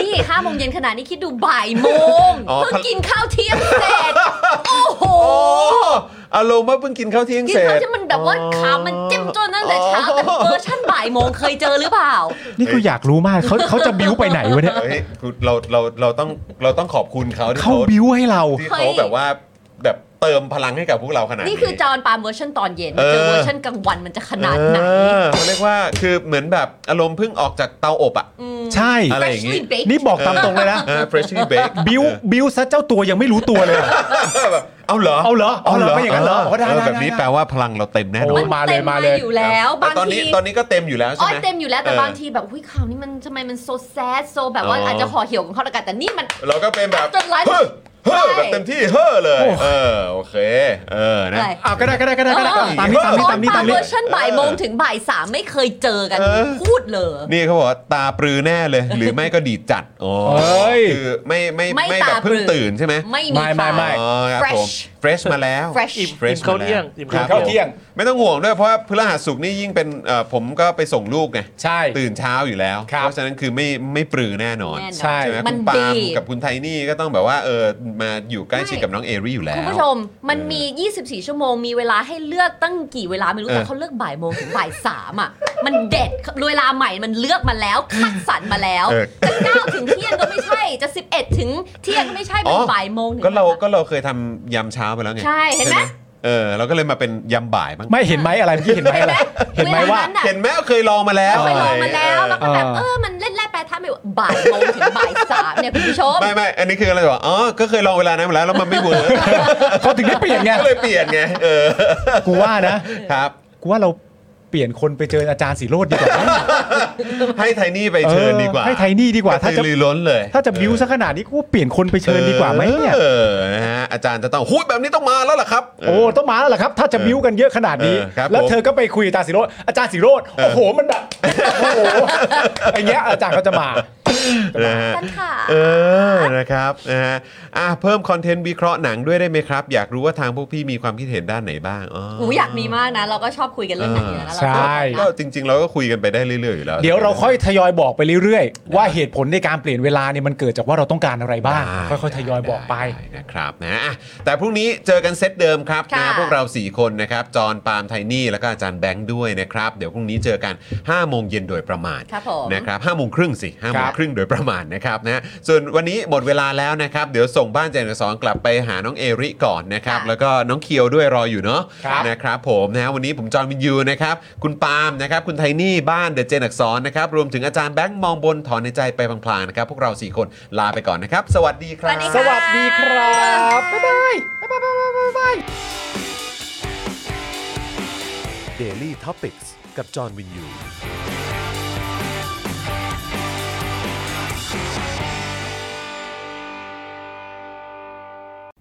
C: นี่ห้าโมงเย็นขนาดนี้คิดดูบ่ายโมงเพิ่งกินข้าวเที่ยงเสร็ จ โอ้โห
A: โอ้อารมณ์ว่าเพิ่งกินข้าวเที่ยง
C: กิน
A: เสร็จ
C: ข้าวที่มันแบบว่าขาวมันเจ้มจนตั้งแต่เช้าแต่เวอร์ชันบ่ายโมงเคยเจอหรือเปล่า
B: นี่กูอยากรู้มากเขาเขาจะบิ้วไปไหนวะเนี่ย
A: เฮ้ยคุณเราเราเราต้องเราต้องขอบคุณเขาที่
B: เขา
A: เขา
B: บิ้วให้เรา
A: ที่เขาแบบว่าแบบเติมพลังให้กับพวกเราขนาดนี้
C: นี่คือจอห์นปาล์มเวอร์ชันตอนเย็น
A: เออ
C: เจอเวอร์ชันกลางวันมันจะขนาดไหน
A: เออเขาเรียกว่าคือเหมือนแบบอารมณ์เพิ่งออกจากเตาอบอะ
C: ม
B: ใช่
A: อะไรอย่างงี้
C: Freshly baked
B: นี่บอกตามตรงเลยนะ
A: อ่า freshly baked
B: บิ้วบิ้วซะเจ้าตัวยังไม่รู้ตัวเลย
A: แบบเอาเหรอ
B: เอาเหรอ
A: เอาเหรอ
B: เอาเหรอไม่อย่างนั้นเหรออ๋อได้ได้ได้
A: แบบนี้แปลว่าพลังเราเต็มแน่นอ
B: โอ้
A: น
B: มาเลย
C: ต็
B: มาเลย
C: อยู่แล้วบาง
A: ตอน
C: ที
A: นี้ตอนนี้ก็เต็มอยู่แล้วใช่
C: อ๋อ
A: ไหม
C: เต็มอยู่แล้ว
A: เออบ
C: แต่างทีแบบอุ้ยข่าวนี้มันทำไมมันโซแซดโซแบบว่า
A: อ๋ออ
C: อาจจะห่อเหี่ยวของเขาละกันแต่นี่มัน
A: เราก็เป็นแบบ
C: จนไลฟ์
A: เฮ้อเฮ้อ
C: ใช่
A: แบบเต็มที่เฮ้อเลย
B: โอ้
A: เออโอเค เออนะ
C: อะไร
B: เอาก็ได้ก็ได้ก็ได้ก็ได้
C: เออ
B: ตามนี้ตามนี้
C: ต
B: ตาม
C: อน
B: นี้
C: ปา
B: ตามนี้
C: เวอร์ชันบ่ายโมงถึงบ่ายสามไม่เคยเจอกัน
A: เออ
C: พูดเลย
A: นี่เขาบอกว่าตาปรือแน่เลย หรือไม่ก็ดีดจัดอ๋อ
B: เฮ้ย
A: คือไม่ไม่
C: ไม่
A: ไม่แบบ
C: ตาปรือ
A: เพิ่งตื่นใช่ไหม
C: ไม่มี
B: ไม่ไม่ไม่
A: อ๋อค
C: ข่าว
A: รับผม
C: Fresh
A: fresh มาแล้ว
C: fresh
D: อิ่ม
A: fresh
D: อิ่มข้าวเที่ยง
A: ม
D: อิ่ม
A: แล้ว
D: ข้าวเที่ยง
A: ครับผมไม่ต้องห่วงด้วยเพราะว่าพฤหัสสุกร์นี่ยิ่งเป็นเอ่อผมก็ไปส่งลูกไง
B: ใช่
A: ตื่นเช้าอยู่แล้ว
B: ครับ
A: เพราะฉะนั้นคือไม่ไม่ปรือแน่นอน
C: แน่นอน
B: ใช่
A: ใช่ไหม
C: มั
A: คุ
C: น
A: ณปา
C: ดี
A: ล์มกับคุณไทนี่ก็ต้องแบบว่าเออมาอยู่ใกล้ชิดกับน้องเอรี่อยู่แล้ว
C: คุณผู้ชมมันมี 24 ชั่วโมงมีเวลาให้เลือกตั้งกี่เวลาไม่รู้
A: เออ
C: แต่เขาเลือกบ่ายโมงถึงบ่ายสามอ่ะ มันเด็ดเวลาใหม่มันเลือกมาแล้วคัดสรรมาแล้ว
A: เออ
C: จะเก้าถึงเที่ยงก็ไม่ใช่จะ 11 ถึงเที่ยงก็ไม่ใช่เป็นบ่ายโมงถึง
A: ก็เรา
C: บ่ยสม
A: ก็เราเคยทำยำเช้าไปแล้วไง
C: ใช่เห็นไหม
A: เออเราก็เลยมาเป็นยำบ่ายบ้าง
B: ไม่เห็นไหมอะไรเมื่อกี้เห็นไหมอะไรเห็นไหมว่า
C: ลนั้นน่ะ
A: เห็นไหมเคยลองมาแล้ว
C: เราไปลองมาแล้ว
A: เอ
C: แล้วก็แบบ
B: เออ
C: เออมันเล่นแร่แปรธาตุไม่บ่ายโมงถึงบ่ายสามเนี่ยคุณผู้ชม
A: อไม่ไม่อันนี้คืออะไรวะอ๋อก็เคยลองเวลานั้นมาแล้วแล้วมันไม่เวิร์ ก
B: เขาถึงได้เปลี่ยนไง
A: ก็เลยเปลี่ยนไงเออ
B: กูว่านะครับ กูว่าเราเปลี่ยนคนไปเจออาจารย์สีโรดดีกว่าไหม
A: ให้ไทนี่ไปเชิญดีกว่า
B: เออให้ไทยนี่ดีกว่า ถ้า
A: ถ้าจะ
B: จะ
A: ลือล้นเลย
B: ถ้าจะบิ้วซะขนาดนี้กูเปลี่ยนคนไปเชิญดีกว่าไหมเนี่ย
A: เออนะฮะอาจารย์จะต้องหูยแบบนี้ต้องมาแล้วล่ะครับ
B: โอ้ต้องมาแล้วล่ะครับ ถ้าจะบิ้วกันเยอะขนาดนี้
A: เออครับ
B: แล้ว
A: ผม
B: เธอก็ไปคุยกับอาจารย์สิโรธอาจารย์สิโรธโอ้โหมันแบบโอ้โหอย่างเงี้ยอาจารย์ก็จะมา
A: นะฮะ
C: กันค่ะ
A: เออนะครับนะฮะอ่ะเพิ่มคอนเทนต์วิเคราะห์หนังด้วยได้ไหมครับ อยากรู้ว่าทางพวกพี่มีความคิดเห็นด้านไหนบ้างอ๋อ
C: อูอยากมีมากนะ เราก็ชอบคุยกันเรื่องหนังอยู่แล้วนะ
B: ใช่
C: เราก็
A: ก็จริง ๆ เราก็คุยกันไปได้เรื่อยๆอยู่แล้ว
B: เดี๋ยวเราค่อยทยอยบอกไปเรื่อยๆ ว่าเหตุผลในการเปลี่ยนเวลาเนี่ยมันเกิดจากว่าเราต้องการอะไรบ้าง
A: ได้
B: ค่อยๆ ทยอยบอกไป
A: ด้นะครับนะอ่ะแต่พรุ่งนี้เจอกันเซตเดิมครับ
C: ค่ะ
A: นะพวกเรา 4 คนนะครับ จอห์นปาล์มไทนี่ แล้วก็อาจารย์แบงค์ด้วยนะครับ เดี๋ยวพรุ่งนี้เจอกัน5โมงเย็นโดยประมาณ
C: ครับผม
A: นะครับห้าโมงครึ่งสิห้าโม
B: ครั
A: ง
B: บ
A: ครึ่ง งโดยประมาณนะครับนะส่วนวันนี้หมดเวลาแล้วนะครับ เดี๋ยวส่งบ้านเจนอักษรกลับไปหาน้องเอริก่อนนะครับ
C: ค่ะ
A: แล้วก็น้องเคียวด้วยรออยู่เนาะ
B: ครับ
A: นะครับผมนะฮะวันนี้ผมจอห์นวินยูนะครับ คุณปาล์มนะครับคุณไทนี่บ้านเดอะเจนอักษรนะครับรวมถึงอาจารย์แบงค์มองบนถอนในใจไปพลางๆนะครับ พวกเราสี่คนลาไปก่อนนะครับ สวัสดีค
C: ส
A: รั
C: วัส
A: บ
C: ดีค่ะ
B: สวัสดีครับ บ๊ายบาย
E: Daily Topics กับจอห์นวินยู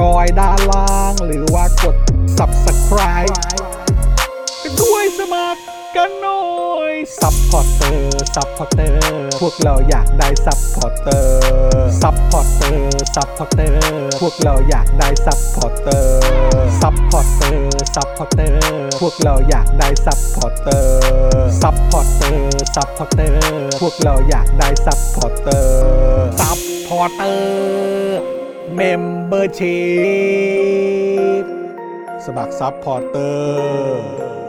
D: จอยด้านล่าง หรือว่ากด subscribe กันด้วยสมัครกันหน่อย ซัพพอร์เตอร์ ซัพพอร์เตอร์ พวกเราอยากได้ซัพพอร์เตอร์ ซัพพอร์เตอร์ ซัพพอร์เตอร์ พวกเราอยากได้ซัพพอร์เตอร์ ซัพพอร์เตอร์ ซัพพอร์เตอร์ พวกเราอยากได้ซัพพอร์เตอร์ ซัพพอร์เตอร์ ซัพพอร์เตอร์ พวกเราอยากได้ซัพพอร์เตอร์ ซัพพอร์เตอร์ เมมเบอร์ชีพสมัครซัพพอร์เตอร์